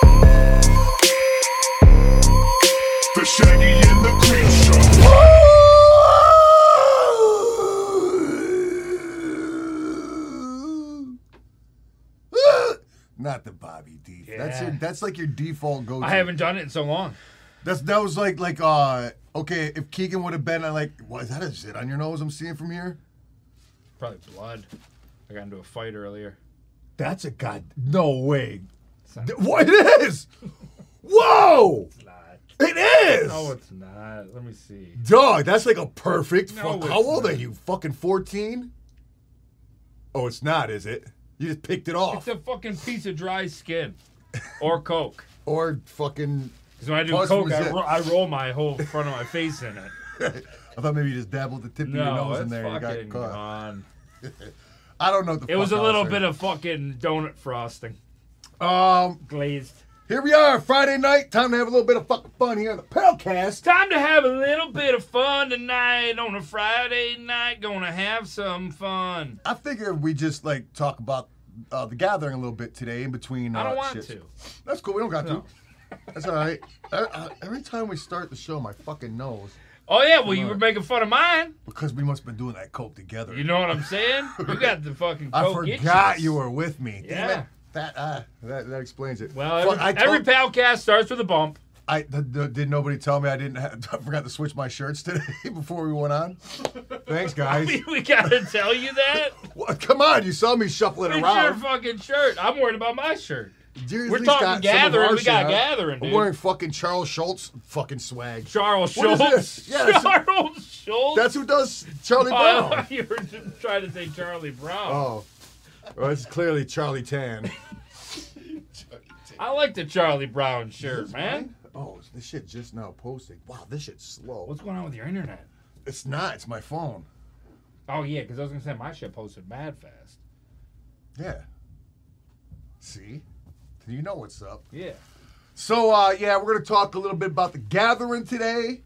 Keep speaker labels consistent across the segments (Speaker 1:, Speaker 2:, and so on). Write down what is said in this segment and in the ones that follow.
Speaker 1: Not the Bobby D. That's
Speaker 2: Yeah.
Speaker 1: your, that's like your default go.
Speaker 2: I haven't done it in so long.
Speaker 1: That's that was like like uh okay if Keegan would have been uh, like what is that a zit on your nose I'm seeing from here?
Speaker 2: Probably blood. I got into a fight earlier.
Speaker 3: That's a god. No way.
Speaker 2: It's not-
Speaker 3: Th- What it is? Whoa!
Speaker 2: It's not.
Speaker 3: It is.
Speaker 2: No, it's not. Let me see.
Speaker 3: Dog, that's like a perfect.
Speaker 2: No,
Speaker 3: fuck-
Speaker 2: it's
Speaker 3: How old
Speaker 2: not.
Speaker 3: are you? Fucking fourteen? Oh, it's not, is it? You just picked it off,
Speaker 2: It's a fucking piece of dry skin or coke.
Speaker 1: Or fucking
Speaker 2: Because when I do
Speaker 1: Plus
Speaker 2: coke, I,
Speaker 1: resist.
Speaker 2: ro- I roll my whole front of my face in it.
Speaker 1: I thought maybe you just dabbled the tip of your
Speaker 2: No,
Speaker 1: nose in
Speaker 2: it's
Speaker 1: there and
Speaker 2: fucking
Speaker 1: got caught.
Speaker 2: gone.
Speaker 1: I don't know what the
Speaker 2: It was
Speaker 1: fuck
Speaker 2: a
Speaker 1: I
Speaker 2: little
Speaker 1: saying.
Speaker 2: bit of fucking donut frosting,
Speaker 1: um
Speaker 2: glazed.
Speaker 1: here we are Friday night time to have a little bit of fucking fun here on the Pelcast.
Speaker 2: Time to have a little bit of fun tonight on a Friday night. Gonna have some fun.
Speaker 1: I figure we just like talk about uh, the gathering a little bit today in between. Uh,
Speaker 2: I don't want
Speaker 1: shits.
Speaker 2: to.
Speaker 1: That's cool. We don't got
Speaker 2: No.
Speaker 1: to. That's all right. I, I, every time we start the show, my fucking nose
Speaker 2: Oh yeah, well you
Speaker 1: Come
Speaker 2: were
Speaker 1: on.
Speaker 2: making fun of mine.
Speaker 1: because we must have been doing that coke together.
Speaker 2: You know what I'm saying? You got the fucking.
Speaker 1: I
Speaker 2: coke
Speaker 1: forgot
Speaker 2: itches.
Speaker 1: you were with me. Damn
Speaker 2: Yeah.
Speaker 1: it. That, uh, that that explains it.
Speaker 2: Well,
Speaker 1: Fuck, I,
Speaker 2: every, every
Speaker 1: told-
Speaker 2: podcast starts with a bump.
Speaker 1: I th- th- did nobody tell me I didn't. Have, I forgot to switch my shirts today before we went on. Thanks, guys.
Speaker 2: We, we gotta tell you that.
Speaker 1: What, come on, you saw me shuffling
Speaker 2: It's your
Speaker 1: around.
Speaker 2: fucking shirt. I'm worried about my shirt.
Speaker 1: Dear, at
Speaker 2: We're
Speaker 1: least
Speaker 2: talking
Speaker 1: got some of
Speaker 2: gathering.
Speaker 1: our
Speaker 2: We got
Speaker 1: shit.
Speaker 2: gathering, dude.
Speaker 1: I'm wearing fucking Charles Schultz fucking swag.
Speaker 2: Charles
Speaker 1: What is
Speaker 2: Schultz.
Speaker 1: this? Yeah, that's-
Speaker 2: Charles Schultz.
Speaker 1: That's who does Charlie
Speaker 2: oh,
Speaker 1: Brown.
Speaker 2: you were just trying to say Charlie Brown.
Speaker 1: Oh, well, it's clearly Charlie Tan.
Speaker 2: I like the Charlie Brown shirt, man.
Speaker 1: Oh, this shit just now posted. Wow, this shit's slow.
Speaker 2: What's going on with your internet?
Speaker 1: It's not. It's my phone.
Speaker 2: Oh yeah, because I was gonna say my shit posted mad fast.
Speaker 1: Yeah. See, you know what's up.
Speaker 2: Yeah.
Speaker 1: So uh, yeah, we're gonna talk a little bit about the gathering today.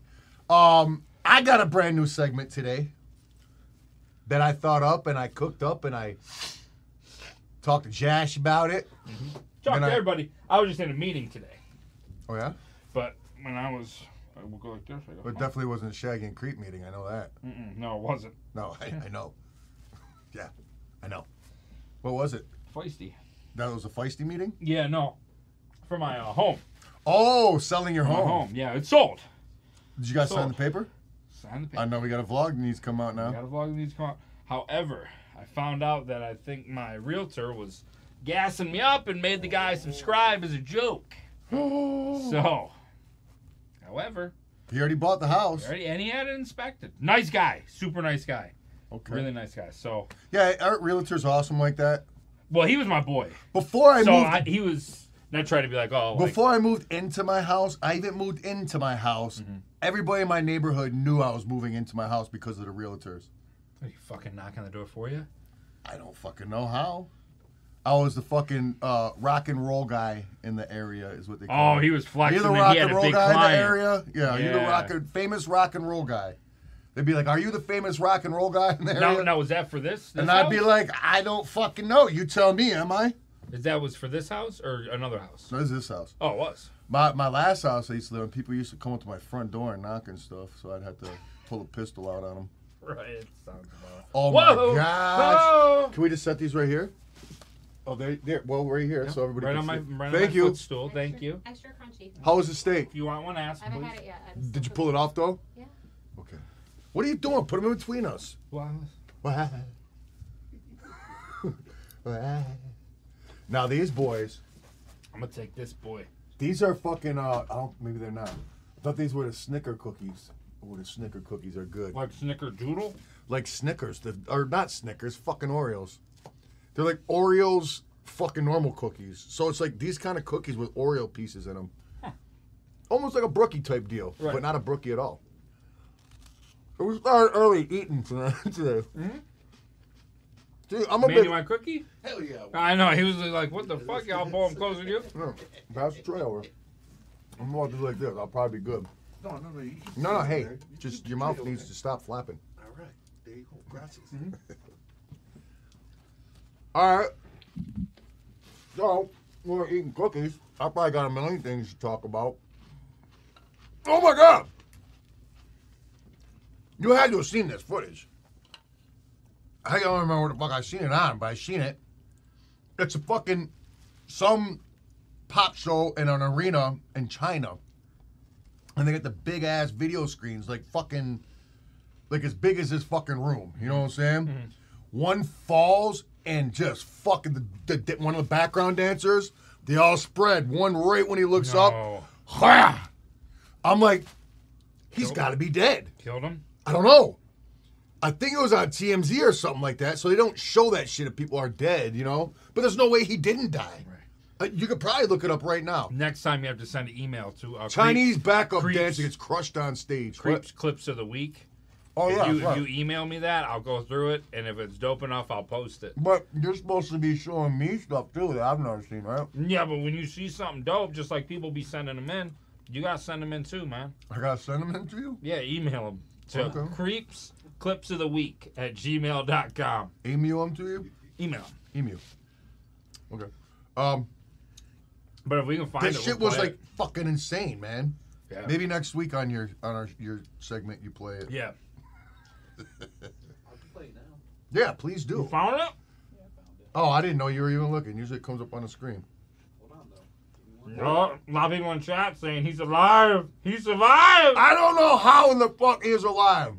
Speaker 1: Um, I got a brand new segment today that I thought up and I cooked up and I talked to Jash about it.
Speaker 2: Talk
Speaker 1: And
Speaker 2: to
Speaker 1: I-
Speaker 2: everybody. I was just in a meeting today,
Speaker 1: Oh yeah,
Speaker 2: but when I was, I would go like this. I go,
Speaker 1: but definitely wasn't a Shaggy and Creep meeting. I know that.
Speaker 2: Mm-mm, no, it wasn't.
Speaker 1: No, I, I know. Yeah, I know. What was it?
Speaker 2: Feisty.
Speaker 1: That was a feisty meeting.
Speaker 2: Yeah, no. For my uh, home.
Speaker 1: Oh, selling your
Speaker 2: My
Speaker 1: home.
Speaker 2: home. Yeah, it's sold.
Speaker 1: Did you guys sign
Speaker 2: Sold.
Speaker 1: the paper?
Speaker 2: Sign the paper.
Speaker 1: I know we got a vlog that needs to come out
Speaker 2: I
Speaker 1: now.
Speaker 2: got a vlog that needs to come out. However, I found out that I think my realtor was gassing me up and made the guy subscribe as a joke. So, however,
Speaker 1: He already bought the house.
Speaker 2: already, and he had it inspected. Nice guy, super nice guy,
Speaker 1: Okay.
Speaker 2: really nice guy. So,
Speaker 1: Yeah, aren't realtors awesome like that?
Speaker 2: well, he was my boy.
Speaker 1: Before I
Speaker 2: so
Speaker 1: moved,
Speaker 2: I, he was not trying to be like, oh, like,
Speaker 1: before I moved into my house, I even moved into my house.
Speaker 2: Mm-hmm.
Speaker 1: Everybody in my neighborhood knew I was moving into my house because of the realtors.
Speaker 2: are you fucking knocking on the door for you?
Speaker 1: I don't fucking know how. I was the fucking uh, rock and roll guy in the area, is what they call.
Speaker 2: Oh,
Speaker 1: it.
Speaker 2: he was flexing.
Speaker 1: Are you the
Speaker 2: and
Speaker 1: rock
Speaker 2: he had
Speaker 1: and
Speaker 2: a
Speaker 1: roll
Speaker 2: big
Speaker 1: guy
Speaker 2: client.
Speaker 1: in the area? Yeah, you the
Speaker 2: Yeah.
Speaker 1: rock and, famous rock and roll guy. They'd be like, "Are you the famous rock and roll guy in the area?"
Speaker 2: Now, now, was that for this? this
Speaker 1: and I'd be
Speaker 2: house?
Speaker 1: like, "I don't fucking know. You tell me, am I?"
Speaker 2: is that was for this house or another house?
Speaker 1: No, this is this house.
Speaker 2: Oh, it was.
Speaker 1: My my last house I used to live in, people used to come up to my front door and knock and stuff, so I'd have to pull a pistol out on them.
Speaker 2: Right, it sounds about.
Speaker 1: Oh
Speaker 2: Whoa!
Speaker 1: my gosh!
Speaker 2: Whoa!
Speaker 1: Can we just set these right here? Oh, there, there. Well, right here, so everybody.
Speaker 2: Right
Speaker 1: can
Speaker 2: on my
Speaker 1: see it.
Speaker 2: right on
Speaker 1: Thank
Speaker 2: my
Speaker 1: you.
Speaker 2: footstool. Thank
Speaker 4: Extra-
Speaker 2: you.
Speaker 4: Extra crunchy.
Speaker 1: How was the steak?
Speaker 2: If you want one, ask
Speaker 4: I haven't had
Speaker 2: please.
Speaker 4: it yet.
Speaker 1: Did you pull it off though?
Speaker 4: Yeah.
Speaker 1: Okay. What are you doing? Put them in between us.
Speaker 2: Wow.
Speaker 1: Wow. now these boys,
Speaker 2: I'm gonna take this boy.
Speaker 1: these are fucking. Uh, I don't. Maybe they're not. I thought these were the Snicker cookies. Oh, the Snicker cookies are good.
Speaker 2: Like snickerdoodle.
Speaker 1: like Snickers, the, or not Snickers, fucking Oreos. They're like Oreos, fucking normal cookies. So it's like these kind of cookies with Oreo pieces in them. Almost like a brookie type deal,
Speaker 2: Right.
Speaker 1: but not a brookie at all. It was started early eating tonight- today. Dude, I'm a
Speaker 2: Mm-hmm. Man,
Speaker 1: big.
Speaker 2: you want a cookie?
Speaker 1: Hell yeah.
Speaker 2: I know. He was like, "What the fuck? Y'all boy, I'm closing you."
Speaker 1: No, pass the tray over. I'm going to do like this. I'll probably be good.
Speaker 5: No, no, no. You,
Speaker 1: No, no, hey, just your mouth needs Mm-hmm. to stop flapping.
Speaker 5: All right. There you go. Gracias.
Speaker 1: All right. So we're eating cookies. I probably got a million things to talk about. Oh my god! You had to have seen this footage. I don't remember what the fuck I seen it on, but I seen it. It's a fucking some pop show in an arena in China, and they got the big ass video screens, like fucking, like as big as this fucking room. You know what I'm saying? One falls and just fucking the, the, one of the background dancers. They all spread. One right when he looks
Speaker 2: No.
Speaker 1: up. I'm like, he's got to be dead.
Speaker 2: Killed him.
Speaker 1: I don't know. I think it was on TMZ or something like that. So they don't show that shit if people are dead, you know. But there's no way he didn't die. Uh, you could probably look it up right now.
Speaker 2: Next time you have to send an email to uh,
Speaker 1: Chinese backup
Speaker 2: Creeps.
Speaker 1: dancer gets crushed on stage.
Speaker 2: creeps, creeps clips of the week.
Speaker 1: What? Oh
Speaker 2: If
Speaker 1: yeah.
Speaker 2: you,
Speaker 1: right.
Speaker 2: if you email me that, I'll go through it, and if it's dope enough, I'll post it.
Speaker 1: But you're supposed to be showing me stuff too that I've never seen, right?
Speaker 2: Yeah, but when you see something dope, just like people be sending them in, you gotta send them in too, man.
Speaker 1: I gotta send them in to you.
Speaker 2: Yeah, email them to
Speaker 1: Okay.
Speaker 2: creeps clips of the week at gmail.com.
Speaker 1: Email them to you.
Speaker 2: Email. 'em.
Speaker 1: Email. Okay. Um,
Speaker 2: But if we can find
Speaker 1: that
Speaker 2: it,
Speaker 1: shit
Speaker 2: we'll
Speaker 1: was
Speaker 2: play
Speaker 1: like fucking insane, man.
Speaker 2: it. yeah.
Speaker 1: Maybe next week on your on our your segment you play it.
Speaker 2: yeah.
Speaker 5: I'll play now.
Speaker 1: Yeah, please
Speaker 2: You
Speaker 1: do.
Speaker 2: found it?
Speaker 1: Oh, I didn't know you were even looking. Usually it comes up on the screen.
Speaker 5: Hold on though.
Speaker 2: No, a lot of people in chat saying he's alive. He survived.
Speaker 1: I don't know how in the fuck he is alive.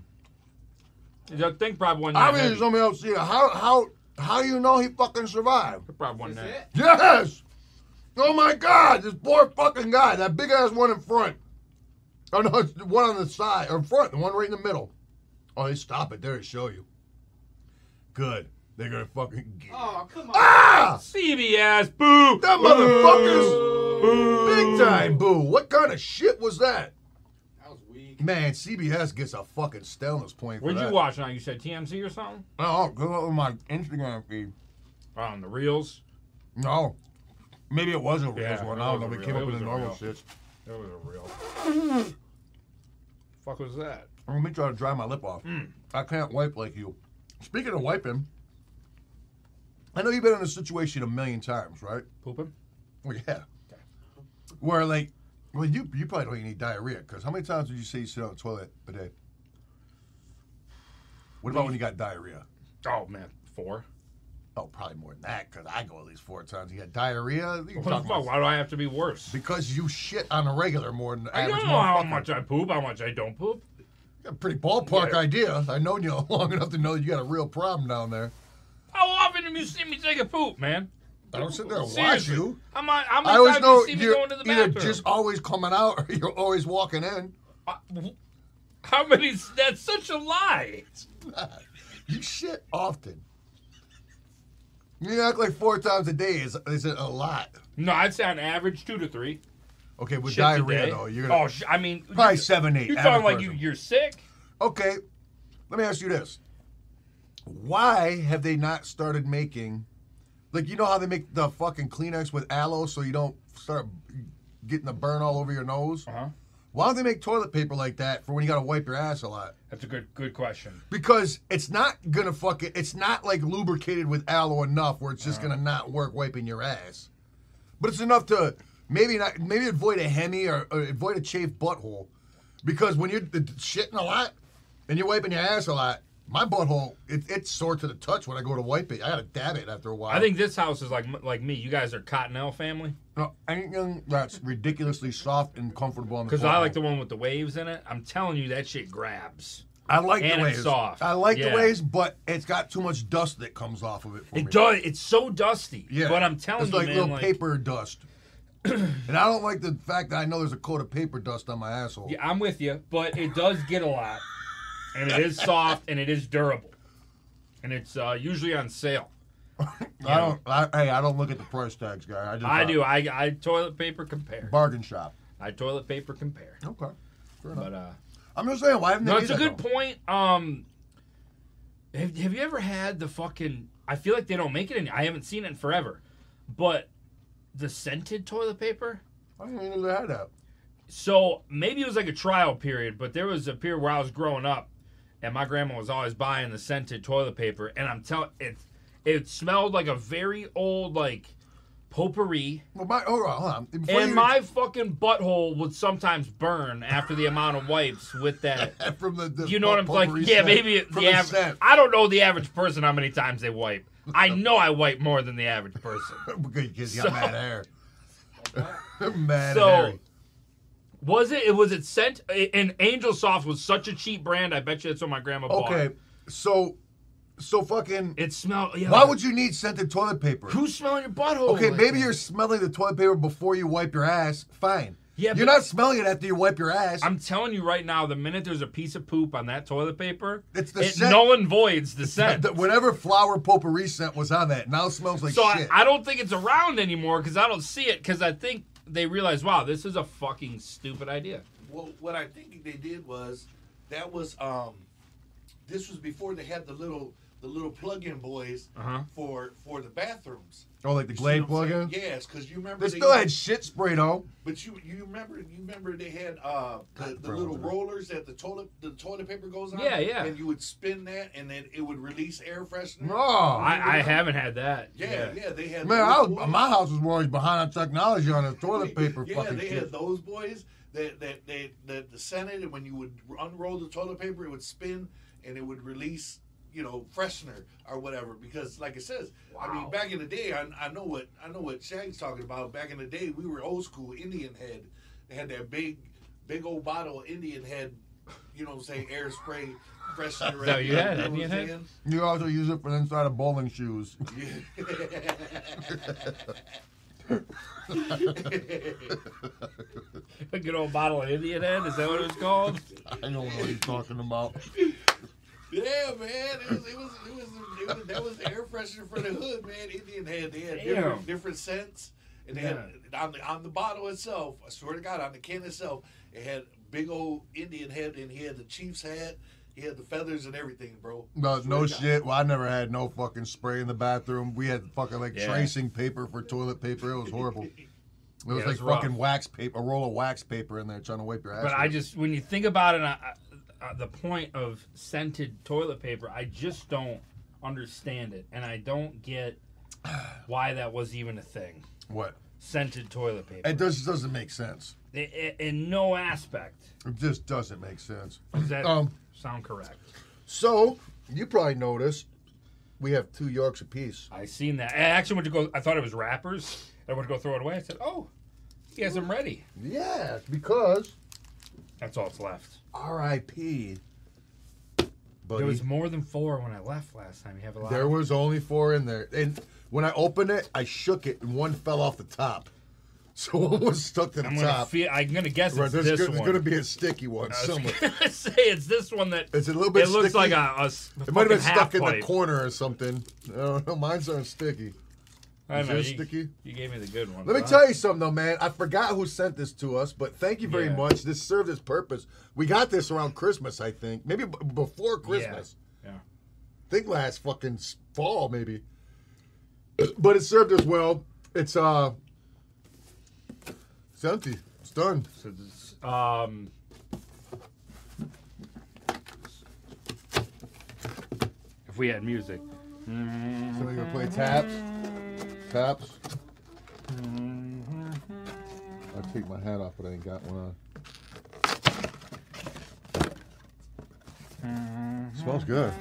Speaker 2: I think probably one night.
Speaker 1: Obviously, somebody else seen it. How how how do you know he fucking survived?
Speaker 2: Probably one
Speaker 5: Is
Speaker 2: night.
Speaker 5: it?
Speaker 1: Yes. Oh my God, this poor fucking guy. That big ass one in front. Oh no, it's the one on the side or in front, the one right in the middle. Oh, they stop it there to show you. Good. They're gonna fucking get. it.
Speaker 5: Oh, come on.
Speaker 1: Ah!
Speaker 2: CBS, boo.
Speaker 1: That
Speaker 2: Boo!
Speaker 1: motherfucker's
Speaker 2: Boo!
Speaker 1: big time boo. What kind of shit was that?
Speaker 5: That was weak.
Speaker 1: Man, CBS gets a fucking staleness point for
Speaker 2: What'd
Speaker 1: that.
Speaker 2: you watch now? You said TMZ or something?
Speaker 1: Oh, go up with my Instagram feed.
Speaker 2: On the reels.
Speaker 1: No. Maybe it was a real
Speaker 2: Yeah,
Speaker 1: one.
Speaker 2: it
Speaker 1: I don't
Speaker 2: was
Speaker 1: know.
Speaker 2: a
Speaker 1: We
Speaker 2: real-
Speaker 1: came
Speaker 2: it
Speaker 1: up with
Speaker 2: was
Speaker 1: the
Speaker 2: a
Speaker 1: normal
Speaker 2: real.
Speaker 1: shit.
Speaker 2: That was a reel. Fuck was that?
Speaker 1: Let me try to dry my lip off.
Speaker 2: Hmm.
Speaker 1: I can't wipe like you. Speaking of wiping, I know you've been in a situation a million times, right?
Speaker 2: Pooping?
Speaker 1: Well, yeah. Where like, well, you you probably don't even need diarrhea because how many times did you say you sit on the toilet a day? What about when you got diarrhea?
Speaker 2: Oh man, four.
Speaker 1: Oh, probably more than that because I go at least four times. You got diarrhea? You
Speaker 2: What the
Speaker 1: talking
Speaker 2: fuck?
Speaker 1: about-
Speaker 2: Why do I have to be worse?
Speaker 1: Because you shit on a regular more than the
Speaker 2: I
Speaker 1: average.
Speaker 2: don't know how
Speaker 1: motherfucker.
Speaker 2: much I poop, how much I don't poop.
Speaker 1: Got a pretty ballpark
Speaker 2: Yeah.
Speaker 1: idea. I've known you long enough to know you got a real problem down there.
Speaker 2: How often have you seen me take a poop, man?
Speaker 1: I don't sit there and watch
Speaker 2: Seriously.
Speaker 1: you.
Speaker 2: I'm on, how
Speaker 1: I
Speaker 2: many
Speaker 1: always
Speaker 2: times have
Speaker 1: know
Speaker 2: you seen me
Speaker 1: you're
Speaker 2: going to the
Speaker 1: either
Speaker 2: bathroom?
Speaker 1: just always coming out or you're always walking in.
Speaker 2: Uh, wh- How many? That's such a lie.
Speaker 1: You shit often. You act like four times a day is is it a lot?
Speaker 2: No, I'd say on average two to three.
Speaker 1: Okay, with
Speaker 2: shits a
Speaker 1: diarrhea
Speaker 2: day.
Speaker 1: though, you're gonna
Speaker 2: Oh, sh- I mean,
Speaker 1: probably
Speaker 2: you-
Speaker 1: seven, eight.
Speaker 2: You're
Speaker 1: average
Speaker 2: talking like you,
Speaker 1: person.
Speaker 2: you're sick.
Speaker 1: Okay, let me ask you this: Why have they not started making, like you know how they make the fucking Kleenex with aloe so you don't start getting the burn all over your nose?
Speaker 2: Uh huh.
Speaker 1: Why don't they make toilet paper like that for when you gotta wipe your ass a lot?
Speaker 2: That's a good good question.
Speaker 1: Because it's not gonna fucking, it's not like lubricated with aloe enough where it's just
Speaker 2: Uh-huh.
Speaker 1: gonna not work wiping your ass, but it's enough to maybe not maybe avoid a hemi or, or avoid a chafed butthole, because when you're d- d- shitting a lot and you're wiping your ass a lot, my butthole it, it's sore to the touch when I go to wipe it. I gotta dab it after a while.
Speaker 2: I think this house is like like me. You guys are Cottonelle family
Speaker 1: No, anything that's ridiculously soft and comfortable on the
Speaker 2: because I like
Speaker 1: butthole.
Speaker 2: the one with the waves in it. I'm telling you, that shit grabs.
Speaker 1: I like
Speaker 2: And
Speaker 1: the
Speaker 2: it's
Speaker 1: waves.
Speaker 2: soft.
Speaker 1: I like
Speaker 2: Yeah.
Speaker 1: the waves, but it's got too much dust that comes off of it for me.
Speaker 2: It does. It's so dusty.
Speaker 1: Oh, Yeah.
Speaker 2: But I'm telling
Speaker 1: it's
Speaker 2: you,
Speaker 1: like
Speaker 2: man,
Speaker 1: little
Speaker 2: like,
Speaker 1: paper dust. and I don't like the fact that I know there's a coat of paper dust on my asshole.
Speaker 2: yeah, I'm with you, but it does get a lot, and it is soft and it is durable, and it's uh, usually on sale.
Speaker 1: I don't. I, hey, I don't look at the price tags, guy. I just.
Speaker 2: I do. I, I toilet paper compare.
Speaker 1: Bargain shop.
Speaker 2: I toilet paper compare.
Speaker 1: Okay. Fair enough.
Speaker 2: But uh,
Speaker 1: I'm just saying. Why haven't
Speaker 2: no,
Speaker 1: they
Speaker 2: it's a
Speaker 1: made
Speaker 2: good
Speaker 1: that, though?
Speaker 2: point. Um, have, have you ever had the fucking? I feel like they don't make it. Any, I haven't seen it in forever, but the scented toilet paper.
Speaker 1: I didn't even know they had that.
Speaker 2: so maybe it was like a trial period, but there was a period where I was growing up, and my grandma was always buying the scented toilet paper, and I'm telling it, it smelled like a very old like potpourri,
Speaker 1: Well, my, hold on, hold on. Before
Speaker 2: and
Speaker 1: you-
Speaker 2: my fucking butthole would sometimes burn after the amount of wipes with that.
Speaker 1: from the, the
Speaker 2: You know what I'm like?
Speaker 1: potpourri
Speaker 2: Yeah,
Speaker 1: scent.
Speaker 2: maybe it-
Speaker 1: from
Speaker 2: the
Speaker 1: the
Speaker 2: average.
Speaker 1: scent.
Speaker 2: I don't know the average person how many times they wipe. I know I wipe more than the average person.
Speaker 1: because you
Speaker 2: So-
Speaker 1: got mad hair.
Speaker 6: Like that.
Speaker 1: mad
Speaker 2: So-
Speaker 1: hair.
Speaker 2: Was it? It was it sent? And Angel Soft was such a cheap brand. I bet you that's what my grandma bought.
Speaker 1: Okay, so, so fucking.
Speaker 2: It smelled. Yeah,
Speaker 1: Why would you need scented toilet paper?
Speaker 2: Who's smelling your butthole?
Speaker 1: Okay,
Speaker 2: like
Speaker 1: maybe
Speaker 2: that?
Speaker 1: you're smelling the toilet paper before you wipe your ass. Fine.
Speaker 2: Yeah,
Speaker 1: you're
Speaker 2: but-
Speaker 1: not smelling it after you wipe your ass.
Speaker 2: I'm telling you right now, the minute there's a piece of poop on that toilet paper,
Speaker 1: It's the
Speaker 2: it
Speaker 1: scent.
Speaker 2: null and voids the scent.
Speaker 1: The- Whatever flower potpourri scent was on that now smells like
Speaker 2: so I,
Speaker 1: shit.
Speaker 2: I don't think it's around anymore because I don't see it because I think they realize, wow, this is a fucking stupid idea.
Speaker 7: Well, what I think they did was that was um, this was before they had the little the little plug-in boys
Speaker 2: Uh-huh.
Speaker 7: for for the bathrooms.
Speaker 1: oh, like the
Speaker 7: You see
Speaker 1: Glade
Speaker 7: what I'm saying?
Speaker 1: plug-in?
Speaker 7: Yes, because you remember
Speaker 1: They still had shit sprayed on.
Speaker 7: But you you remember you remember they had uh the, the
Speaker 1: Bro,
Speaker 7: little
Speaker 1: bro.
Speaker 7: rollers that the toilet the toilet paper goes on.
Speaker 2: Yeah, yeah.
Speaker 7: And you would spin that, and then it would release air freshener.
Speaker 1: No.
Speaker 2: I, I haven't had that.
Speaker 7: Yeah, yeah, they had.
Speaker 1: Oh. Man,
Speaker 7: those
Speaker 1: I
Speaker 7: boys.
Speaker 1: was, my house was always behind on technology on the toilet paper
Speaker 7: Yeah,
Speaker 1: fucking
Speaker 7: they
Speaker 1: shit.
Speaker 7: had those boys that that that that the Senate, and when you would unroll the toilet paper, it would spin and it would release, you know, freshener or whatever. Because, like it says, I
Speaker 2: Wow.
Speaker 7: mean, back in the day, I, I know what I know what Shag's talking about. Back in the day, we were old school Indian head. They had that big, big old bottle of Indian head, you know, what I'm saying air spray freshener.
Speaker 2: Is that what you had,
Speaker 7: know what
Speaker 2: Indian
Speaker 7: I'm
Speaker 2: head?
Speaker 1: You also use it for the inside of bowling shoes.
Speaker 7: saying? Yeah.
Speaker 2: A good old bottle of Indian Head, is that what it was called?
Speaker 1: I don't know what he's talking about.
Speaker 7: Yeah, man, it was it was it was, it was that was the air freshener for the hood, man. Indian had they had
Speaker 2: Damn.
Speaker 7: different, different scents, and they had on the on the bottle itself. I swear to God, on the can itself, it had big old Indian head, and he had the Chiefs hat, he had the feathers and everything, bro.
Speaker 1: No,
Speaker 7: Swear
Speaker 1: no
Speaker 7: to God.
Speaker 1: shit. Well, I never had no fucking spray in the bathroom. We had fucking like
Speaker 2: Yeah.
Speaker 1: tracing paper for toilet paper. It was horrible. It was
Speaker 2: it
Speaker 1: like
Speaker 2: was rough.
Speaker 1: fucking wax paper, a roll of wax paper in there trying to wipe your ass.
Speaker 2: But I
Speaker 1: with.
Speaker 2: just, when you think about it, I, I, uh, the point of scented toilet paper, I just don't understand it, and I don't get why that was even a thing.
Speaker 1: what?
Speaker 2: Scented toilet paper.
Speaker 1: It just doesn't make sense.
Speaker 2: I- I- in no aspect
Speaker 1: It just doesn't make sense.
Speaker 2: does that
Speaker 1: Um,
Speaker 2: sound correct.
Speaker 1: So you probably noticed we have two Yorks apiece.
Speaker 2: I seen that. I actually went to go. I thought it was wrappers. I went to go throw it away. I said, "Oh, he has them ready."
Speaker 1: Yeah, because
Speaker 2: That's all that's left.
Speaker 1: R.I.P. Buddy.
Speaker 2: There was more than four when I left last time. You have a lot.
Speaker 1: There was only four in there. And when I opened it, I shook it and one fell off the top. So one was stuck to the
Speaker 2: I'm gonna
Speaker 1: top.
Speaker 2: feel. I'm gonna guess
Speaker 1: Right,
Speaker 2: it's
Speaker 1: there's
Speaker 2: this
Speaker 1: go- there's
Speaker 2: one.
Speaker 1: gonna be a sticky one
Speaker 2: I was
Speaker 1: somewhere.
Speaker 2: gonna say it's this one that
Speaker 1: It's a little bit
Speaker 2: it looks
Speaker 1: sticky.
Speaker 2: like a, a s-
Speaker 1: it might have been
Speaker 2: fucking
Speaker 1: stuck
Speaker 2: half
Speaker 1: in the
Speaker 2: pipe.
Speaker 1: corner or something. I don't know. Mine's aren't sticky.
Speaker 2: I
Speaker 1: Is
Speaker 2: know,
Speaker 1: yours
Speaker 2: you,
Speaker 1: sticky?
Speaker 2: you gave me the good one.
Speaker 1: Let me
Speaker 2: huh?
Speaker 1: tell you something though, man. I forgot who sent this to us, but thank you very
Speaker 2: Yeah.
Speaker 1: much. This served its purpose. We got this around Christmas, I think. Maybe b- before Christmas.
Speaker 2: Yeah.
Speaker 1: think last fucking s- fall maybe. But it served us well. It's uh, it's empty. It's done.
Speaker 2: So this, um, if we had music,
Speaker 1: So we gonna play taps, taps. Mm-hmm. I will take my hat off, but I ain't got one on.
Speaker 2: Mm-hmm.
Speaker 1: Smells good.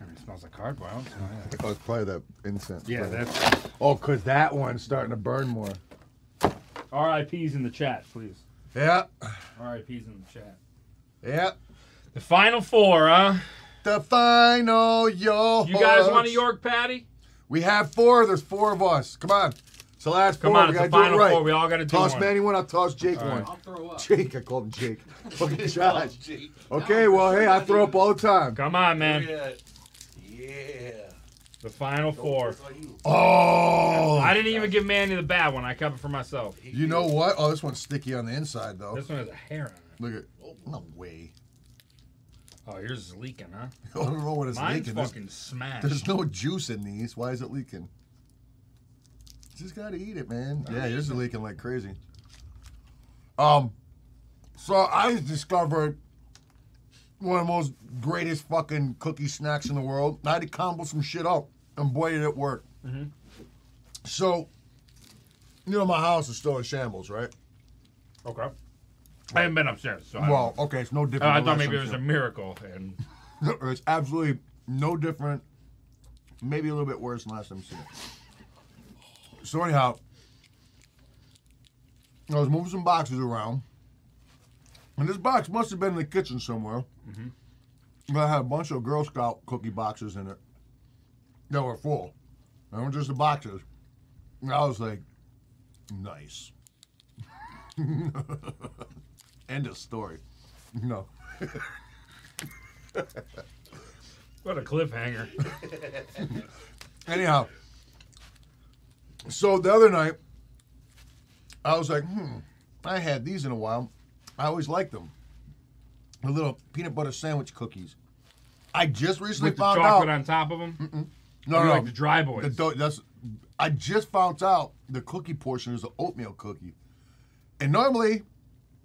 Speaker 2: I mean, it smells like cardboard. I don't smell that.
Speaker 1: Oh, it's probably that incense.
Speaker 2: Yeah,
Speaker 1: flavor.
Speaker 2: that's
Speaker 1: Oh, cause that one's starting to burn more.
Speaker 2: RIPs in the chat, please.
Speaker 1: Yeah,
Speaker 2: RIPs in the chat.
Speaker 1: yeah.
Speaker 2: The final four, huh?
Speaker 1: The final York.
Speaker 2: You guys want a York patty?
Speaker 1: We have four. There's four of us. Come on. It's the last
Speaker 2: Come
Speaker 1: four.
Speaker 2: on,
Speaker 1: we
Speaker 2: it's the
Speaker 1: gotta do it
Speaker 2: final
Speaker 1: right.
Speaker 2: four. We all got to do
Speaker 1: Toss
Speaker 2: one.
Speaker 1: Manny one. I'll toss Jake
Speaker 2: All
Speaker 1: one.
Speaker 2: right.
Speaker 6: I'll throw up.
Speaker 1: Jake, I called him Jake. Fucking
Speaker 7: Oh,
Speaker 1: Josh.
Speaker 7: gee.
Speaker 1: Okay, well, hey, I throw up all the time.
Speaker 2: Come on, man.
Speaker 7: Yeah, yeah.
Speaker 2: The final four.
Speaker 6: It's like you.
Speaker 1: Oh,
Speaker 2: I didn't even give Manny the bad one. I kept it for myself.
Speaker 1: you know what? Oh, this one's sticky on the inside though.
Speaker 2: This one has a hair on it.
Speaker 1: Look at. No way.
Speaker 2: Oh, yours is leaking, huh?
Speaker 1: I don't know what it's
Speaker 2: Mine's
Speaker 1: leaking. There's,
Speaker 2: fucking smashed.
Speaker 1: there's no juice in these. Why is it leaking? You Just gotta eat it, man.
Speaker 2: Oh,
Speaker 1: Yeah, yours is leaking like crazy. Um, so I discovered one of the most greatest
Speaker 2: Mm-hmm.
Speaker 1: fucking cookie snacks in the world. I had to combo some shit up, and boy, did it work. So, you know, my house is still in shambles, right?
Speaker 2: Okay. I haven't been upstairs, so I,
Speaker 1: Well, okay, it's no
Speaker 2: don't-
Speaker 1: different.
Speaker 2: I
Speaker 1: than last
Speaker 2: thought maybe it
Speaker 1: time,
Speaker 2: was
Speaker 1: so-
Speaker 2: a miracle. And
Speaker 1: it's absolutely no different. Maybe a little bit worse than last time you seen it. So anyhow, I was moving some boxes around, and this box must have been in the kitchen somewhere. But I had a bunch of Girl Scout cookie boxes in it that were full. They were just the boxes. And I was like, nice. End of story. No.
Speaker 2: what a cliffhanger.
Speaker 1: Anyhow, so the other night, I was like, hmm, I had these in a while. I always liked them. The little peanut butter sandwich cookies. I just recently
Speaker 2: With the
Speaker 1: found
Speaker 2: chocolate
Speaker 1: out.
Speaker 2: on top of them.
Speaker 1: no,
Speaker 2: you
Speaker 1: no,
Speaker 2: like the dry boys.
Speaker 1: The dough- that's. I just found out the cookie portion is an oatmeal cookie, and normally,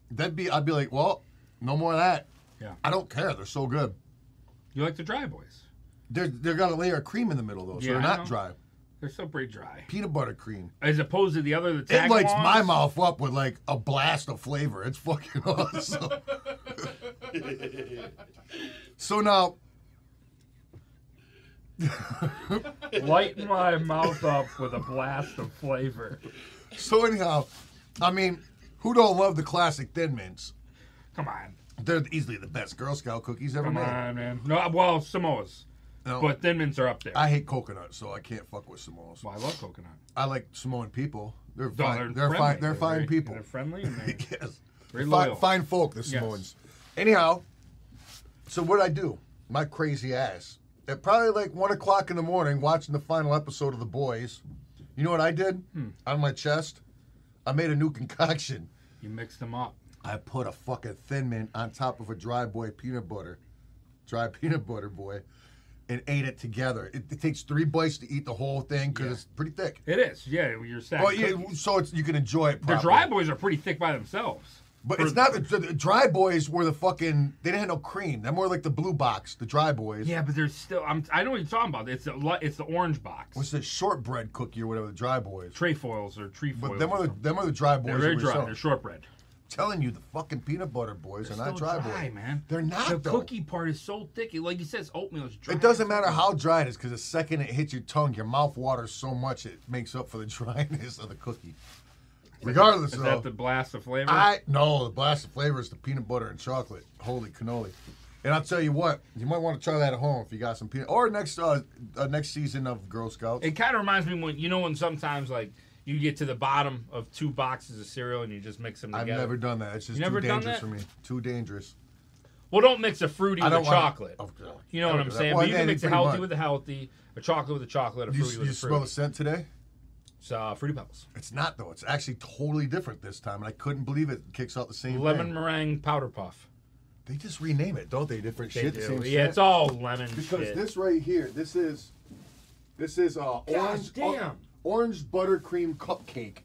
Speaker 1: that'd be I'd be like, well, no more of that.
Speaker 2: Yeah.
Speaker 1: I don't care. They're so good.
Speaker 2: You like the dry boys.
Speaker 1: They're they're got a layer of cream in the middle though, so
Speaker 2: Yeah,
Speaker 1: they're
Speaker 2: I
Speaker 1: not
Speaker 2: know.
Speaker 1: dry.
Speaker 2: They're still pretty dry.
Speaker 1: Peanut butter cream.
Speaker 2: As opposed to the other, the
Speaker 1: It lights
Speaker 2: Tagalongs.
Speaker 1: my mouth up with like a blast of flavor. It's fucking awesome. so now,
Speaker 2: Light my mouth up with a blast of flavor.
Speaker 1: so anyhow, I mean, who don't love the classic Thin Mints?
Speaker 2: Come on.
Speaker 1: They're easily the best Girl Scout cookies ever
Speaker 2: Come
Speaker 1: made.
Speaker 2: on, man. No, well, Samoas.
Speaker 1: No,
Speaker 2: But Thin Mints are up there.
Speaker 1: I hate coconut, so I can't fuck with Samoans.
Speaker 2: well, I love coconut.
Speaker 1: I like Samoan people. They're
Speaker 2: No,
Speaker 1: fine. They're,
Speaker 2: friendly.
Speaker 1: fine. They're fine
Speaker 2: very-
Speaker 1: people.
Speaker 2: They're friendly and they're
Speaker 1: yes.
Speaker 2: very
Speaker 1: Fine,
Speaker 2: loyal.
Speaker 1: fine folk, the Samoans. Anyhow, so what did I do? My crazy ass. At probably like one o'clock in the morning, watching the final episode of The Boys, you know what I did?
Speaker 2: Hmm.
Speaker 1: On my chest, I made a new concoction.
Speaker 2: You mix them up.
Speaker 1: I put a fucking thin mint on top of a dry boy peanut butter, dry peanut butter boy, and ate it together. It, it takes three bites to eat the whole thing because it's pretty thick.
Speaker 2: It is. Yeah, you're sad.
Speaker 1: Well, yeah, so it's, you can enjoy it.
Speaker 2: the
Speaker 1: Properly.
Speaker 2: dry boys are pretty thick by themselves.
Speaker 1: But it's not the, the dry boys were the fucking. They didn't have no cream. They're more like the blue box. The dry boys.
Speaker 2: Yeah, but there's still. I'm, I know what you're talking about. It's the lu- it's the orange box.
Speaker 1: What's the shortbread cookie or whatever? The dry boys.
Speaker 2: Trefoils or trefoils.
Speaker 1: But them
Speaker 2: or
Speaker 1: are the
Speaker 2: something.
Speaker 1: them are the dry boys.
Speaker 2: they're
Speaker 1: that
Speaker 2: very
Speaker 1: we
Speaker 2: dry.
Speaker 1: sell.
Speaker 2: They're shortbread.
Speaker 1: telling you the fucking peanut butter boys are
Speaker 2: They're
Speaker 1: not
Speaker 2: still
Speaker 1: dry,
Speaker 2: dry,
Speaker 1: boys.
Speaker 2: man.
Speaker 1: They're not.
Speaker 2: The
Speaker 1: though.
Speaker 2: cookie part is so thick. It- Like you said, it's oatmeal. It's dry.
Speaker 1: It doesn't matter how dry it is because the second it hits your tongue, your mouth waters so much it makes up for the dryness of the cookie. Regardless,
Speaker 2: Is
Speaker 1: though,
Speaker 2: that the blast of flavor?
Speaker 1: I no, the blast of flavor is the peanut butter and chocolate. Holy cannoli! And I'll tell you what, you might want to try that at home if you got some peanut. Or next uh, uh next season of Girl Scouts.
Speaker 2: It kind of reminds me when you know when sometimes like you get to the bottom of two boxes of cereal and you just mix them
Speaker 1: I've
Speaker 2: together.
Speaker 1: never done that. It's just
Speaker 2: You
Speaker 1: too
Speaker 2: never done
Speaker 1: dangerous
Speaker 2: that?
Speaker 1: for me. Too dangerous.
Speaker 2: Well, don't mix a fruity
Speaker 1: I
Speaker 2: with a
Speaker 1: don't wanna-
Speaker 2: chocolate.
Speaker 1: Oh, God.
Speaker 2: You know what
Speaker 1: Don't
Speaker 2: I'm
Speaker 1: do that.
Speaker 2: saying?
Speaker 1: Well,
Speaker 2: but you
Speaker 1: yeah,
Speaker 2: can mix a
Speaker 1: pretty
Speaker 2: healthy
Speaker 1: much.
Speaker 2: with a healthy, a chocolate with a chocolate, a
Speaker 1: You,
Speaker 2: fruity
Speaker 1: you
Speaker 2: with a
Speaker 1: smell the
Speaker 2: fruity.
Speaker 1: scent today?
Speaker 2: It's, uh, fruity pebbles.
Speaker 1: It's not though. It's actually totally different this time, and I couldn't believe it kicks out the same
Speaker 2: Lemon
Speaker 1: thing.
Speaker 2: meringue powder puff.
Speaker 1: They just rename it, don't they? Different
Speaker 2: They
Speaker 1: shit.
Speaker 2: do.
Speaker 1: Same
Speaker 2: yeah,
Speaker 1: shit.
Speaker 2: it's all lemon
Speaker 1: because
Speaker 2: shit.
Speaker 1: this right here, this is, this is uh orange or-
Speaker 2: damn.
Speaker 1: orange buttercream cupcake.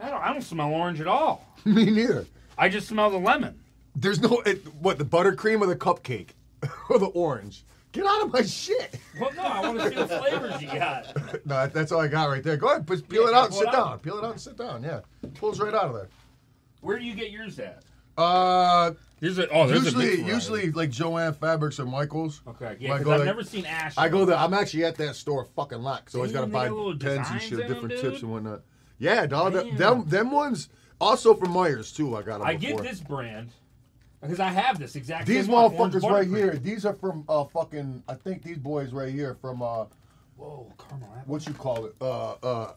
Speaker 2: I don't, I don't smell orange at all.
Speaker 1: me neither.
Speaker 2: I just smell the lemon.
Speaker 1: There's no it, what the buttercream or the cupcake or the orange. Get out of my shit.
Speaker 2: Well, no, I want to see the flavors you got.
Speaker 1: no, that- that's all I got right there. Go ahead, put, peel it
Speaker 2: Yeah,
Speaker 1: out and
Speaker 2: pull
Speaker 1: sit
Speaker 2: it out.
Speaker 1: down. Peel it out and sit down. Yeah, pulls right out of there.
Speaker 2: Where do you get yours at?
Speaker 1: Uh,
Speaker 2: There's a, oh, there's a
Speaker 1: usually
Speaker 2: big variety.
Speaker 1: usually like Joanne Fabrics or Michaels.
Speaker 2: Okay,
Speaker 1: When
Speaker 2: yeah,
Speaker 1: I
Speaker 2: because
Speaker 1: go
Speaker 2: I've
Speaker 1: there-
Speaker 2: never seen ash.
Speaker 1: I go there. I'm actually at that store fucking lot because I always got to
Speaker 2: Damn, they
Speaker 1: buy
Speaker 2: got little
Speaker 1: pens and
Speaker 2: designs
Speaker 1: shit,
Speaker 2: in 'em,
Speaker 1: different
Speaker 2: dude.
Speaker 1: tips and whatnot. Yeah, dog. the-
Speaker 2: Damn.
Speaker 1: Them them ones also from Myers too. I got them.
Speaker 2: I get this brand because I have this exact.
Speaker 1: These
Speaker 2: same one, orange
Speaker 1: motherfuckers right
Speaker 2: buttercream.
Speaker 1: here. These are from uh fucking. I think these boys right here from uh
Speaker 2: Whoa, caramel apple.
Speaker 1: what you call it? Uh, uh,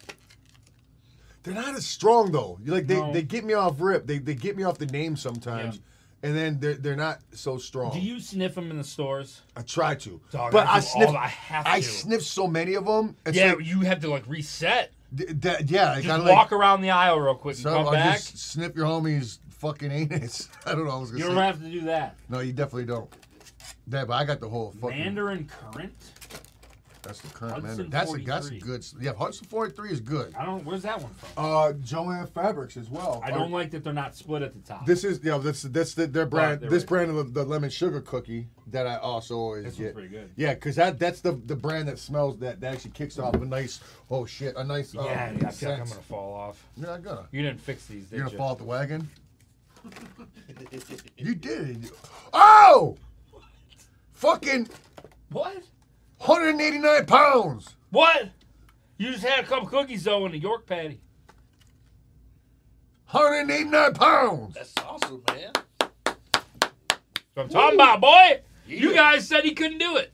Speaker 1: they're not as strong though. You like they,
Speaker 2: No.
Speaker 1: they get me off rip. They, they get me off the name sometimes, and then they're they're not so strong.
Speaker 2: Do you sniff them in the stores?
Speaker 1: I try to,
Speaker 2: Dog,
Speaker 1: but
Speaker 2: I
Speaker 1: I,
Speaker 2: do
Speaker 1: sniff.
Speaker 2: all- I have to.
Speaker 1: sniff so many of them. It's
Speaker 2: yeah,
Speaker 1: like,
Speaker 2: you have to like reset.
Speaker 1: th- that- yeah. I
Speaker 2: Just
Speaker 1: gotta
Speaker 2: walk
Speaker 1: like,
Speaker 2: around the aisle real quick and
Speaker 1: so
Speaker 2: come
Speaker 1: I'll
Speaker 2: back.
Speaker 1: just snip your homie's fucking anus. I don't know. I was
Speaker 2: You
Speaker 1: gonna
Speaker 2: don't
Speaker 1: say.
Speaker 2: have to do that.
Speaker 1: No, you definitely don't. Yeah, but I got the whole fucking.
Speaker 2: Mandarin currant.
Speaker 1: That's the current manager.
Speaker 2: Hudson
Speaker 1: That's a, that's a
Speaker 2: 43.
Speaker 1: good. Yeah, Hudson 43 is good.
Speaker 2: I don't. Where's that one from?
Speaker 3: Uh, Joanne Fabrics as well.
Speaker 2: I don't like that they're not split at the top.
Speaker 1: This is yeah. This that's the, their brand.
Speaker 2: they're
Speaker 1: this
Speaker 2: right.
Speaker 1: brand of the, the lemon sugar cookie that I also always
Speaker 2: This one's
Speaker 1: get.
Speaker 2: pretty good.
Speaker 1: Yeah, because that that's the the brand that smells that that actually kicks off a nice oh shit a nice
Speaker 2: yeah,
Speaker 1: um,
Speaker 2: I feel like I'm
Speaker 1: scent.
Speaker 2: gonna fall off.
Speaker 1: You're not gonna.
Speaker 2: You didn't fix these, did
Speaker 1: You're gonna
Speaker 2: you?
Speaker 1: fall off the wagon. you did it. Oh, fucking
Speaker 2: What?
Speaker 1: 189 pounds.
Speaker 2: What? You just had a couple cookies though in a York patty.
Speaker 1: 189 pounds.
Speaker 4: That's awesome, man.
Speaker 2: So I'm talking about, boy. You
Speaker 4: Yeah.
Speaker 2: guys said he couldn't do it.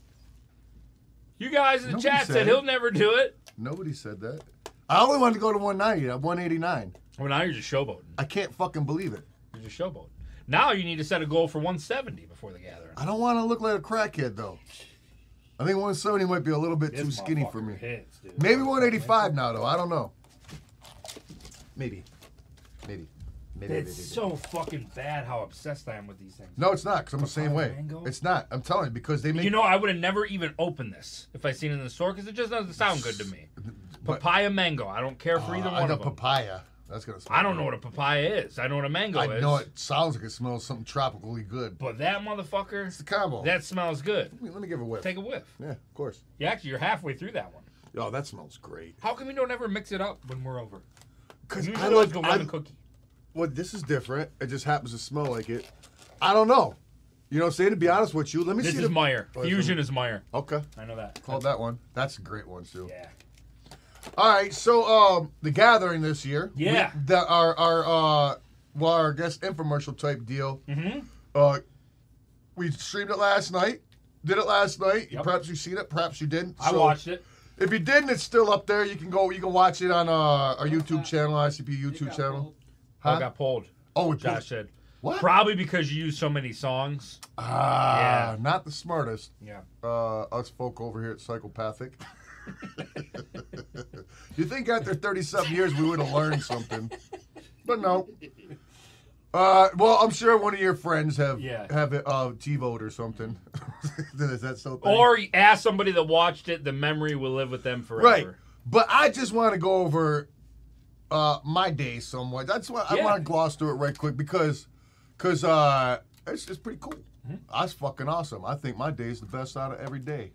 Speaker 2: You guys in the
Speaker 1: Nobody
Speaker 2: chat said,
Speaker 1: said it.
Speaker 2: he'll never do it.
Speaker 1: Nobody said that. I only wanted to go to 190. At 189,
Speaker 2: Well, now you're just showboating.
Speaker 1: I can't fucking believe it.
Speaker 2: You're just showboating. Now you need to set a goal for 170 before the gathering.
Speaker 1: I don't want to look like a crackhead though. I think 170 might be a little bit too
Speaker 2: This
Speaker 1: skinny for
Speaker 2: motherfucker
Speaker 1: me.
Speaker 2: hits, dude.
Speaker 1: Maybe 185 now though. I don't know. Maybe. Maybe. Maybe. maybe,
Speaker 2: It's
Speaker 1: maybe.
Speaker 2: so fucking bad how obsessed I am with these things.
Speaker 1: no, it's not. Cause I'm the same way.
Speaker 2: mango?
Speaker 1: It's not. I'm telling you because they make.
Speaker 2: You know, I would have never even opened this if I seen it in the store because it just doesn't sound good to me. Papaya mango. I don't care for
Speaker 1: uh,
Speaker 2: either
Speaker 1: I
Speaker 2: one of
Speaker 1: got
Speaker 2: them.
Speaker 1: papaya. That's gonna. Smell
Speaker 2: I don't
Speaker 1: good.
Speaker 2: know what a papaya is. I know what a mango
Speaker 1: I
Speaker 2: is.
Speaker 1: know it sounds like it smells something tropically good.
Speaker 2: But that motherfucker,
Speaker 1: It's the combo.
Speaker 2: that smells good.
Speaker 1: let, me, let me give it a whiff.
Speaker 2: Take a whiff.
Speaker 1: yeah, of course.
Speaker 2: Yeah, actually, you're halfway through that one.
Speaker 1: Oh, that smells great.
Speaker 2: How come we don't ever mix it up when we're over?
Speaker 1: Cause
Speaker 2: Usually
Speaker 1: Mm-hmm. I
Speaker 2: let's
Speaker 1: like.
Speaker 2: go
Speaker 1: I,
Speaker 2: lemon cookie.
Speaker 1: well, this is different. It just happens to smell like it. I don't know. You know what I'm saying? To be honest with you, let me
Speaker 2: This
Speaker 1: see
Speaker 2: is
Speaker 1: the
Speaker 2: Meyer.
Speaker 1: Oh, it's
Speaker 2: Fusion is Meyer.
Speaker 1: Okay.
Speaker 2: I know that.
Speaker 1: Called that one. That's a great one too.
Speaker 2: Yeah.
Speaker 1: All right, so um, the gathering this year.
Speaker 2: Yeah.
Speaker 1: we- the, our our uh, well, our guest infomercial type deal.
Speaker 2: Mm-hmm.
Speaker 1: Uh, we streamed it last night. Did it last night.
Speaker 2: Yep.
Speaker 1: Perhaps you seen it. Perhaps you didn't.
Speaker 2: I
Speaker 1: So
Speaker 2: watched it.
Speaker 1: If you didn't, it's still up there. You can go. You can watch it on uh, our YouTube
Speaker 5: not-
Speaker 1: channel, ICP
Speaker 5: It
Speaker 1: YouTube
Speaker 5: got
Speaker 1: channel.
Speaker 5: pulled.
Speaker 1: Huh?
Speaker 2: I got pulled.
Speaker 1: Oh, it
Speaker 2: Josh
Speaker 1: Josh.
Speaker 2: said.
Speaker 1: What?
Speaker 2: Probably because you use so many songs.
Speaker 1: ah,
Speaker 2: Yeah.
Speaker 1: not the smartest.
Speaker 2: Yeah.
Speaker 1: Uh, us folk over here at Psychopathic. you think after 37 years we would have learned something, but no. Uh, well, I'm sure one of your friends have
Speaker 2: Yeah.
Speaker 1: have a uh, T-vote or something. Is that so?
Speaker 2: Or you ask somebody that watched it, the memory will live with them forever.
Speaker 1: right, but I just want to go over uh, my day somewhat. That's why I
Speaker 2: Yeah.
Speaker 1: want to gloss through it right quick because because uh, it's it's pretty cool. That's fucking awesome. I think my day is the best out of every day.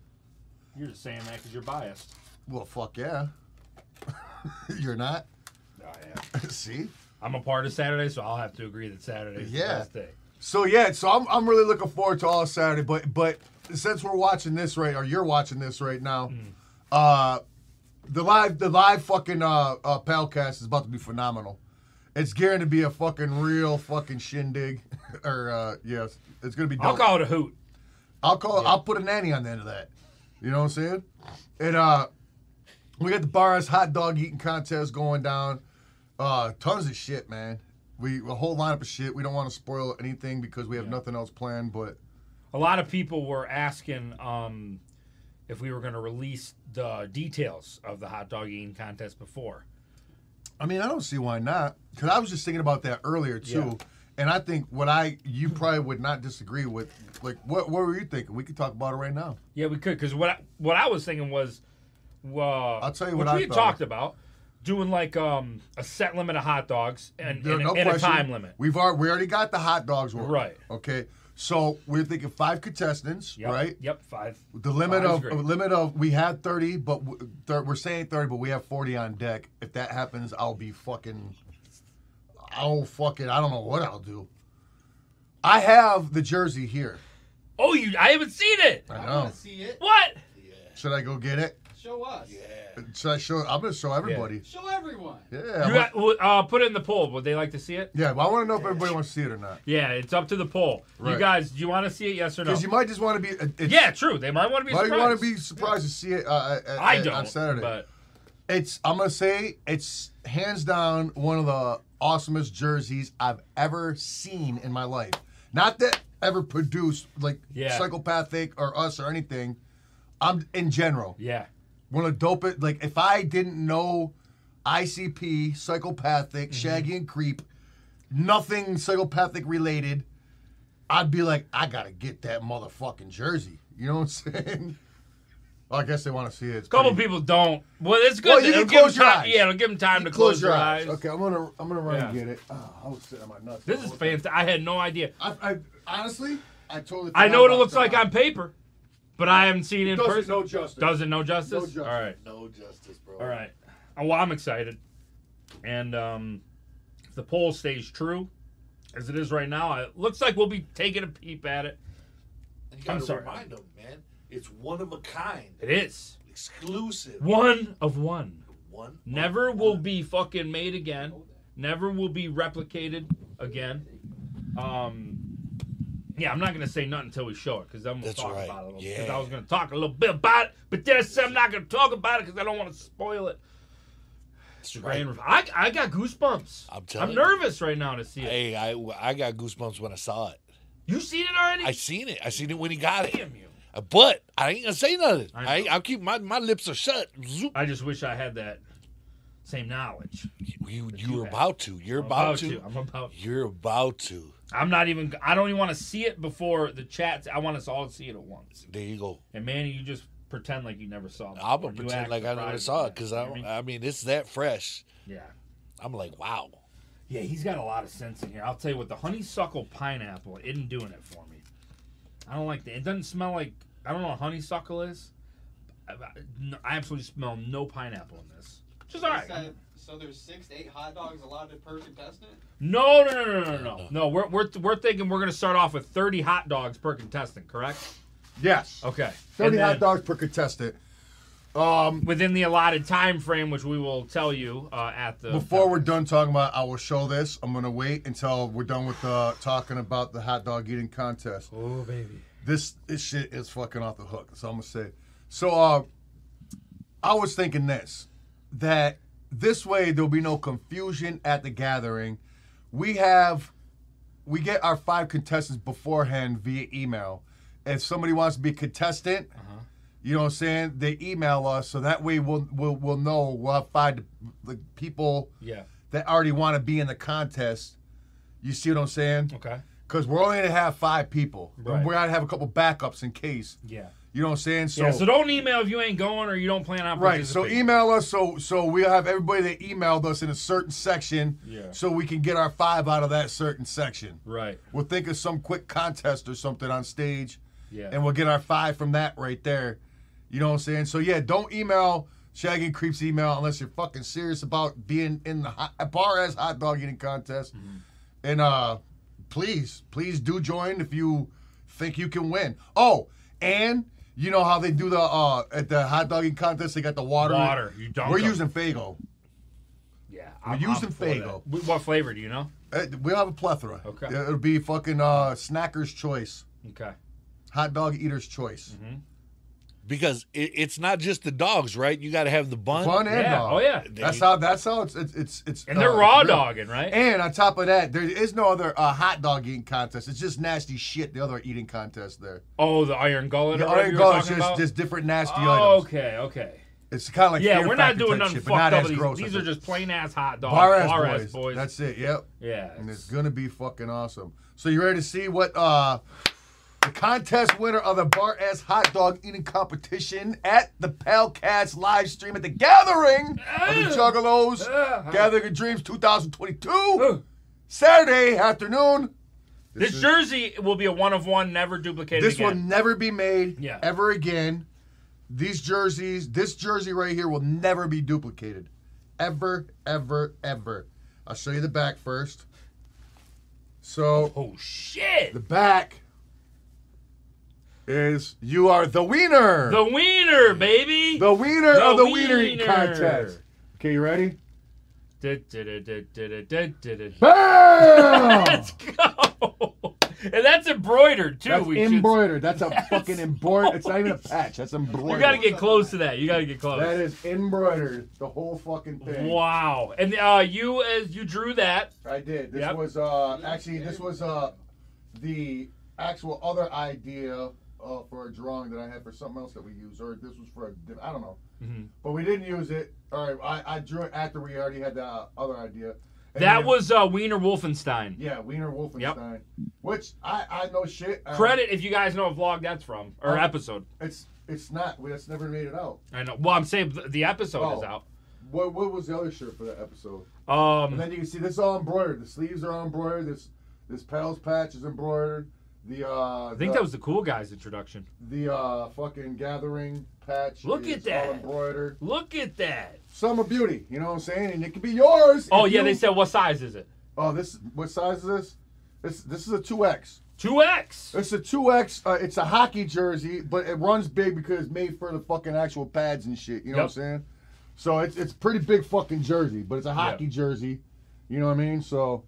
Speaker 2: You're just saying that because you're biased.
Speaker 1: Well, fuck yeah. You're not.
Speaker 2: Oh, yeah.
Speaker 1: See.
Speaker 2: I'm a part of Saturday, so I'll have to agree that Saturday's
Speaker 1: Yeah.
Speaker 2: the best day.
Speaker 1: So yeah, so I'm, I'm really looking forward to all Saturday, but but since we're watching this right or you're watching this right now, uh, the live the live fucking uh, uh palcast is about to be phenomenal. It's guaranteed to be a fucking real fucking shindig, or uh, yes, it's gonna be. Dope.
Speaker 2: I'll call it a hoot.
Speaker 1: I'll call. I'll put a nanny on the end of that. You know what I'm saying? And uh, we got the bars hot dog eating contest going down. Uh, tons of shit, man. We a whole lineup of shit. We don't want to spoil anything because we have nothing else planned. But
Speaker 2: A lot of people were asking um, if we were going to release the details of the hot dog eating contest before.
Speaker 1: I mean, I don't see why not. Because I was just thinking about that earlier too. And I think what I you probably would not disagree with. Like, what what were you thinking? We could talk about it right now.
Speaker 2: Yeah, we could because what I, what I was thinking was, uh,
Speaker 1: I'll tell you
Speaker 2: which
Speaker 1: what I
Speaker 2: we had
Speaker 1: thought.
Speaker 2: talked about doing like um, a set limit of hot dogs and,
Speaker 1: There
Speaker 2: and,
Speaker 1: no
Speaker 2: and a
Speaker 1: question.
Speaker 2: time limit.
Speaker 1: We've already we already got the hot dogs one.
Speaker 2: Right.
Speaker 1: Okay. So we're thinking five contestants,
Speaker 2: Yep,
Speaker 1: right?
Speaker 2: Yep, five.
Speaker 1: The limit
Speaker 2: Five's
Speaker 1: of
Speaker 2: great.
Speaker 1: uh, limit of we had thirty, but w- thir- we're saying thirty, but we have forty on deck. If that happens, I'll be fucking. I'll fucking. I don't know what I'll do. I have the jersey here.
Speaker 2: Oh, you! I haven't seen it.
Speaker 1: I
Speaker 5: I
Speaker 1: know.
Speaker 5: want to see it.
Speaker 2: What?
Speaker 4: Yeah,
Speaker 1: Should I go get it?
Speaker 5: Show us.
Speaker 4: yeah.
Speaker 1: Should I show? I'm gonna show everybody.
Speaker 5: Show everyone.
Speaker 1: Yeah.
Speaker 2: You
Speaker 1: I'm-
Speaker 2: got, well, uh, put it in the poll. Would they like to see it?
Speaker 1: yeah, but I want to know if everybody wants to see it or not.
Speaker 2: Yeah, it's up to the poll. You
Speaker 1: Right.
Speaker 2: guys, do you want to see it? Yes or no?
Speaker 1: Because you might just want to be. uh, It's,
Speaker 2: yeah, true. They might want to be.
Speaker 1: Why do you
Speaker 2: surprised.
Speaker 1: want to be surprised to see it? Uh, at,
Speaker 2: I
Speaker 1: at-
Speaker 2: don't.
Speaker 1: on Saturday.
Speaker 2: But
Speaker 1: It's I'm gonna say it's hands down one of the awesomest jerseys I've ever seen in my life. Not that ever produced like
Speaker 2: Yeah.
Speaker 1: psychopathic or us or anything. I'm in general
Speaker 2: yeah,
Speaker 1: one of the dopest. Like if I didn't know ICP, psychopathic,
Speaker 2: Mm-hmm.
Speaker 1: Shaggy and Creep, nothing psychopathic related, I'd be like, I gotta get that motherfucking jersey. You know what I'm saying? Well, I guess they want to see it. It's
Speaker 2: A couple
Speaker 1: pretty-
Speaker 2: people don't. Well, it's good.
Speaker 1: Well,
Speaker 2: that-
Speaker 1: you can
Speaker 2: it'll give 'em
Speaker 1: close your
Speaker 2: time-
Speaker 1: eyes.
Speaker 2: Yeah, it'll give them time to close, your eyes.
Speaker 1: Okay, I'm gonna I'm gonna run and
Speaker 2: Yeah.
Speaker 1: get it. Oh, I was sitting on my nuts.
Speaker 2: This is fantastic. I had no idea.
Speaker 1: I, I honestly, I totally.
Speaker 2: I
Speaker 1: forgot
Speaker 2: know what it
Speaker 1: about
Speaker 2: looks
Speaker 1: that.
Speaker 2: like on paper, but I haven't seen it in
Speaker 1: Doesn't
Speaker 2: person.
Speaker 1: know justice.
Speaker 2: Doesn't know justice.
Speaker 1: No justice.
Speaker 2: All right.
Speaker 4: No justice, bro.
Speaker 2: All right. Oh, well, I'm excited. And um, if the poll stays true, as it is right now, it looks like we'll be taking a peep at it.
Speaker 4: You gotta
Speaker 2: I'm sorry.
Speaker 4: remind them, man. It's one of a kind,
Speaker 2: It is
Speaker 4: exclusive.
Speaker 2: one of one.
Speaker 4: One.
Speaker 2: Never will be fucking made again. Never will be replicated again. Um, yeah, I'm not gonna say nothing until we show it, cause then we'll
Speaker 4: That's
Speaker 2: talk
Speaker 4: right.
Speaker 2: about it. Because
Speaker 4: Yeah.
Speaker 2: I was gonna talk a little bit about it, but then I said I'm not gonna talk about it because I don't want to spoil it.
Speaker 4: That's
Speaker 2: Grand- I, I got goosebumps.
Speaker 4: I'm telling
Speaker 2: I'm
Speaker 4: you.
Speaker 2: nervous right now to see it.
Speaker 4: Hey, I, I got goosebumps when I saw it.
Speaker 2: You seen it already?
Speaker 4: I seen it. I seen it when he got it. Uh,
Speaker 2: Damn you.
Speaker 4: But I ain't gonna say nothing.
Speaker 2: I
Speaker 4: I,
Speaker 2: know.
Speaker 4: I will keep my, my lips are shut. Zoop.
Speaker 2: I just wish I had that same knowledge.
Speaker 4: You
Speaker 2: That you
Speaker 4: you're
Speaker 2: have.
Speaker 4: about to. You're
Speaker 2: I'm
Speaker 4: about, to.
Speaker 2: I'm about.
Speaker 4: You're about to.
Speaker 2: I'm not even. I don't even want to see it before the chats. I want us all to see it at once.
Speaker 4: There you go.
Speaker 2: And Manny, you just pretend like you never saw
Speaker 4: I'm
Speaker 2: it. before.
Speaker 4: gonna
Speaker 2: You
Speaker 4: pretend
Speaker 2: act
Speaker 4: like I never
Speaker 2: surprised
Speaker 4: saw it
Speaker 2: again.
Speaker 4: because
Speaker 2: You know
Speaker 4: I
Speaker 2: what
Speaker 4: don't,
Speaker 2: mean?
Speaker 4: I mean it's that fresh.
Speaker 2: Yeah.
Speaker 4: I'm like wow.
Speaker 2: Yeah, he's got a lot of sense in here. I'll tell you what, the honeysuckle pineapple isn't doing it for me. I don't like that. It doesn't smell like. I don't know what honeysuckle is. I, I absolutely smell no pineapple in this. Which is all right.
Speaker 5: Said, so there's six to eight hot dogs allowed to per contestant?
Speaker 2: No, no, no, no, no, no. No, we're, we're, we're thinking we're going to start off with 30 hot dogs per contestant, correct?
Speaker 1: Yes.
Speaker 2: Okay.
Speaker 1: Thirty
Speaker 2: And
Speaker 1: hot
Speaker 2: then
Speaker 1: dogs per contestant. Um,
Speaker 2: Within the allotted time frame, which we will tell you uh, at the.
Speaker 1: before we're done talking about, I will show this. I'm gonna wait until we're done with uh, talking about the hot dog eating contest.
Speaker 2: Oh, baby.
Speaker 1: this this shit is fucking off the hook. That's all I'm gonna say. So uh I was thinking this that this way there'll be no confusion at the gathering. We have we get our five contestants beforehand via email. If somebody wants to be a contestant, you know what I'm saying, they email us so that way we'll we'll, we'll know we'll have five like, people
Speaker 2: Yeah.
Speaker 1: that already want to be in the contest. You see what I'm saying?
Speaker 2: Okay.
Speaker 1: Because we're only gonna have five people. And
Speaker 2: Right.
Speaker 1: We're gonna have a couple backups in case.
Speaker 2: Yeah.
Speaker 1: You know what I'm saying? So,
Speaker 2: yeah. So don't email if you ain't going or you don't plan on
Speaker 1: right. So
Speaker 2: participating.
Speaker 1: email us. So so we'll have everybody that emailed us in a certain section.
Speaker 2: Yeah.
Speaker 1: So we can get our five out of that certain section.
Speaker 2: Right.
Speaker 1: We'll think of some quick contest or something on stage,
Speaker 2: Yeah.
Speaker 1: and we'll get our five from that right there. You know what I'm saying? So yeah, don't email Shaggy and Creeps email unless you're fucking serious about being in the hot, bar as hot dog eating contest.
Speaker 2: Mm-hmm.
Speaker 1: And uh please, please do join if you think you can win. Oh, and you know how they do the uh at the hot dog eating contest? They got the water.
Speaker 2: Water. You dunk
Speaker 1: We're
Speaker 2: 'em.
Speaker 1: using Fago.
Speaker 2: Yeah.
Speaker 1: we're using
Speaker 2: for
Speaker 1: Faygo.
Speaker 2: that. Wh- What flavor do you know?
Speaker 1: Uh, We'll have a plethora.
Speaker 2: Okay.
Speaker 1: It'll be fucking uh snacker's choice.
Speaker 2: Okay.
Speaker 1: Hot dog eater's choice.
Speaker 4: Because it, it's not just the dogs, right? You got to have the bun.
Speaker 1: Bun and uh,
Speaker 2: Yeah.
Speaker 1: dog.
Speaker 2: Oh, yeah.
Speaker 1: That's how. That's how it's it's it's. it's
Speaker 2: And
Speaker 1: uh,
Speaker 2: they're raw
Speaker 1: it's real.
Speaker 2: dogging, right?
Speaker 1: And on top of that, there is no other uh, hot dog eating contest. It's just nasty shit. The other eating contest there.
Speaker 2: oh, the iron gullet.
Speaker 1: The
Speaker 2: or whatever
Speaker 1: other
Speaker 2: you were
Speaker 1: go is
Speaker 2: talking
Speaker 1: just,
Speaker 2: about?
Speaker 1: just different nasty
Speaker 2: Oh,
Speaker 1: items.
Speaker 2: okay. Okay.
Speaker 1: It's kind of like
Speaker 2: Yeah,
Speaker 1: Fear
Speaker 2: we're not
Speaker 1: Factor
Speaker 2: doing
Speaker 1: type
Speaker 2: nothing
Speaker 1: shit, but
Speaker 2: fucked
Speaker 1: not
Speaker 2: up.
Speaker 1: as
Speaker 2: with
Speaker 1: gross,
Speaker 2: These, these
Speaker 1: I
Speaker 2: are
Speaker 1: think.
Speaker 2: just plain ass hot dogs.
Speaker 1: bar ass
Speaker 2: Bar
Speaker 1: boys. That's it. Yep.
Speaker 2: yeah.
Speaker 1: And it's
Speaker 2: it's-
Speaker 1: gonna be fucking awesome. So you ready to see what uh the contest winner of the bar ass hot dog eating competition at the Palcats live stream at the Gathering of the Juggalos Gathering of Dreams 2022 Saturday afternoon.
Speaker 2: This jersey will be a one of one, never duplicated.
Speaker 1: This will
Speaker 2: again.
Speaker 1: never be made
Speaker 2: Yeah.
Speaker 1: ever again. These jerseys, this jersey right here will never be duplicated. Ever, ever, ever. I'll show you the back first. So
Speaker 2: Oh shit!
Speaker 1: the back is you are the wiener.
Speaker 2: The wiener, baby.
Speaker 1: The wiener
Speaker 2: The
Speaker 1: of the wiener,
Speaker 2: wiener.
Speaker 1: contest. Okay, you ready?
Speaker 2: Du-du-du-du-du-du-du-du.
Speaker 1: Bam!
Speaker 2: Let's go. And that's embroidered too.
Speaker 1: That's
Speaker 2: we should-
Speaker 1: embroidered. That's a fucking embroidered. It's not even a patch. That's embroidered.
Speaker 2: You gotta get close to that. You gotta get close.
Speaker 1: that is embroidered. The whole fucking thing.
Speaker 2: Wow. And uh, you as you drew that.
Speaker 1: I did. This
Speaker 2: Yep.
Speaker 1: was uh actually this was uh the actual other idea uh, for a drawing that I had for something else that we used, or this was for a diff- I don't know,
Speaker 2: Mhm.
Speaker 1: but we didn't use it. Or I, I drew it after we already had the uh, other idea. And
Speaker 2: That
Speaker 1: then-
Speaker 2: was uh, Wiener Wolfenstein.
Speaker 1: yeah, Wiener Wolfenstein, which I I know shit. I-
Speaker 2: Credit if you guys know what vlog that's from or
Speaker 1: Uh,
Speaker 2: episode.
Speaker 1: It's It's not. We- That's never made it out.
Speaker 2: I know. Well, I'm saying th- the episode is
Speaker 1: Oh.
Speaker 2: out.
Speaker 1: What What was the other shirt for that episode? And
Speaker 2: Um,
Speaker 1: then you can see this is all embroidered. The sleeves are all embroidered. This this pals patch is embroidered. The uh,
Speaker 2: I think
Speaker 1: the,
Speaker 2: that was the cool guy's introduction.
Speaker 1: the uh, fucking gathering patch.
Speaker 2: Look
Speaker 1: is
Speaker 2: at that.
Speaker 1: all embroidered.
Speaker 2: Look at that.
Speaker 1: Summer beauty. You know what I'm saying? And it could be yours.
Speaker 2: Oh
Speaker 1: if
Speaker 2: yeah,
Speaker 1: you-
Speaker 2: they said what size is it?
Speaker 1: Oh, this what size is this? This this is a two X.
Speaker 2: Two X.
Speaker 1: It's a two X. Uh, it's a hockey jersey, but it runs big because it's made for the fucking actual pads and shit. You know
Speaker 2: Yep.
Speaker 1: what I'm saying? So it's it's pretty big fucking jersey, but it's a hockey jersey. You know what I mean? So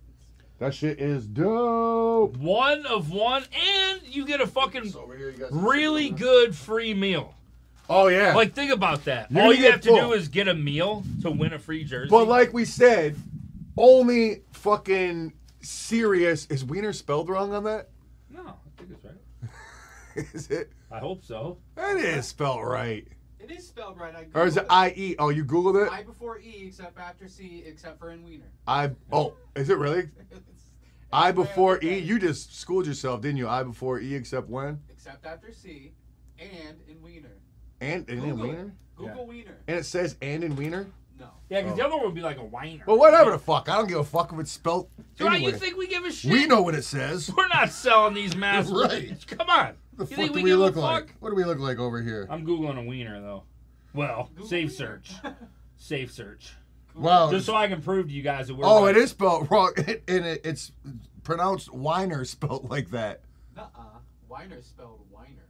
Speaker 1: that shit is dope.
Speaker 2: One of one, and you get a fucking
Speaker 1: It's over here, you guys can
Speaker 2: really
Speaker 1: sit over.
Speaker 2: good free meal.
Speaker 1: Oh yeah.
Speaker 2: Like think about that.
Speaker 1: You're
Speaker 2: All
Speaker 1: gonna
Speaker 2: you
Speaker 1: get
Speaker 2: have to
Speaker 1: full.
Speaker 2: do is get a meal to win a free jersey.
Speaker 1: but like we said, only fucking serious is Wiener spelled wrong on that?
Speaker 2: no, I think it's right.
Speaker 1: Is it?
Speaker 2: I hope so.
Speaker 1: That is spelled right.
Speaker 5: It is spelled right. I
Speaker 1: Or is it
Speaker 5: Googled
Speaker 1: I E? Oh, you Googled it?
Speaker 5: I before E except after C except for in Wiener.
Speaker 1: I oh, is it really?
Speaker 5: It's-
Speaker 1: I
Speaker 5: it's way
Speaker 1: before
Speaker 5: up
Speaker 1: E.
Speaker 5: there.
Speaker 1: You just schooled yourself, didn't you? I before E, except when
Speaker 5: except after C and in Wiener.
Speaker 1: and and in
Speaker 5: Google it.
Speaker 1: Wiener,
Speaker 5: Google Wiener.
Speaker 1: and it says and in Wiener.
Speaker 5: No.
Speaker 2: Yeah, because
Speaker 1: Oh.
Speaker 2: the other one would be like a whiner.
Speaker 1: Well, whatever the fuck, I don't give a fuck if it's spelt.
Speaker 2: Do I- you
Speaker 1: anyway.
Speaker 2: think we give a shit?
Speaker 1: we know what it says?
Speaker 2: We're not selling these masks.
Speaker 1: Right.
Speaker 2: Come on.
Speaker 1: The
Speaker 2: you
Speaker 1: fuck
Speaker 2: think
Speaker 1: do
Speaker 2: we,
Speaker 1: we,
Speaker 2: give
Speaker 1: look
Speaker 2: a fuck?
Speaker 1: like? What do we look like over here?
Speaker 2: I'm googling a wiener though. Well,
Speaker 5: Google
Speaker 2: safe
Speaker 5: wiener.
Speaker 2: search. Safe search.
Speaker 1: Wow.
Speaker 2: Just so I can prove to you guys that we're.
Speaker 1: oh,
Speaker 2: right.
Speaker 1: it is spelt wrong, It- and it, it's pronounced Wiener, spelt like that.
Speaker 5: Nuh-uh. Wiener spelled Wiener.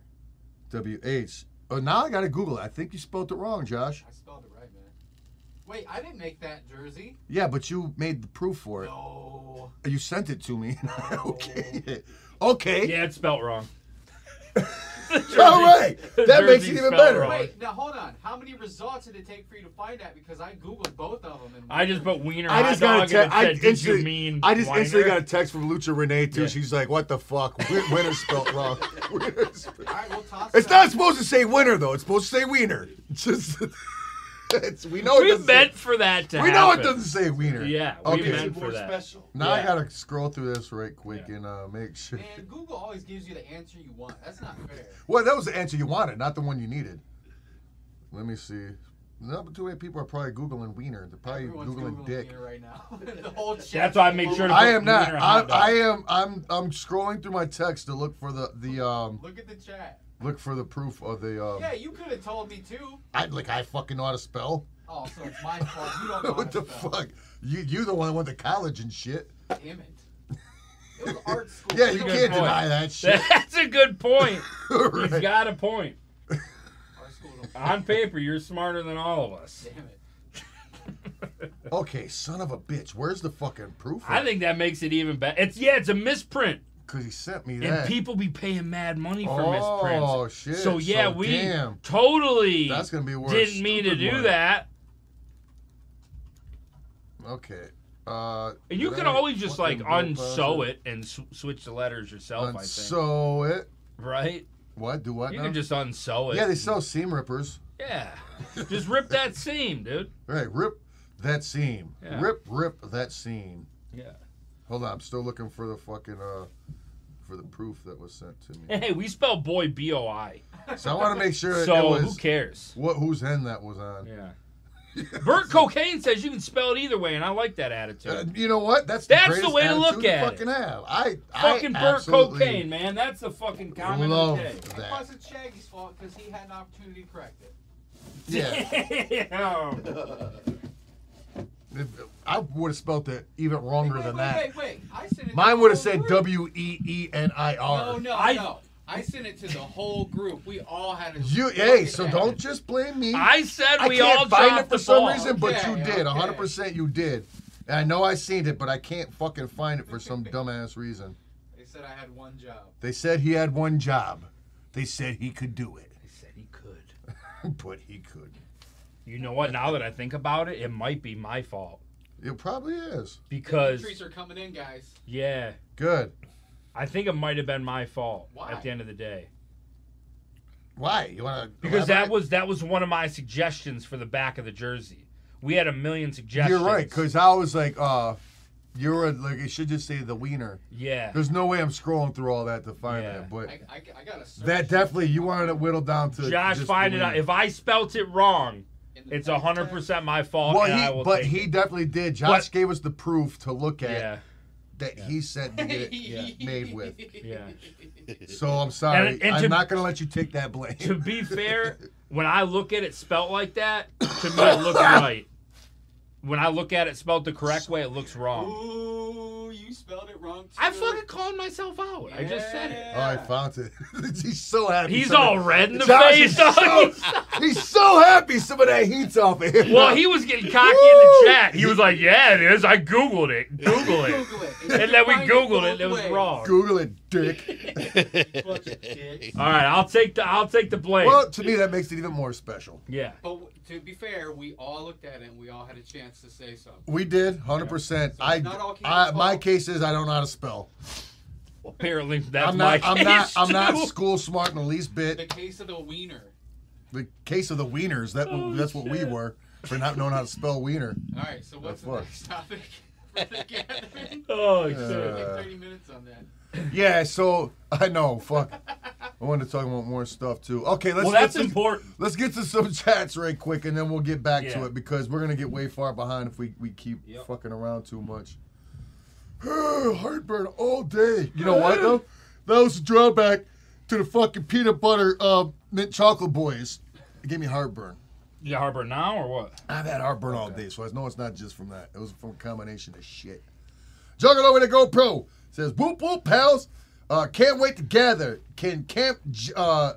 Speaker 1: W H. Oh, now I gotta Google it. I think you spelt it wrong, Josh.
Speaker 5: I spelled it right, man. Wait, I didn't make that jersey.
Speaker 1: Yeah, but you made the proof for it.
Speaker 5: No.
Speaker 1: You sent it to me. okay. Okay.
Speaker 2: Yeah, it's spelt wrong.
Speaker 1: All right.
Speaker 2: The
Speaker 1: That makes
Speaker 2: jersey's
Speaker 1: it even
Speaker 2: spelled
Speaker 1: better.
Speaker 2: wrong.
Speaker 5: Wait, now hold on. How many results did it take for you to find that? Because I googled both of them. And
Speaker 2: I just put wiener.
Speaker 1: I just
Speaker 2: hot
Speaker 1: got a
Speaker 2: dog
Speaker 1: text.
Speaker 2: and
Speaker 1: I
Speaker 2: it said, Did
Speaker 1: instantly,
Speaker 2: you mean
Speaker 1: I just
Speaker 2: whiner?
Speaker 1: instantly got a text from Lucha Renee too.
Speaker 2: Yeah.
Speaker 1: She's like, "What the fuck? Win- Winner spelled wrong. Winner spelled-
Speaker 5: All right, we'll toss
Speaker 1: it's
Speaker 5: it
Speaker 1: not
Speaker 5: out.
Speaker 1: supposed to say winner though. It's supposed to say wiener. Just it's, we know it
Speaker 2: We
Speaker 1: doesn't. say-
Speaker 2: meant for that to
Speaker 1: we know it
Speaker 2: happen.
Speaker 1: doesn't say wiener.
Speaker 2: Yeah, we
Speaker 1: Okay.
Speaker 2: meant-
Speaker 4: Makes it
Speaker 2: for
Speaker 4: more
Speaker 2: that.
Speaker 4: special.
Speaker 1: Now I
Speaker 2: Yeah.
Speaker 1: gotta scroll through this right quick
Speaker 2: Yeah.
Speaker 1: and uh, make sure.
Speaker 5: Man, Google always gives you the answer you want. That's not fair.
Speaker 1: Well, that was the answer you wanted, not the one you needed. Let me see. Not but too many people are probably googling wiener. They're probably
Speaker 5: Everyone's
Speaker 1: googling, dick.
Speaker 5: Wiener right now. the whole
Speaker 2: That's why I make sure to-
Speaker 1: I am
Speaker 2: Wiener
Speaker 1: not. I,
Speaker 2: hot dog.
Speaker 1: I am. I'm. I'm scrolling through my text to look for the the um
Speaker 5: Look at the chat.
Speaker 1: look for the proof of the um.
Speaker 5: Yeah, you could have told me too.
Speaker 1: I like I fucking know how to spell.
Speaker 5: Oh, so it's my fault. You don't know how
Speaker 1: what
Speaker 5: to
Speaker 1: the
Speaker 5: spell.
Speaker 1: fuck? You you the one that went to college and shit.
Speaker 5: Damn it. It was art school.
Speaker 1: Yeah, you
Speaker 2: Good
Speaker 1: can't
Speaker 2: point.
Speaker 1: deny that shit.
Speaker 2: That's a good point.
Speaker 1: Right.
Speaker 2: He's got a point.
Speaker 5: Art school. Don't...
Speaker 2: On paper, you're smarter than all of us.
Speaker 5: Damn it.
Speaker 1: Okay, son of a bitch. Where's the fucking proof?
Speaker 2: I think that makes it even better. It's yeah, it's a misprint,
Speaker 1: because he sent me
Speaker 2: and
Speaker 1: that.
Speaker 2: people be paying mad money for misprints.
Speaker 1: oh shit.
Speaker 2: So yeah, we
Speaker 1: damn.
Speaker 2: totally
Speaker 1: That's gonna be worse.
Speaker 2: didn't mean to do that.
Speaker 1: Okay. Uh,
Speaker 2: And you
Speaker 1: did
Speaker 2: can
Speaker 1: I
Speaker 2: always just like
Speaker 1: fucking go
Speaker 2: unsew
Speaker 1: past
Speaker 2: it and sw- switch the letters yourself. I think,
Speaker 1: Unsew it.
Speaker 2: right?
Speaker 1: What? Do what
Speaker 2: You
Speaker 1: now?
Speaker 2: can just unsew it.
Speaker 1: Uh-huh. yeah, they sell seam rippers.
Speaker 2: Yeah. just rip that seam, dude.
Speaker 1: Right, rip that seam.
Speaker 2: Yeah.
Speaker 1: Rip, rip that seam.
Speaker 2: Yeah.
Speaker 1: Hold on, I'm still looking for the fucking uh for the proof that was sent to me.
Speaker 2: Hey, we spell boy B O I.
Speaker 1: So I want to make sure it
Speaker 2: So who
Speaker 1: was
Speaker 2: cares?
Speaker 1: what whose hen that was on.
Speaker 2: Yeah. Bert Cocaine says you can spell it either way, and I like that attitude.
Speaker 1: Uh, you know what? That's
Speaker 2: That's the
Speaker 1: the, greatest
Speaker 2: way to
Speaker 1: attitude
Speaker 2: look at it.
Speaker 1: fucking have. I
Speaker 2: fucking
Speaker 1: I
Speaker 2: Bert
Speaker 1: absolutely
Speaker 2: Cocaine, man. That's the fucking comment
Speaker 1: Love
Speaker 2: of the
Speaker 5: And
Speaker 1: that.
Speaker 5: plus, it's Shaggy's fault because he had an opportunity to correct it.
Speaker 1: Yeah,
Speaker 2: day. Damn.
Speaker 1: If- I would have spelled it even wronger
Speaker 5: wait,
Speaker 1: than
Speaker 5: wait,
Speaker 1: that.
Speaker 5: Wait, wait, I sent it to
Speaker 1: Mine
Speaker 5: the
Speaker 1: would have
Speaker 5: whole
Speaker 1: said
Speaker 5: group.
Speaker 1: W E E N I R.
Speaker 5: No, no,
Speaker 2: I-
Speaker 5: no. I sent it to the whole group. We all had a.
Speaker 1: You
Speaker 5: look
Speaker 1: hey,
Speaker 5: at
Speaker 1: so
Speaker 5: that.
Speaker 1: don't just blame me.
Speaker 2: I said
Speaker 1: I
Speaker 2: we
Speaker 1: can't
Speaker 2: all
Speaker 1: find
Speaker 2: dropped
Speaker 1: it for
Speaker 2: the
Speaker 1: some
Speaker 2: ball.
Speaker 1: reason, but
Speaker 5: Okay,
Speaker 1: you did.
Speaker 5: okay.
Speaker 1: 100% you did. And I know I seen it, but I can't fucking find it for some dumbass reason.
Speaker 5: They said I had one job.
Speaker 1: They said he had one job. They said he could do it,
Speaker 2: I said he could.
Speaker 1: but he couldn't.
Speaker 2: You know what? Now that I think about it, it might be my fault
Speaker 1: It probably is.
Speaker 2: because
Speaker 5: Trees are coming in, guys.
Speaker 2: yeah,
Speaker 1: Good.
Speaker 2: I think it might have been my fault
Speaker 5: Why?
Speaker 2: at the end of the day
Speaker 1: Why? You want to?
Speaker 2: because that was that was one of my suggestions for the back of the jersey. We had a million suggestions.
Speaker 1: You're right, because I was like, uh, You're a, like it should just say the wiener.
Speaker 2: Yeah.
Speaker 1: There's no way I'm scrolling through all that to find
Speaker 2: Yeah.
Speaker 1: that, but
Speaker 5: I, I, I gotta search
Speaker 1: that definitely you wanted it whittled down to.
Speaker 2: Josh,
Speaker 1: just
Speaker 2: find
Speaker 1: the
Speaker 2: it out.
Speaker 1: wiener.
Speaker 2: If I spelt it wrong,
Speaker 5: in the
Speaker 2: it's
Speaker 5: text
Speaker 2: hundred
Speaker 5: tag.
Speaker 2: percent my fault, and
Speaker 1: well,
Speaker 2: I
Speaker 1: he
Speaker 2: will
Speaker 1: but
Speaker 2: take
Speaker 1: he
Speaker 2: it.
Speaker 1: definitely did. Josh
Speaker 2: But-
Speaker 1: gave us the proof to look at
Speaker 2: Yeah.
Speaker 1: that
Speaker 2: Yeah.
Speaker 1: he said to get made with.
Speaker 2: Yeah.
Speaker 1: So I'm sorry,
Speaker 2: And- and
Speaker 1: I'm
Speaker 2: to-
Speaker 1: not gonna let you take that blame.
Speaker 2: To be fair, when I look at it spelt like that, to me it looks right. When I look at it spelled the correct way, it looks wrong.
Speaker 5: Ooh, you spelled it wrong. Too.
Speaker 2: Um, I fucking called myself out. I just said it.
Speaker 1: oh, I found it. he's so happy.
Speaker 2: He's
Speaker 1: some of-
Speaker 2: all red in the
Speaker 1: Josh
Speaker 2: face.
Speaker 1: is so, he's so happy some of that heat's off of him.
Speaker 2: well, he was getting cocky in the
Speaker 1: Woo!
Speaker 2: chat. He was like, "Yeah, it is. I googled it. Google it."
Speaker 5: Google it.
Speaker 2: And then we
Speaker 5: Find
Speaker 2: googled it.
Speaker 5: both
Speaker 2: and It was
Speaker 5: ways.
Speaker 2: wrong.
Speaker 1: Google it, dick.
Speaker 5: Bunch of dicks.
Speaker 2: All right, I'll take the I'll take the blame.
Speaker 1: Well, to me that makes it even more special.
Speaker 2: yeah.
Speaker 5: But w- to be fair, we all looked at it and we all had a chance to say something.
Speaker 1: We did, hundred percent.
Speaker 5: So
Speaker 1: I,
Speaker 5: it's not all
Speaker 1: I,
Speaker 5: Kate's
Speaker 1: my
Speaker 5: fault.
Speaker 1: case is I don't know how to spell.
Speaker 2: Apparently, that's
Speaker 1: I'm
Speaker 2: my
Speaker 1: not, I'm not,
Speaker 2: case,
Speaker 1: I'm not
Speaker 2: too.
Speaker 1: school smart in the least
Speaker 5: The
Speaker 1: bit.
Speaker 5: case of the wiener.
Speaker 1: The case of the wieners. That
Speaker 2: Oh,
Speaker 1: that's what we
Speaker 2: shit.
Speaker 1: were for not knowing how to spell wiener.
Speaker 5: All right, so
Speaker 1: That's
Speaker 5: what's the
Speaker 1: what.
Speaker 5: next topic for the gathering?
Speaker 2: Oh shit.
Speaker 5: We're gonna
Speaker 1: Uh,
Speaker 5: take 30 minutes on that.
Speaker 1: Yeah. So I know. Fuck. I wanted to talk about more stuff too. Okay, let's
Speaker 2: well, that's
Speaker 1: let's,
Speaker 2: important.
Speaker 1: let's get to some chats right quick, and then we'll get back to
Speaker 2: Yeah.
Speaker 1: it because we're gonna get way far behind if we we keep
Speaker 2: Yep.
Speaker 1: fucking around too much. Heartburn all day. You know what though? That was the drawback to the fucking peanut butter uh, mint chocolate boys. It gave me heartburn.
Speaker 2: You harbor now or what?
Speaker 1: I've had heartburn all day, so I know it's not just from that. It was from a combination of shit. Juggalo with a GoPro says, "Whoop whoop, pals! Uh, can't wait to gather. Can Camp J- uh,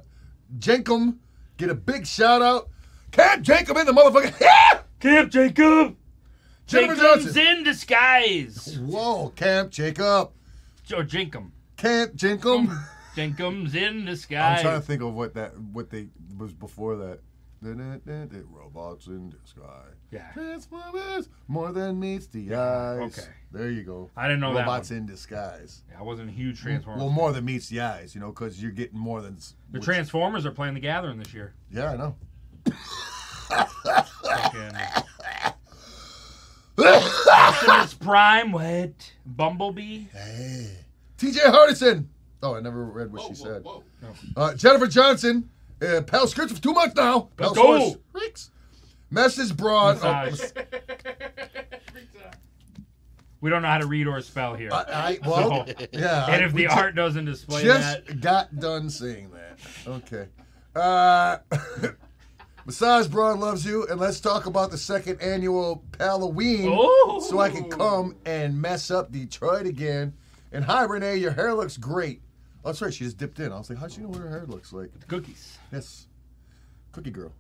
Speaker 1: Jenkum get a big shout out? Camp Jenkum in the motherfucker! Yeah!
Speaker 2: Camp Jacob.
Speaker 1: Jennifer
Speaker 2: Jacob's
Speaker 1: Johnson.
Speaker 2: in disguise.
Speaker 1: Whoa, Camp Jacob,
Speaker 2: Or Jinkum.
Speaker 1: Camp Jenkum.
Speaker 2: Jinkum's in
Speaker 1: I'm
Speaker 2: disguise.
Speaker 1: trying to think of what that what they was before that. Da-da-da-da, Robots in the sky.
Speaker 2: yeah.
Speaker 1: Transformers, more than meets the eyes.
Speaker 2: okay.
Speaker 1: There you go.
Speaker 2: I didn't know that
Speaker 1: Robots
Speaker 2: one.
Speaker 1: in disguise.
Speaker 2: I wasn't a huge Transformers.
Speaker 1: Well, more than meets the eyes, you know, because you're getting more than. s-
Speaker 2: the
Speaker 1: which-
Speaker 2: Transformers are playing The Gathering this year.
Speaker 1: Yeah, I know.
Speaker 2: Fucking. Optimus Prime, what? Bumblebee.
Speaker 1: Hey. TJ Hardison. Oh, I never read what
Speaker 5: Whoa,
Speaker 1: she
Speaker 5: whoa,
Speaker 1: said.
Speaker 5: whoa.
Speaker 1: Uh, Jennifer Johnson. Uh, pal scripts for two months now. Pal
Speaker 2: Let's go.
Speaker 1: Source. Ricks. Message broad. Oh,
Speaker 2: Massage.
Speaker 5: Every time.
Speaker 2: We don't know how to read or spell here.
Speaker 1: I, I, well,
Speaker 2: So-
Speaker 1: yeah. I-
Speaker 2: and if
Speaker 1: Uh, we
Speaker 2: the
Speaker 1: ju-
Speaker 2: art doesn't display that,
Speaker 1: just got done saying that. Okay. Uh, Massage Braun loves you, and let's talk about the second annual Halloween
Speaker 2: Ooh.
Speaker 1: so I can come and mess up Detroit again. And hi, Renee, your hair looks great. Oh, that's right, she just dipped in. I was like, how'd she know what her hair looks like?
Speaker 2: cookies.
Speaker 1: Yes. Cookie girl.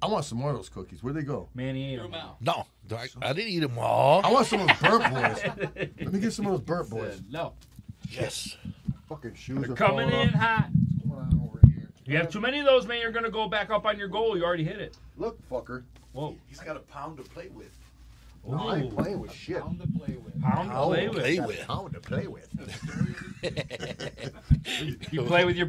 Speaker 1: I want some more of those cookies. Where'd they go?
Speaker 2: Manny ate
Speaker 5: Throw 'em
Speaker 2: 'em.
Speaker 5: out.
Speaker 7: No, I, I didn't eat them all.
Speaker 1: I want some of those burnt boys. Let me get some of those burnt boys.
Speaker 2: Said No,
Speaker 7: Yes.
Speaker 1: Fucking shoes
Speaker 2: they're
Speaker 1: are
Speaker 2: coming
Speaker 1: falling
Speaker 2: in
Speaker 1: off.
Speaker 2: hot.
Speaker 1: What's going on over here?
Speaker 2: You have too many of those, man. You're gonna go back up on your goal. You already hit it.
Speaker 1: Look, fucker.
Speaker 2: Whoa.
Speaker 4: He's got a pound to play with.
Speaker 1: No, I ain't
Speaker 2: Ooh.
Speaker 1: playing with shit.
Speaker 5: Pound to play with.
Speaker 2: Pound to play with.
Speaker 7: play
Speaker 1: Got a
Speaker 7: with.
Speaker 1: pound to play with.
Speaker 2: You play with your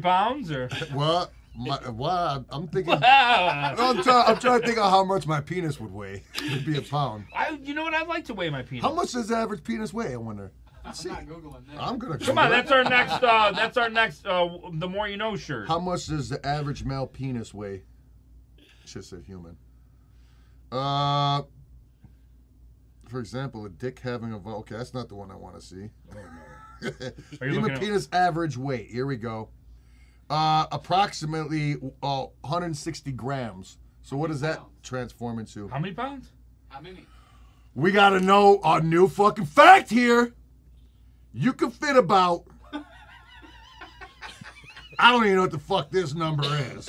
Speaker 2: pounds or?
Speaker 1: Well, my, well, I'm thinking.
Speaker 2: I,
Speaker 1: I'm, try, I'm trying to think of how much my penis would weigh. It'd be a pound.
Speaker 2: you know what? I'd like to weigh my penis.
Speaker 1: How much does the average penis weigh? I wonder.
Speaker 5: I'm
Speaker 1: See,
Speaker 5: not googling that.
Speaker 1: I'm gonna.
Speaker 2: Come on, that's our next. Uh, that's our next. Uh, the more you know shirt.
Speaker 1: How much does the average male penis weigh? Should say human. Uh, for example, a dick having a vul- okay, that's not the one I want to see.
Speaker 2: Are you
Speaker 1: human
Speaker 2: looking at-
Speaker 1: penis average weight. Here we go. Uh, approximately uh, 160 grams. So what does that
Speaker 5: Pounds.
Speaker 1: transform into?
Speaker 2: How many pounds?
Speaker 5: How many?
Speaker 1: We gotta know a new fucking fact here. You can fit about. I don't even know what the fuck this number is.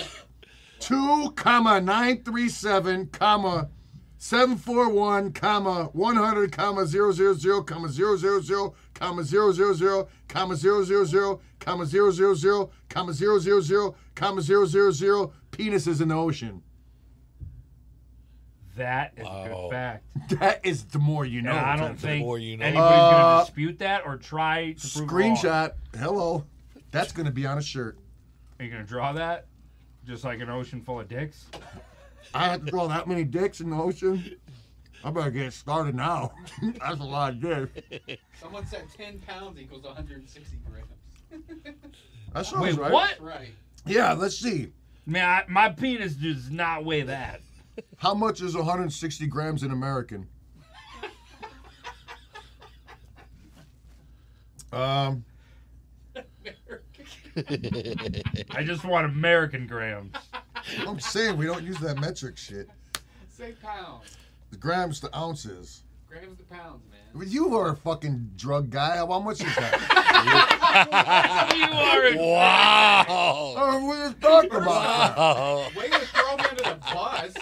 Speaker 1: Two comma nine three seven comma seven four one comma one hundred comma zero zero zero comma zero zero zero comma zero zero zero comma zero zero zero comma zero zero zero comma zero zero zero comma zero zero zero penises in the ocean.
Speaker 2: That is a
Speaker 7: Wow.
Speaker 2: good fact.
Speaker 1: That is the more you know.
Speaker 2: and I
Speaker 1: type
Speaker 2: don't
Speaker 1: thing.
Speaker 2: think
Speaker 7: more you know.
Speaker 2: anybody's
Speaker 1: Uh,
Speaker 2: gonna dispute that or try to prove it wrong.
Speaker 1: Screenshot. Hello. That's gonna be on a shirt.
Speaker 2: Are you gonna draw that? Just like an ocean full of dicks?
Speaker 1: I have to draw that many dicks in the ocean. I better get started now. That's a lot of dish.
Speaker 5: Someone said 10 pounds equals 160 grams.
Speaker 1: That sounds
Speaker 2: Wait,
Speaker 1: right.
Speaker 2: what?
Speaker 5: right.
Speaker 1: Yeah, let's see.
Speaker 2: Man, I, my penis does not weigh that.
Speaker 1: How much is 160 grams in American? um,
Speaker 2: I just want American grams.
Speaker 1: I'm saying we don't use that metric shit.
Speaker 5: Say pounds.
Speaker 1: The grams to ounces.
Speaker 5: Grams to pounds, man.
Speaker 1: But You are a fucking drug guy. How much is that?
Speaker 2: you are a
Speaker 7: Wow.
Speaker 1: Uh, we just talked about that.
Speaker 7: Wow.
Speaker 5: Way to throw me under the bus.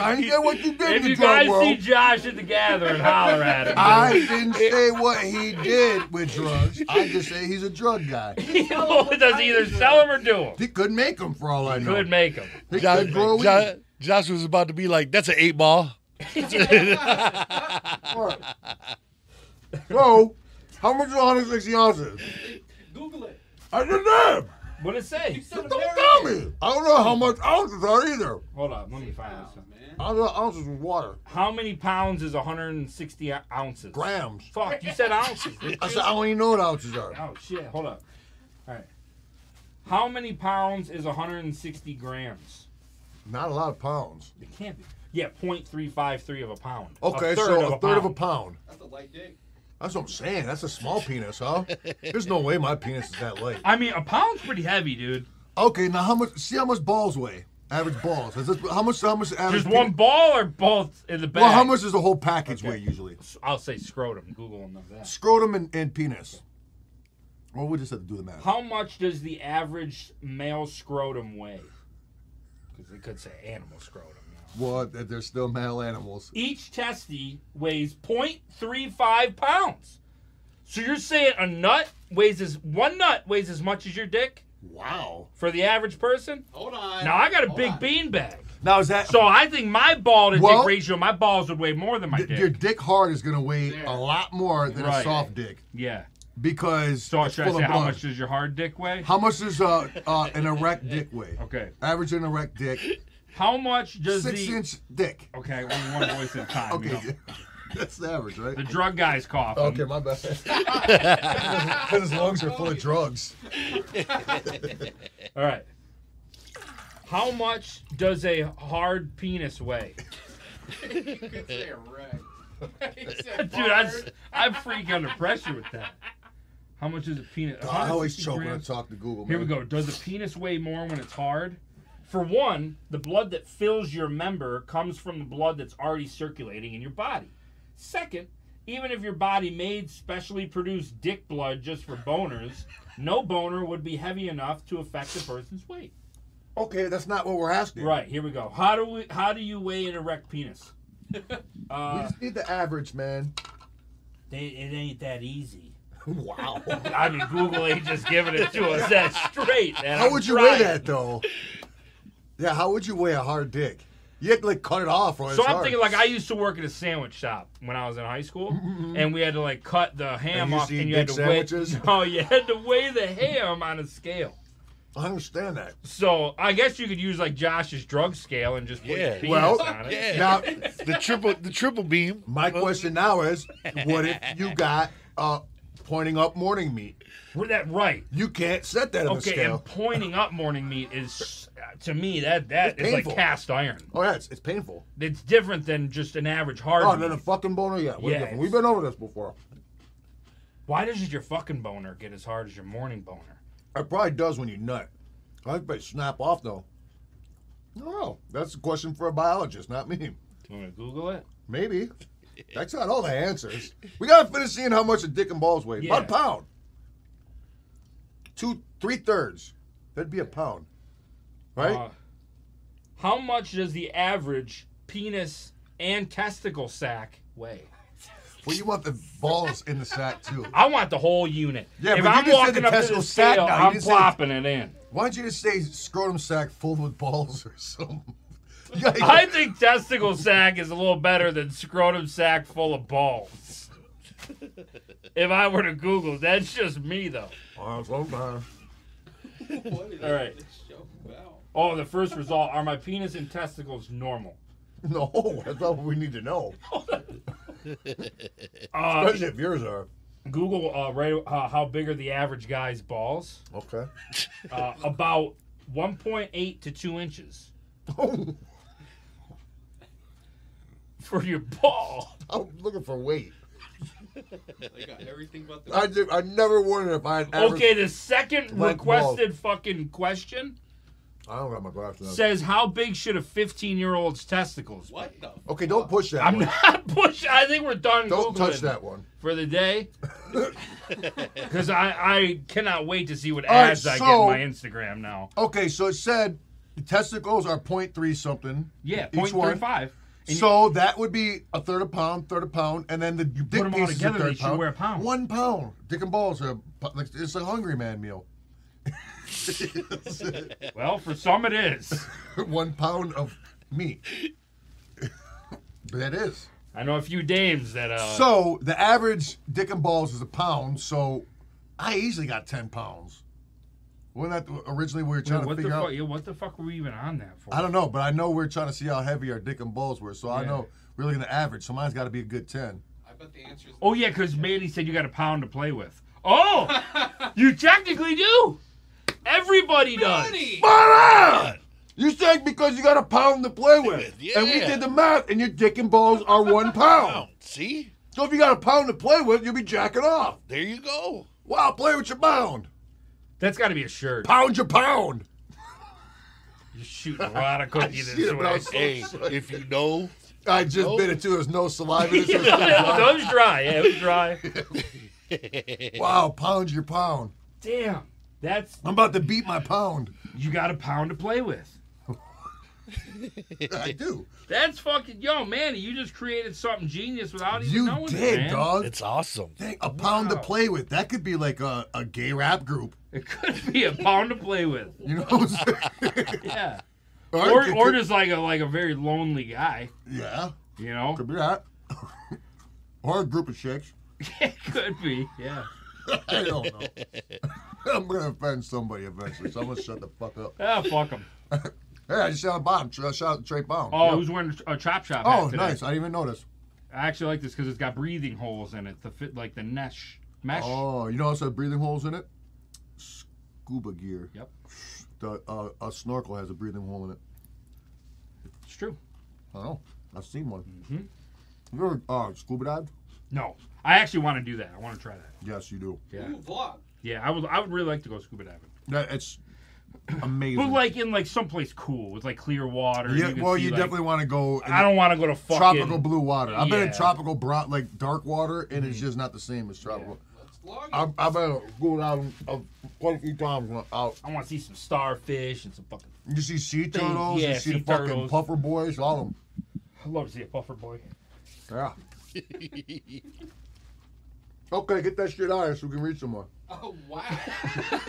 Speaker 1: I didn't get what you did in
Speaker 2: If
Speaker 1: the
Speaker 2: you
Speaker 1: drug
Speaker 2: guys
Speaker 1: world.
Speaker 2: see Josh at the gathering, holler at him.
Speaker 1: I didn't say what he did with drugs. I just say he's a drug guy.
Speaker 2: He does either sell him or do him.
Speaker 1: He could make them for all I know.
Speaker 2: Could make him.
Speaker 1: He
Speaker 7: Josh,
Speaker 1: could grow
Speaker 7: Josh,
Speaker 1: weed.
Speaker 7: Josh was about to be like, that's an eight ball.
Speaker 1: So, how much is 160 ounces?
Speaker 5: Google it.
Speaker 1: I didn't know.
Speaker 2: What it
Speaker 5: You
Speaker 2: say?
Speaker 5: said
Speaker 1: Don't
Speaker 5: American.
Speaker 1: tell me. I don't know how much ounces are either.
Speaker 2: Hold on, let me
Speaker 5: Say
Speaker 2: find
Speaker 5: pounds,
Speaker 2: this. out.
Speaker 5: man.
Speaker 1: I don't know ounces with water.
Speaker 2: How many pounds is 160 ou- ounces?
Speaker 1: Grams.
Speaker 2: Fuck, you said ounces.
Speaker 1: I said I don't even know what ounces are.
Speaker 2: oh shit, hold up. All right. How many pounds is 160 grams?
Speaker 1: Not a lot of pounds.
Speaker 2: It can't be. Yeah, 0.353 of a pound.
Speaker 1: Okay, so a third of a pound.
Speaker 5: That's a light dick.
Speaker 1: That's what I'm saying. That's a small penis, huh? There's no way my penis is that light.
Speaker 2: I mean, a pound's pretty heavy, dude.
Speaker 1: Okay, now how much? See how much balls weigh? Average balls. Is this, how much? How much? Average
Speaker 2: Just one
Speaker 1: penis-
Speaker 2: ball or both in the bag?
Speaker 1: Well, how much does the whole package
Speaker 2: Okay.
Speaker 1: weigh usually?
Speaker 2: I'll say scrotum. Google will know that.
Speaker 1: Scrotum and, and penis. Well, we just have to do the math.
Speaker 2: How much does the average male scrotum weigh? Because they could say animal scrotum. you know.
Speaker 1: Well, th- they're still male animals.
Speaker 2: Each testy weighs 0.35 pounds. So you're saying a nut weighs as one nut weighs as much as your dick
Speaker 1: Wow.
Speaker 2: for the average person?
Speaker 5: Hold on.
Speaker 2: Now I got a
Speaker 5: Hold
Speaker 2: big
Speaker 5: on.
Speaker 2: bean bag.
Speaker 1: Now is that
Speaker 2: So I think my ball to
Speaker 1: Well-
Speaker 2: dick ratio, my balls would weigh more than my
Speaker 1: th-
Speaker 2: dick.
Speaker 1: your dick hard is gonna weigh
Speaker 5: There.
Speaker 1: a lot more than a
Speaker 2: Right.
Speaker 1: soft dick
Speaker 2: yeah.
Speaker 1: because
Speaker 2: So
Speaker 1: it's
Speaker 2: should I
Speaker 1: full
Speaker 2: say
Speaker 1: of
Speaker 2: how
Speaker 1: blood.
Speaker 2: much does your hard dick weigh?
Speaker 1: How much does uh, uh, an erect dick weigh?
Speaker 2: okay.
Speaker 1: Average an erect dick,
Speaker 2: How much does
Speaker 1: six
Speaker 2: the
Speaker 1: inch dick.
Speaker 2: Okay, only one voice at a time. you
Speaker 1: Okay,
Speaker 2: know.
Speaker 1: that's the average, right?
Speaker 2: The drug guy's coughing.
Speaker 1: Okay, my bad. his lungs are full of drugs.
Speaker 2: All right. How much does a hard penis weigh?
Speaker 5: You could say erect. He said
Speaker 2: Dude, I'm,
Speaker 5: barred.
Speaker 2: I'm freaking under pressure with that. How much is a penis?
Speaker 1: I always
Speaker 2: 160
Speaker 1: choke when I
Speaker 2: grams?
Speaker 1: talk to Google. Man.
Speaker 2: Here we go. Does a penis weigh more when it's hard? For one, the blood that fills your member comes from the blood that's already circulating in your body. Second, even if your body made specially produced dick blood just for boners, no boner would be heavy enough to affect a person's weight.
Speaker 1: Okay, that's not what we're asking.
Speaker 2: Right, here we go. How do we how do you weigh an erect penis?
Speaker 1: We
Speaker 2: Uh,
Speaker 1: just need the average, man.
Speaker 2: they, it ain't that easy.
Speaker 1: Wow.
Speaker 2: I mean, Google ain't just giving it to us that straight. Man.
Speaker 1: How
Speaker 2: I'm
Speaker 1: would you
Speaker 2: trying.
Speaker 1: weigh that though? Yeah, how would you weigh a hard dick? You have to like cut it off, or
Speaker 2: So
Speaker 1: it's
Speaker 2: I'm
Speaker 1: hard.
Speaker 2: thinking like I used to work at a sandwich shop when I was in high school, and we had to like cut the
Speaker 1: Mm-hmm, And
Speaker 2: ham
Speaker 1: you
Speaker 2: off,
Speaker 1: see
Speaker 2: and you had to
Speaker 1: dick
Speaker 2: weigh.
Speaker 1: sandwiches?
Speaker 2: No, you had to weigh the ham on a scale.
Speaker 1: I understand that.
Speaker 2: So I guess you could use like Josh's drug scale and just put
Speaker 7: Yeah.
Speaker 2: your penis
Speaker 1: Well,
Speaker 2: on it.
Speaker 7: yeah.
Speaker 1: Now,
Speaker 7: The triple the triple beam.
Speaker 1: my question now is, what if you got uh, pointing up morning meat?
Speaker 2: Were that right?
Speaker 1: You can't set that on the
Speaker 2: Okay,
Speaker 1: scale.
Speaker 2: and pointing up morning meat is to me that that
Speaker 1: It's
Speaker 2: is like
Speaker 1: painful.
Speaker 2: cast iron.
Speaker 1: Oh yeah, it's, it's painful.
Speaker 2: It's different than just an average hard.
Speaker 1: Oh, then
Speaker 2: meat.
Speaker 1: a fucking boner. Yeah, we're
Speaker 2: Yeah,
Speaker 1: different.
Speaker 2: it's-
Speaker 1: we've been over this before.
Speaker 2: Why doesn't your fucking boner get as hard as your morning boner?
Speaker 1: It probably does when you nut. I bet snap off though. No, that's a question for a biologist, not me.
Speaker 2: You want to Google it?
Speaker 1: Maybe. That's not all the answers. We gotta finish seeing how much a dick and balls weigh. About a
Speaker 2: Yeah.
Speaker 1: pound. Two, three thirds. That'd be a pound, right?
Speaker 2: Uh, how much does the average penis and testicle sack weigh?
Speaker 1: well, you want the balls in the sack too.
Speaker 2: I want the whole unit.
Speaker 1: Yeah, but
Speaker 2: if
Speaker 1: you
Speaker 2: I'm
Speaker 1: just said
Speaker 2: walking
Speaker 1: the
Speaker 2: up to
Speaker 1: testicle
Speaker 2: the
Speaker 1: sack
Speaker 2: scale,
Speaker 1: now, you
Speaker 2: I'm
Speaker 1: just said-
Speaker 2: plopping it in.
Speaker 1: Why don't you just say scrotum sack full with balls or something? You gotta-
Speaker 2: I think testicle sack is a little better than scrotum sack full of balls. if I were to Google, that's just me though.
Speaker 1: Oh, sometimes.
Speaker 5: What is
Speaker 2: All right.
Speaker 5: this show about?
Speaker 2: Oh, the first result are my penis and testicles normal.
Speaker 1: No, that's not what we need to know.
Speaker 2: Uh,
Speaker 1: Especially if yours are.
Speaker 2: Google uh, right, uh, how big are the average guy's balls?
Speaker 1: Okay.
Speaker 2: Uh, about 1.8 to 2 inches for your ball.
Speaker 1: I'm looking for weight.
Speaker 5: They got everything but the.
Speaker 1: I, did, I never wondered if I had ever.
Speaker 2: Okay, the second
Speaker 1: Like balls.
Speaker 2: requested fucking question
Speaker 1: I don't got my glasses on.
Speaker 2: says how big should a 15 year old's testicles? be?
Speaker 5: What the? f-
Speaker 1: Okay, don't push that
Speaker 2: I'm
Speaker 1: one.
Speaker 2: not pushing. I think we're done.
Speaker 1: don't touch
Speaker 2: Googling
Speaker 1: that one.
Speaker 2: for the day. Because I, I cannot wait to see what
Speaker 1: All right,
Speaker 2: ads I get
Speaker 1: so-
Speaker 2: on my Instagram now.
Speaker 1: Okay, so it said the testicles are 0.3 something.
Speaker 2: Yeah,
Speaker 1: Each one.
Speaker 2: 0.35. And
Speaker 1: so that would be a third a pound, third a pound, and then the you dick
Speaker 2: them all
Speaker 1: piece is a
Speaker 2: together,
Speaker 1: third
Speaker 2: they should
Speaker 1: pound.
Speaker 2: weigh a pound.
Speaker 1: One pound. Dick and balls are like it's a hungry man meal.
Speaker 2: Well, for some it is.
Speaker 1: one pound of meat. that is.
Speaker 2: I know a few dames that uh,
Speaker 1: So the average dick and balls is a pound. So I easily got ten pounds. Wasn't that originally we were trying
Speaker 2: Dude,
Speaker 1: to
Speaker 2: what the
Speaker 1: figure
Speaker 2: fuck?
Speaker 1: out?
Speaker 2: yeah, what the fuck were we even on that for?
Speaker 1: I don't know, but I know we're trying to see how heavy our dick and balls were. So I
Speaker 2: Yeah.
Speaker 1: know we're looking at average. So mine's got to be a good ten.
Speaker 5: I bet the answer is.
Speaker 2: oh yeah, because Manny said you got a pound to play with. Oh, you technically do. Everybody does.
Speaker 5: Money!
Speaker 1: But you said because you got a pound to play with,
Speaker 7: Yeah.
Speaker 1: and we did the math, and your dick and balls are one pound.
Speaker 7: Oh, see?
Speaker 1: So if you got a pound to play with, you'll be jacking off.
Speaker 7: There you go.
Speaker 1: Wow, play with your pound.
Speaker 2: That's got to be a shirt.
Speaker 1: Pound your pound.
Speaker 2: You're shooting a lot of cookie this
Speaker 1: see it, but I
Speaker 2: way.
Speaker 1: was-
Speaker 7: Hey, if you know,
Speaker 1: I just
Speaker 7: Nope.
Speaker 1: bit it too. There's no saliva. This was
Speaker 2: that was dry. Yeah, it was dry.
Speaker 1: Wow, pound your pound.
Speaker 2: Damn, that's
Speaker 1: I'm about to beat my pound.
Speaker 2: you got a pound to play with.
Speaker 1: I do.
Speaker 2: That's fucking yo, Manny. You just created something genius without even
Speaker 1: You
Speaker 2: knowing it,
Speaker 1: did,
Speaker 2: man.
Speaker 1: dog.
Speaker 7: it's awesome.
Speaker 1: Dang, a pound to
Speaker 2: Wow.
Speaker 1: play with. That could be like a, a gay rap group.
Speaker 2: It could be a pound to play with.
Speaker 1: You know what I'm saying?
Speaker 2: Yeah,
Speaker 1: All right,
Speaker 2: or
Speaker 1: could-
Speaker 2: or
Speaker 1: could-
Speaker 2: just like a like a very lonely guy.
Speaker 1: Yeah,
Speaker 2: You know,
Speaker 1: could be that. or a group of chicks.
Speaker 2: it could be. Yeah.
Speaker 1: I don't know. I'm going to offend somebody eventually, so I'm going to shut the fuck up.
Speaker 2: Ah, fuck him.
Speaker 1: Hey, I just shot a bomb. Sh- I shot Trey Bomb.
Speaker 2: Oh,
Speaker 1: Yeah.
Speaker 2: who's wearing a chop shop? hat
Speaker 1: Oh,
Speaker 2: today.
Speaker 1: nice. I didn't even notice.
Speaker 2: I actually like this because it's got breathing holes in it. The fit like the mesh, mesh.
Speaker 1: Oh, you know also have breathing holes in it? Scuba gear.
Speaker 2: Yep.
Speaker 1: The, uh, a snorkel has a breathing hole in it.
Speaker 2: It's true.
Speaker 1: I don't know. I've seen one.
Speaker 2: Mm-hmm.
Speaker 1: You ever uh, scuba dived?
Speaker 2: No, I actually want to do that. I want to try that.
Speaker 1: Yes, you do.
Speaker 2: Yeah,
Speaker 5: Ooh, vlog.
Speaker 2: yeah. I would. I would really like to go scuba diving,
Speaker 1: That, it's amazing.
Speaker 2: but like in like someplace cool with like clear water. and
Speaker 1: yeah,
Speaker 2: can
Speaker 1: well,
Speaker 2: see,
Speaker 1: you
Speaker 2: like-
Speaker 1: definitely want to go. in
Speaker 2: I don't want to go to fucking.
Speaker 1: tropical blue water. I've been in
Speaker 2: Yeah. Mm.
Speaker 1: tropical brown, like dark water, and it's just not the same as tropical.
Speaker 5: Let's vlog. it.
Speaker 1: I've, I've been going out uh, quite a few times. When out,
Speaker 2: I want to see some starfish and some fucking.
Speaker 1: you see sea
Speaker 2: Thing-
Speaker 1: turtles.
Speaker 2: yeah,
Speaker 1: you see
Speaker 2: sea
Speaker 1: the fucking
Speaker 2: turtles.
Speaker 1: puffer boys. All of them.
Speaker 2: I love to see a puffer boy.
Speaker 1: Yeah. okay, get that shit out of here so we can read some more.
Speaker 5: Oh wow.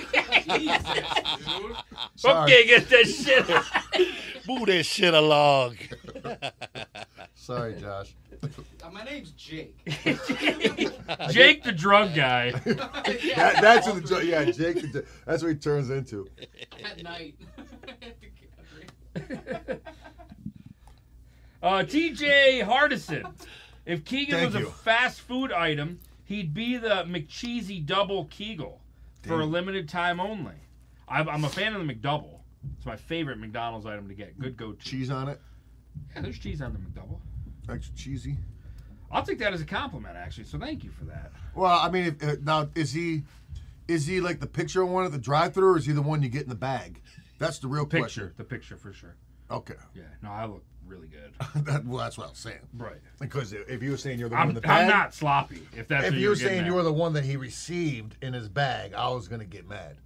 Speaker 5: Jesus, dude.
Speaker 1: Sorry.
Speaker 2: Okay, get that shit.
Speaker 7: Move that shit along.
Speaker 1: Sorry, Josh.
Speaker 5: Uh, My name's Jake.
Speaker 2: Jake the drug guy.
Speaker 1: That, that's what the, yeah, Jake. That's what he turns into.
Speaker 5: At night.
Speaker 2: Uh, T.J. Hardison. If Keegan
Speaker 1: Thank
Speaker 2: was
Speaker 1: you.
Speaker 2: a fast food item, he'd be the McCheesy Double Kegel for a
Speaker 1: Damn.
Speaker 2: limited time only. I'm, I'm a fan of the McDouble. It's my favorite McDonald's item to get. Good goat cheese.
Speaker 1: Cheese on it.
Speaker 2: Yeah, there's cheese on the McDouble.
Speaker 1: Extra cheesy.
Speaker 2: I'll take that as a compliment, actually. So thank you for that.
Speaker 1: Well, I mean, if, uh, now is he, is he like the picture one at the drive-through, or is he the one you get in the bag? That's the real
Speaker 2: Picture,
Speaker 1: question.
Speaker 2: the picture for sure.
Speaker 1: Okay,
Speaker 2: Yeah, no, I look really good.
Speaker 1: that, well, that's what I was saying.
Speaker 2: Right.
Speaker 1: Because if you were saying you're the one in
Speaker 2: I'm,
Speaker 1: the bag,
Speaker 2: I'm not sloppy. If that's
Speaker 1: if
Speaker 2: what
Speaker 1: you were
Speaker 2: getting
Speaker 1: saying
Speaker 2: at.
Speaker 1: you were the one that he received in his bag, I was gonna get mad.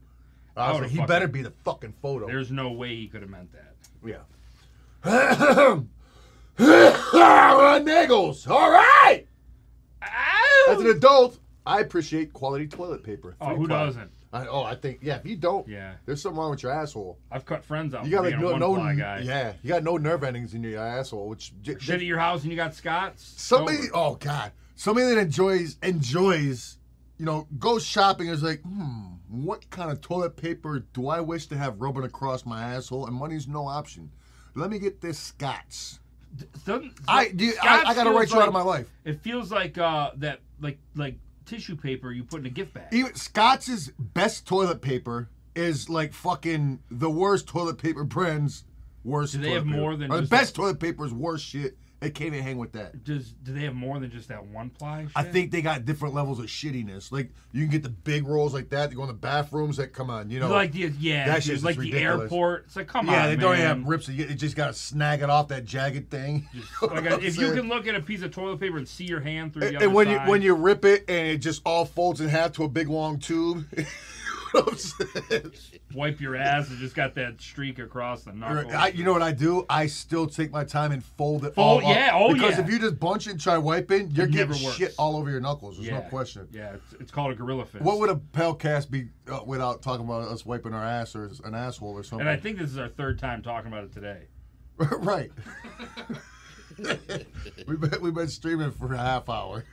Speaker 1: I
Speaker 2: I
Speaker 1: was
Speaker 2: would've
Speaker 1: like, he
Speaker 2: fucking-
Speaker 1: better be the fucking photo.
Speaker 2: There's no way he could have meant that.
Speaker 1: Yeah. Nagels. All right. As an
Speaker 2: Ow!
Speaker 1: adult, I appreciate quality toilet paper.
Speaker 2: Oh,
Speaker 1: Free
Speaker 2: who
Speaker 1: ply.
Speaker 2: doesn't?
Speaker 1: I, oh, I think yeah. If you don't,
Speaker 2: Yeah.
Speaker 1: there's something wrong with your asshole.
Speaker 2: I've cut friends out.
Speaker 1: You
Speaker 2: for
Speaker 1: got like
Speaker 2: being
Speaker 1: no,
Speaker 2: a
Speaker 1: no
Speaker 2: one-ply guy.
Speaker 1: yeah. You got no nerve endings in your asshole, which j-
Speaker 2: Shit at your house and you got Scott's.
Speaker 1: somebody.
Speaker 2: Sober.
Speaker 1: Oh God, somebody that enjoys enjoys, you know, goes shopping is like, hmm, what kind of toilet paper do I wish to have rubbing across my asshole? And money's no option. Let me get this Scott's.
Speaker 2: d- doesn't
Speaker 1: I, do you- I, I gotta
Speaker 2: Scotch
Speaker 1: write
Speaker 2: feels
Speaker 1: you out of my
Speaker 2: like-
Speaker 1: life.
Speaker 2: It feels like uh that like like tissue paper you put in a gift bag.
Speaker 1: Even Scott's best toilet paper is like fucking the worst toilet paper brands. Worst.
Speaker 2: Do they
Speaker 1: toilet
Speaker 2: have
Speaker 1: paper.
Speaker 2: more than
Speaker 1: Or the
Speaker 2: just
Speaker 1: best toilet paper is worse shit? They can't even hang with that.
Speaker 2: Does do they have more than just that one ply?
Speaker 1: I
Speaker 2: shit?
Speaker 1: think they got different levels of shittiness. Like you can get the big rolls like that. You go in the bathrooms. That come on, you know.
Speaker 2: like the yeah,
Speaker 1: That
Speaker 2: dude,
Speaker 1: shit's just
Speaker 2: like the
Speaker 1: ridiculous.
Speaker 2: airport. It's like come
Speaker 1: yeah,
Speaker 2: on,
Speaker 1: they
Speaker 2: man.
Speaker 1: don't even have rips. You, you just gotta snag it off that jagged thing.
Speaker 2: Just- like,
Speaker 1: I'm
Speaker 2: if you
Speaker 1: saying.
Speaker 2: can look at a piece of toilet paper and see your hand through the
Speaker 1: And,
Speaker 2: other
Speaker 1: and when
Speaker 2: side,
Speaker 1: you when you rip it and it just all folds in half to a big long tube. You know what I'm saying?
Speaker 2: wipe your ass, it just got that streak across the knuckle.
Speaker 1: I, you know what I do? I still take my time and fold it
Speaker 2: Fold-
Speaker 1: all up.
Speaker 2: yeah, oh,
Speaker 1: Because
Speaker 2: yeah.
Speaker 1: if you just bunch it and try wiping, you're
Speaker 2: It never
Speaker 1: getting
Speaker 2: works.
Speaker 1: shit all over your knuckles. There's
Speaker 2: yeah,
Speaker 1: no question.
Speaker 2: Yeah, it's, it's called a gorilla fist.
Speaker 1: What would a Pelcast be uh, without talking about us wiping our ass or an asshole or something?
Speaker 2: and I think this is our third time talking about it today.
Speaker 1: right. we've, been, we've been streaming for a half hour.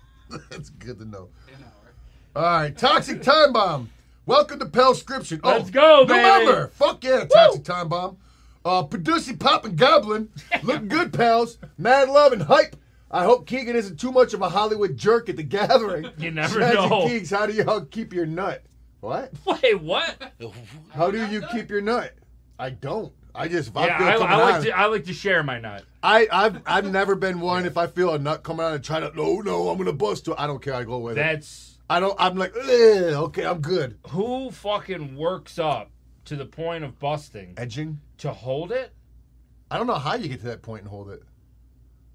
Speaker 1: That's good to know.
Speaker 5: An hour.
Speaker 1: All right, Toxic Time Bomb. Welcome to Pell Scription. Oh,
Speaker 2: Let's go, baby.
Speaker 1: November. Fuck yeah, Toxic Time Bomb. Uh, Producing Pop and Goblin. Looking good, pals. Mad love and hype. I hope Keegan isn't too much of a Hollywood jerk at the gathering.
Speaker 2: You never
Speaker 1: Tragic
Speaker 2: know.
Speaker 1: Geeks, how do y'all keep your nut? What?
Speaker 2: Wait, what?
Speaker 1: How do
Speaker 5: not
Speaker 1: you
Speaker 5: done.
Speaker 1: keep your nut? I don't. I just if I
Speaker 2: yeah,
Speaker 1: feel
Speaker 2: I,
Speaker 1: coming
Speaker 2: I like
Speaker 1: out,
Speaker 2: to I like to share my nut.
Speaker 1: I I've I've never been one. If I feel a nut coming out and try to no no I'm gonna bust to I don't care I go with it.
Speaker 2: That's
Speaker 1: I don't I'm like "Ugh, okay I'm good
Speaker 2: who fucking works up to the point of busting
Speaker 1: edging.
Speaker 2: to hold it.
Speaker 1: I don't know how you get to that point and hold it.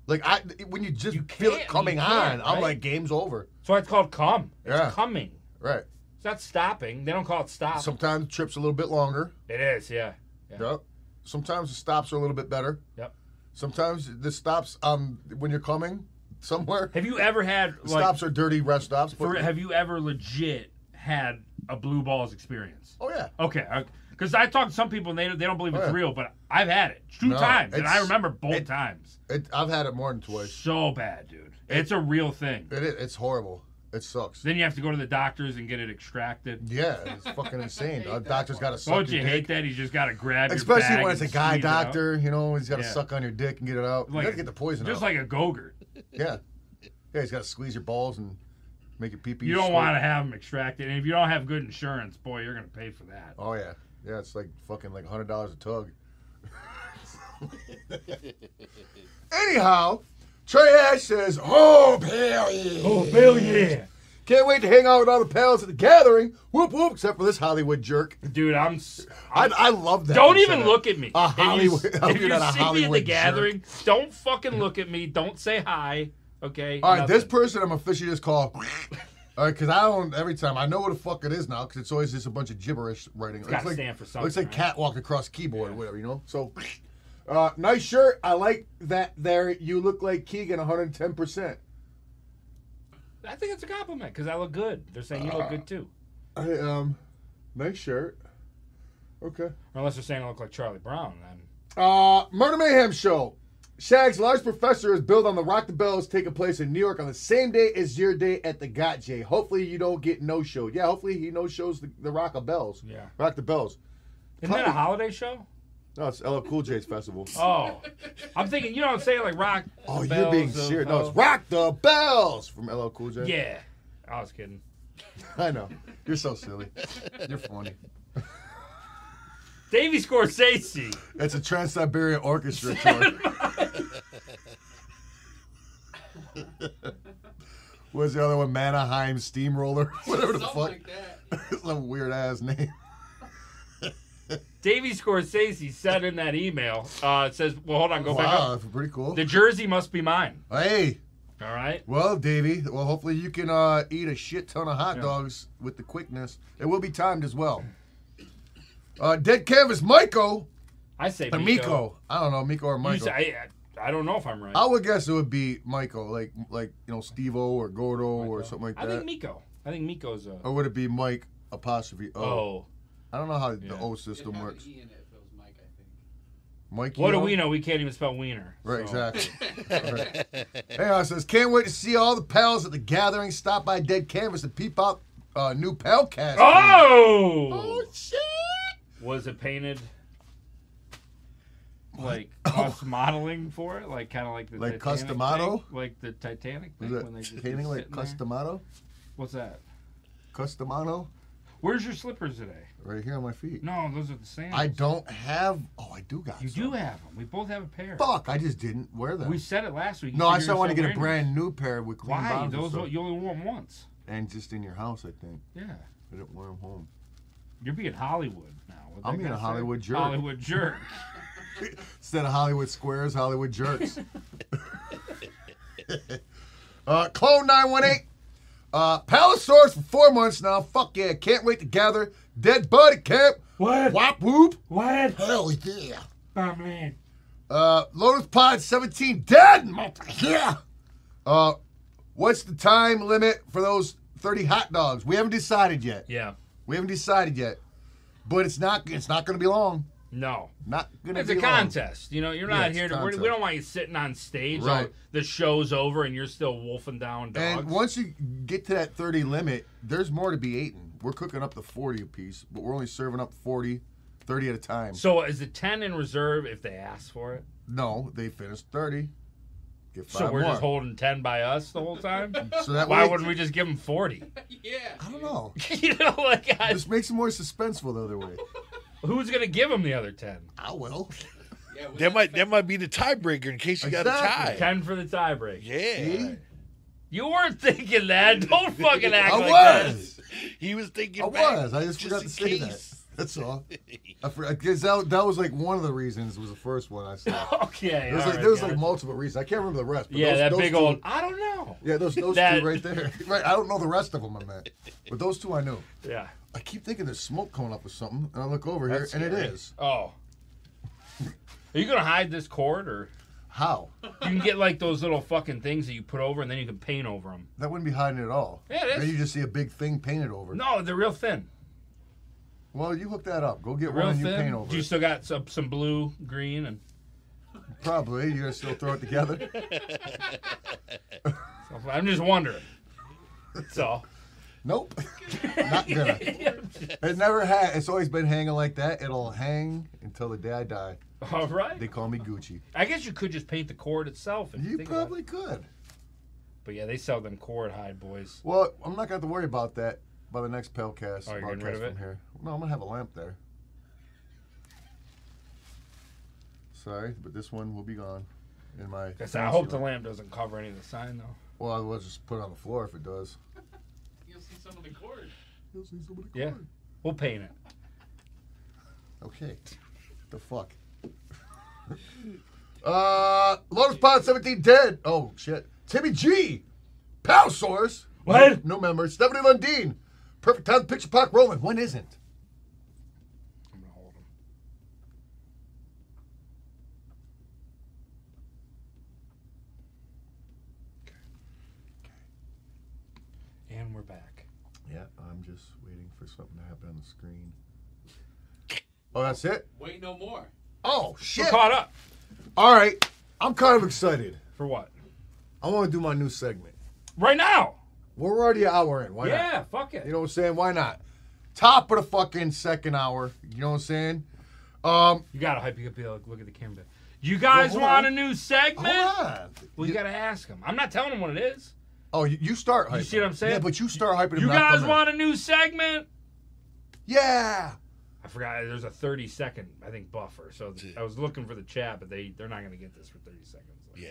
Speaker 1: Like I, when you just
Speaker 2: You
Speaker 1: feel it
Speaker 2: can't,
Speaker 1: coming
Speaker 2: you
Speaker 1: on,
Speaker 2: can't,
Speaker 1: I'm
Speaker 2: right?
Speaker 1: like, game's over.
Speaker 2: That's why it's called come. It's
Speaker 1: Yeah.
Speaker 2: coming.
Speaker 1: Right.
Speaker 2: It's not stopping. They don't call it stop.
Speaker 1: Sometimes trips a little bit longer.
Speaker 2: it is, yeah. Yeah.
Speaker 1: Yep. Sometimes the stops are a little bit better.
Speaker 2: Yep.
Speaker 1: Sometimes the stops um when you're coming somewhere.
Speaker 2: Have you ever had
Speaker 1: The
Speaker 2: like
Speaker 1: stops are dirty rest stops. But,
Speaker 2: for, have you ever legit had a blue balls experience?
Speaker 1: oh yeah.
Speaker 2: Okay, because I talk to some people and they, they don't believe it's
Speaker 1: Oh, yeah.
Speaker 2: real, but I've had it two
Speaker 1: No,
Speaker 2: times and I
Speaker 1: it's-
Speaker 2: remember both
Speaker 1: it-
Speaker 2: times.
Speaker 1: It, I've had it more than twice.
Speaker 2: So bad, dude. It's a real thing.
Speaker 1: It, it it's horrible. It sucks.
Speaker 2: Then you have to go to the doctors and get it extracted.
Speaker 1: Yeah, it's fucking insane.
Speaker 5: hate
Speaker 1: A
Speaker 5: that
Speaker 1: doctor's
Speaker 5: part.
Speaker 1: got to suck
Speaker 2: Don't
Speaker 1: your
Speaker 2: you hate
Speaker 1: dick.
Speaker 2: that? He's just got to grab your
Speaker 1: Especially
Speaker 2: bag
Speaker 1: when it's a
Speaker 2: and
Speaker 1: guy
Speaker 2: squeeze it out.
Speaker 1: doctor, you know, he's got to
Speaker 2: Yeah.
Speaker 1: suck on your dick and get it out.
Speaker 2: Like-
Speaker 1: you got to get the poison out.
Speaker 2: Just like a gogurt.
Speaker 1: Yeah. Yeah, he's got to squeeze your balls and make your pee pee.
Speaker 2: You don't want to have them extracted. And if you don't have good insurance, boy, you're going to pay for that.
Speaker 1: Oh, yeah. Yeah, it's like fucking like $100 a tug. Anyhow, Trey Ash says, Oh, hell yeah.
Speaker 2: Bill, yeah.
Speaker 1: Can't wait to hang out with all the pals at the gathering. Whoop, whoop, except for this Hollywood jerk.
Speaker 2: Dude, I'm. s-
Speaker 1: I, I love that.
Speaker 2: Don't
Speaker 1: he said
Speaker 2: even
Speaker 1: that.
Speaker 2: look at me.
Speaker 1: A
Speaker 2: If you-
Speaker 1: Hollywood-
Speaker 2: If
Speaker 1: I'm
Speaker 2: you,
Speaker 1: not a
Speaker 2: see me at the
Speaker 1: Hollywood jerk.
Speaker 2: gathering, don't fucking look at me. Don't say hi. Okay.
Speaker 1: All right, this
Speaker 2: Nothing.
Speaker 1: person I'm officially just call. All right, because I don't every time I know what the fuck it is now because it's always just a bunch of gibberish writing. It's
Speaker 2: gotta
Speaker 1: like,
Speaker 2: stand for
Speaker 1: Looks like
Speaker 2: something, right?
Speaker 1: cat walked across keyboard,
Speaker 2: Yeah.
Speaker 1: whatever you know. So, uh, nice shirt. I like that. There, you look like Keegan 110. percent
Speaker 2: I think it's a compliment because I look good. They're saying you
Speaker 1: Uh.
Speaker 2: look good too.
Speaker 1: Um, nice shirt. Okay.
Speaker 2: Unless they're saying I look like Charlie Brown. Then.
Speaker 1: Uh, Murder Mayhem Show. Shag's large professor is built on the Rock the Bells taking place in New York on the same day as your day at the Got J. Hopefully you don't get no show. Yeah, hopefully he no shows the, the Rock of Bells.
Speaker 2: Yeah.
Speaker 1: Rock the Bells.
Speaker 2: Isn't that a holiday show?
Speaker 1: No, it's LL Cool J's festival.
Speaker 2: Oh. I'm thinking, you know what I'm saying? Like rock.
Speaker 1: Oh,
Speaker 2: the
Speaker 1: you're being
Speaker 2: bells of
Speaker 1: serious. No, it's
Speaker 2: hell.
Speaker 1: Rock the Bells from LL Cool J.
Speaker 2: Yeah. I was kidding.
Speaker 1: I know. You're so silly. You're funny.
Speaker 2: Davy Scorsese.
Speaker 1: It's a Trans Siberian Orchestra tour. What's the other one? Manaheim Steamroller? Whatever the
Speaker 5: Something
Speaker 1: fuck.
Speaker 5: like that.
Speaker 1: Some weird ass name.
Speaker 2: Davy Scorsese said in that email, uh, it says, well, hold on, go back
Speaker 1: wow,
Speaker 2: up.
Speaker 1: that's pretty cool.
Speaker 2: The jersey must be mine.
Speaker 1: hey,
Speaker 2: All right.
Speaker 1: well, Davey, well, hopefully you can uh, eat a shit ton of hot
Speaker 2: Yeah.
Speaker 1: dogs with the quickness. It will be timed as well. Uh, Dead Canvas, Michael.
Speaker 2: I say
Speaker 1: Miko.
Speaker 2: Miko.
Speaker 1: I don't know, Miko or
Speaker 2: You
Speaker 1: Michael.
Speaker 2: say, I, I I don't know if I'm right.
Speaker 1: I would guess it would be Michael, like like you know Steve O or Gordo or
Speaker 2: Miko.
Speaker 1: something like
Speaker 2: I
Speaker 1: that. Oh,
Speaker 2: think Miko. I think Miko's a.
Speaker 1: or would it be Mike apostrophe O?
Speaker 2: Oh.
Speaker 1: I don't know how
Speaker 2: Yeah.
Speaker 1: the O
Speaker 5: It
Speaker 1: system
Speaker 5: had an
Speaker 1: works.
Speaker 5: E in it if it was Mike, I think.
Speaker 1: Mike.
Speaker 2: What do we know? We can't even spell wiener.
Speaker 1: Right,
Speaker 2: so.
Speaker 1: exactly. Hey, it says, can't wait to see all the pals at the gathering. Stop by Dead Canvas to peep out uh, new Palcast.
Speaker 8: Oh,
Speaker 2: Oh! shit! Was it painted? like us modeling for it, like kind of like the
Speaker 1: Like
Speaker 2: Titanic
Speaker 1: customado?
Speaker 2: thing, like the Titanic
Speaker 1: Is
Speaker 2: thing when they
Speaker 1: it
Speaker 2: just
Speaker 1: painting like
Speaker 2: sitting there.
Speaker 1: customado?
Speaker 2: What's that?
Speaker 1: Customado?
Speaker 2: Where's your slippers today?
Speaker 1: Right here on my feet.
Speaker 2: No, those are the sandals.
Speaker 1: I don't have. Oh, I do got.
Speaker 2: You
Speaker 1: some.
Speaker 2: do have them. We both have a pair.
Speaker 1: Fuck! I just didn't wear them.
Speaker 2: We said it last week. You
Speaker 1: no, I
Speaker 2: said
Speaker 1: still want to get a
Speaker 2: yourself wearing
Speaker 1: brand new pair with
Speaker 2: them.
Speaker 1: clean
Speaker 2: Why?
Speaker 1: bottoms and
Speaker 2: Those
Speaker 1: stuff.
Speaker 2: you only wore them once.
Speaker 1: and just in your house, I think.
Speaker 2: Yeah,
Speaker 1: I didn't wear them home.
Speaker 2: you're being Hollywood now. What
Speaker 1: I'm
Speaker 2: that
Speaker 1: being
Speaker 2: guy
Speaker 1: a
Speaker 2: said.
Speaker 1: Hollywood jerk.
Speaker 2: Hollywood jerk.
Speaker 1: Instead of Hollywood squares, Hollywood jerks. uh, clone 918. Uh, Palisaurus for four months now. Fuck yeah. Can't wait to gather. Dead body camp.
Speaker 2: What?
Speaker 1: Wop whoop.
Speaker 2: What?
Speaker 1: Hell yeah.
Speaker 2: I mean,
Speaker 1: Uh, Lotus Pod 17 dead. Motherfucker. Yeah. Uh, what's the time limit for those 30 hot dogs? We haven't decided yet.
Speaker 2: yeah.
Speaker 1: We haven't decided yet. But it's not it's not going to be long.
Speaker 2: No.
Speaker 1: Not going to
Speaker 2: It's
Speaker 1: be
Speaker 2: a
Speaker 1: long.
Speaker 2: contest. You know, you're
Speaker 1: Yeah,
Speaker 2: not
Speaker 1: it's
Speaker 2: here to. We're, we
Speaker 1: contest.
Speaker 2: don't want you sitting on stage.
Speaker 1: Right.
Speaker 2: Right. The show's over and you're still wolfing down dogs.
Speaker 1: And once you get to that 30 limit, there's more to be eaten. We're cooking up the 40 apiece, but we're only serving up 40, 30 at a time.
Speaker 2: so is the 10 in reserve if they ask for it?
Speaker 1: no, they finished 30. Get five
Speaker 2: So we're
Speaker 1: more.
Speaker 2: just holding 10 by us the whole time?
Speaker 1: so that
Speaker 2: Why
Speaker 1: way,
Speaker 2: wouldn't we just give them 40?
Speaker 5: Yeah.
Speaker 1: I don't know.
Speaker 2: you know, like, I,
Speaker 1: This makes it more suspenseful the other way.
Speaker 2: who's going to give them the other 10?
Speaker 1: I will.
Speaker 5: Yeah, we
Speaker 7: That might that might be the tiebreaker in case you got a
Speaker 1: Exactly.
Speaker 7: tie.
Speaker 2: 10 for the tiebreak.
Speaker 7: Yeah.
Speaker 1: See?
Speaker 2: You weren't thinking that. Don't fucking act
Speaker 1: I
Speaker 2: like that.
Speaker 1: was.
Speaker 7: He was thinking
Speaker 1: I
Speaker 7: back,
Speaker 1: was. I just forgot
Speaker 7: in
Speaker 1: to say
Speaker 7: case.
Speaker 1: that. That's all. I because that, that was like one of the reasons was the first one I saw.
Speaker 2: Okay.
Speaker 1: There's
Speaker 2: all
Speaker 1: like
Speaker 2: right,
Speaker 1: there's
Speaker 2: got
Speaker 1: like
Speaker 2: it.
Speaker 1: multiple reasons. I can't remember the rest. But
Speaker 2: yeah,
Speaker 1: those,
Speaker 2: that
Speaker 1: those
Speaker 2: big
Speaker 1: two-
Speaker 2: old. I don't know.
Speaker 1: Yeah, those those
Speaker 2: That-
Speaker 1: two right there. Right, I don't know the rest of them I met, but those two I knew.
Speaker 2: Yeah.
Speaker 1: I keep thinking there's smoke coming up with something, and I look over here,
Speaker 2: That's
Speaker 1: and it
Speaker 2: scary.
Speaker 1: is.
Speaker 2: Oh. Are you gonna hide this cord, or
Speaker 1: How?
Speaker 2: you can get like those little fucking things that you put over, and then you can paint over them?
Speaker 1: That wouldn't be hiding at all.
Speaker 2: Yeah, it is.
Speaker 1: Then you just see a big thing painted over. it.
Speaker 2: No, they're real thin.
Speaker 1: Well, you hook that up. Go get
Speaker 2: Real
Speaker 1: one and you
Speaker 2: thin.
Speaker 1: paint over
Speaker 2: Do you
Speaker 1: it.
Speaker 2: still got some some blue, green, and
Speaker 1: Probably. You're going to still throw it together.
Speaker 2: stuff? I'm just wondering. That's all.
Speaker 1: nope. Not going to. It never had. It's always been hanging like that. It'll hang until the day I die.
Speaker 2: all right.
Speaker 1: They call me Gucci.
Speaker 2: I guess you could just paint the cord itself. If you,
Speaker 1: You
Speaker 2: think about it.
Speaker 1: probably could.
Speaker 2: But yeah, they sell them cord hide boys.
Speaker 1: Well, I'm not going to have to worry about that by the next Pelcast
Speaker 2: Oh, you're getting
Speaker 1: broadcast
Speaker 2: rid of
Speaker 1: from
Speaker 2: it?
Speaker 1: here. No, I'm going to have a lamp there. Sorry, but this one will be gone. In my
Speaker 2: Yes, I
Speaker 1: fancy
Speaker 2: hope the
Speaker 1: lamp.
Speaker 2: lamp doesn't cover any of the sign though.
Speaker 1: Well, I will just put it on the floor if it does.
Speaker 5: You'll see some of the cord.
Speaker 2: Yeah. We'll paint it.
Speaker 1: Okay. The fuck. uh, Lotus Pod 17 dead. Oh shit. Timmy G. Palsaurus.
Speaker 2: What?
Speaker 1: No, no member. Stephanie Lundeen. Perfect time to picture Pac rolling. When isn't?
Speaker 2: I'm gonna hold them. And we're back.
Speaker 1: Yeah, I'm just waiting for something to happen on the screen. Oh, that's it.
Speaker 5: Wait no more.
Speaker 1: Oh
Speaker 2: We're
Speaker 1: shit.
Speaker 2: caught up.
Speaker 1: All right. I'm kind of excited.
Speaker 2: For what?
Speaker 1: I want to do my new segment.
Speaker 2: Right now.
Speaker 1: We're already an hour in. Why not?
Speaker 2: yeah. Fuck it.
Speaker 1: You know what I'm saying? Why not? Top of the fucking second hour. You know what I'm saying? Um,
Speaker 2: you gotta hype you up. be Like, look at the camera. You guys
Speaker 1: hold
Speaker 2: want
Speaker 1: on.
Speaker 2: a new segment?
Speaker 1: hold on.
Speaker 2: Well, you gotta ask them. I'm not telling them what it is.
Speaker 1: Oh, you, you start hyping.
Speaker 2: You see what I'm saying?
Speaker 1: Yeah, but you start hyping.
Speaker 2: You
Speaker 1: him
Speaker 2: guys want a new segment?
Speaker 1: Yeah.
Speaker 2: I forgot. There's a 30 second, I think, buffer. So th- I was looking for the chat, but they they're not gonna get this for 30 seconds.
Speaker 7: Yeah.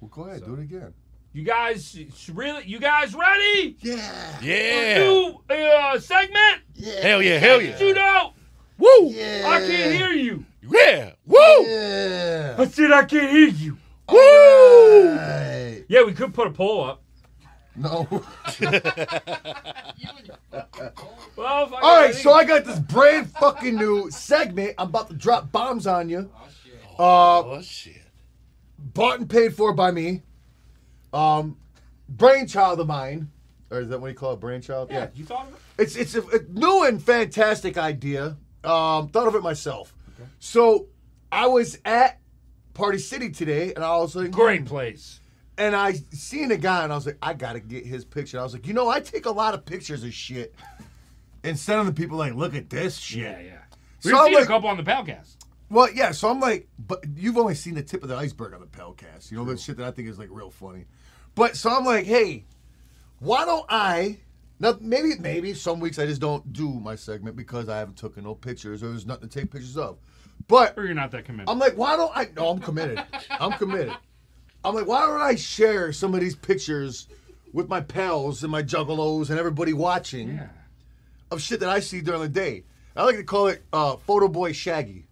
Speaker 1: Well, go ahead.
Speaker 2: So-
Speaker 1: Do it again.
Speaker 2: You guys s- really? You guys ready?
Speaker 1: Yeah.
Speaker 7: Yeah.
Speaker 2: New uh, segment.
Speaker 1: Yeah.
Speaker 7: Hell yeah. Hell yeah.
Speaker 2: Shoot out.
Speaker 7: Woo.
Speaker 1: Yeah.
Speaker 2: I can't hear you.
Speaker 7: Yeah. Woo.
Speaker 1: Yeah.
Speaker 2: said I can't hear you.
Speaker 7: Woo.
Speaker 1: Hey.
Speaker 2: Yeah, we could put a poll up.
Speaker 1: No.
Speaker 5: You and your fucking cord.
Speaker 2: Well, if I
Speaker 1: All right.
Speaker 2: think-
Speaker 1: So I got this brand fucking new segment. I'm about to drop bombs on you.
Speaker 5: Oh shit.
Speaker 1: Uh,
Speaker 7: Oh shit.
Speaker 1: bought and paid for by me. Um, brainchild of mine, or is that what you call it? Brainchild.
Speaker 2: yeah, you thought of it.
Speaker 1: It's it's a, a new and fantastic idea. Um, thought of it myself. So I was at Party City today, and I was like,
Speaker 2: Great place.
Speaker 1: And I seen a guy, and I was like, I gotta get his picture. I was like, you know, I take a lot of pictures of shit. Instead of the people like, look at this shit.
Speaker 2: Yeah, yeah. We've
Speaker 1: So I'm
Speaker 2: seen a
Speaker 1: like-
Speaker 2: couple on the podcast.
Speaker 1: Well, yeah. So I'm like, but you've only seen the tip of the iceberg on the Pelcast. You know that shit that I think is like real funny. But so I'm like, hey, why don't I? Now maybe maybe some weeks I just don't do my segment because I haven't taken no pictures or there's nothing to take pictures of. But
Speaker 2: Or you're not that committed.
Speaker 1: I'm like, why don't I? No, I'm committed. I'm committed. I'm like, why don't I share some of these pictures with my pals and my juggalos and everybody watching
Speaker 2: yeah.
Speaker 1: of shit that I see during the day? I like to call it uh, Photo Boy Shaggy.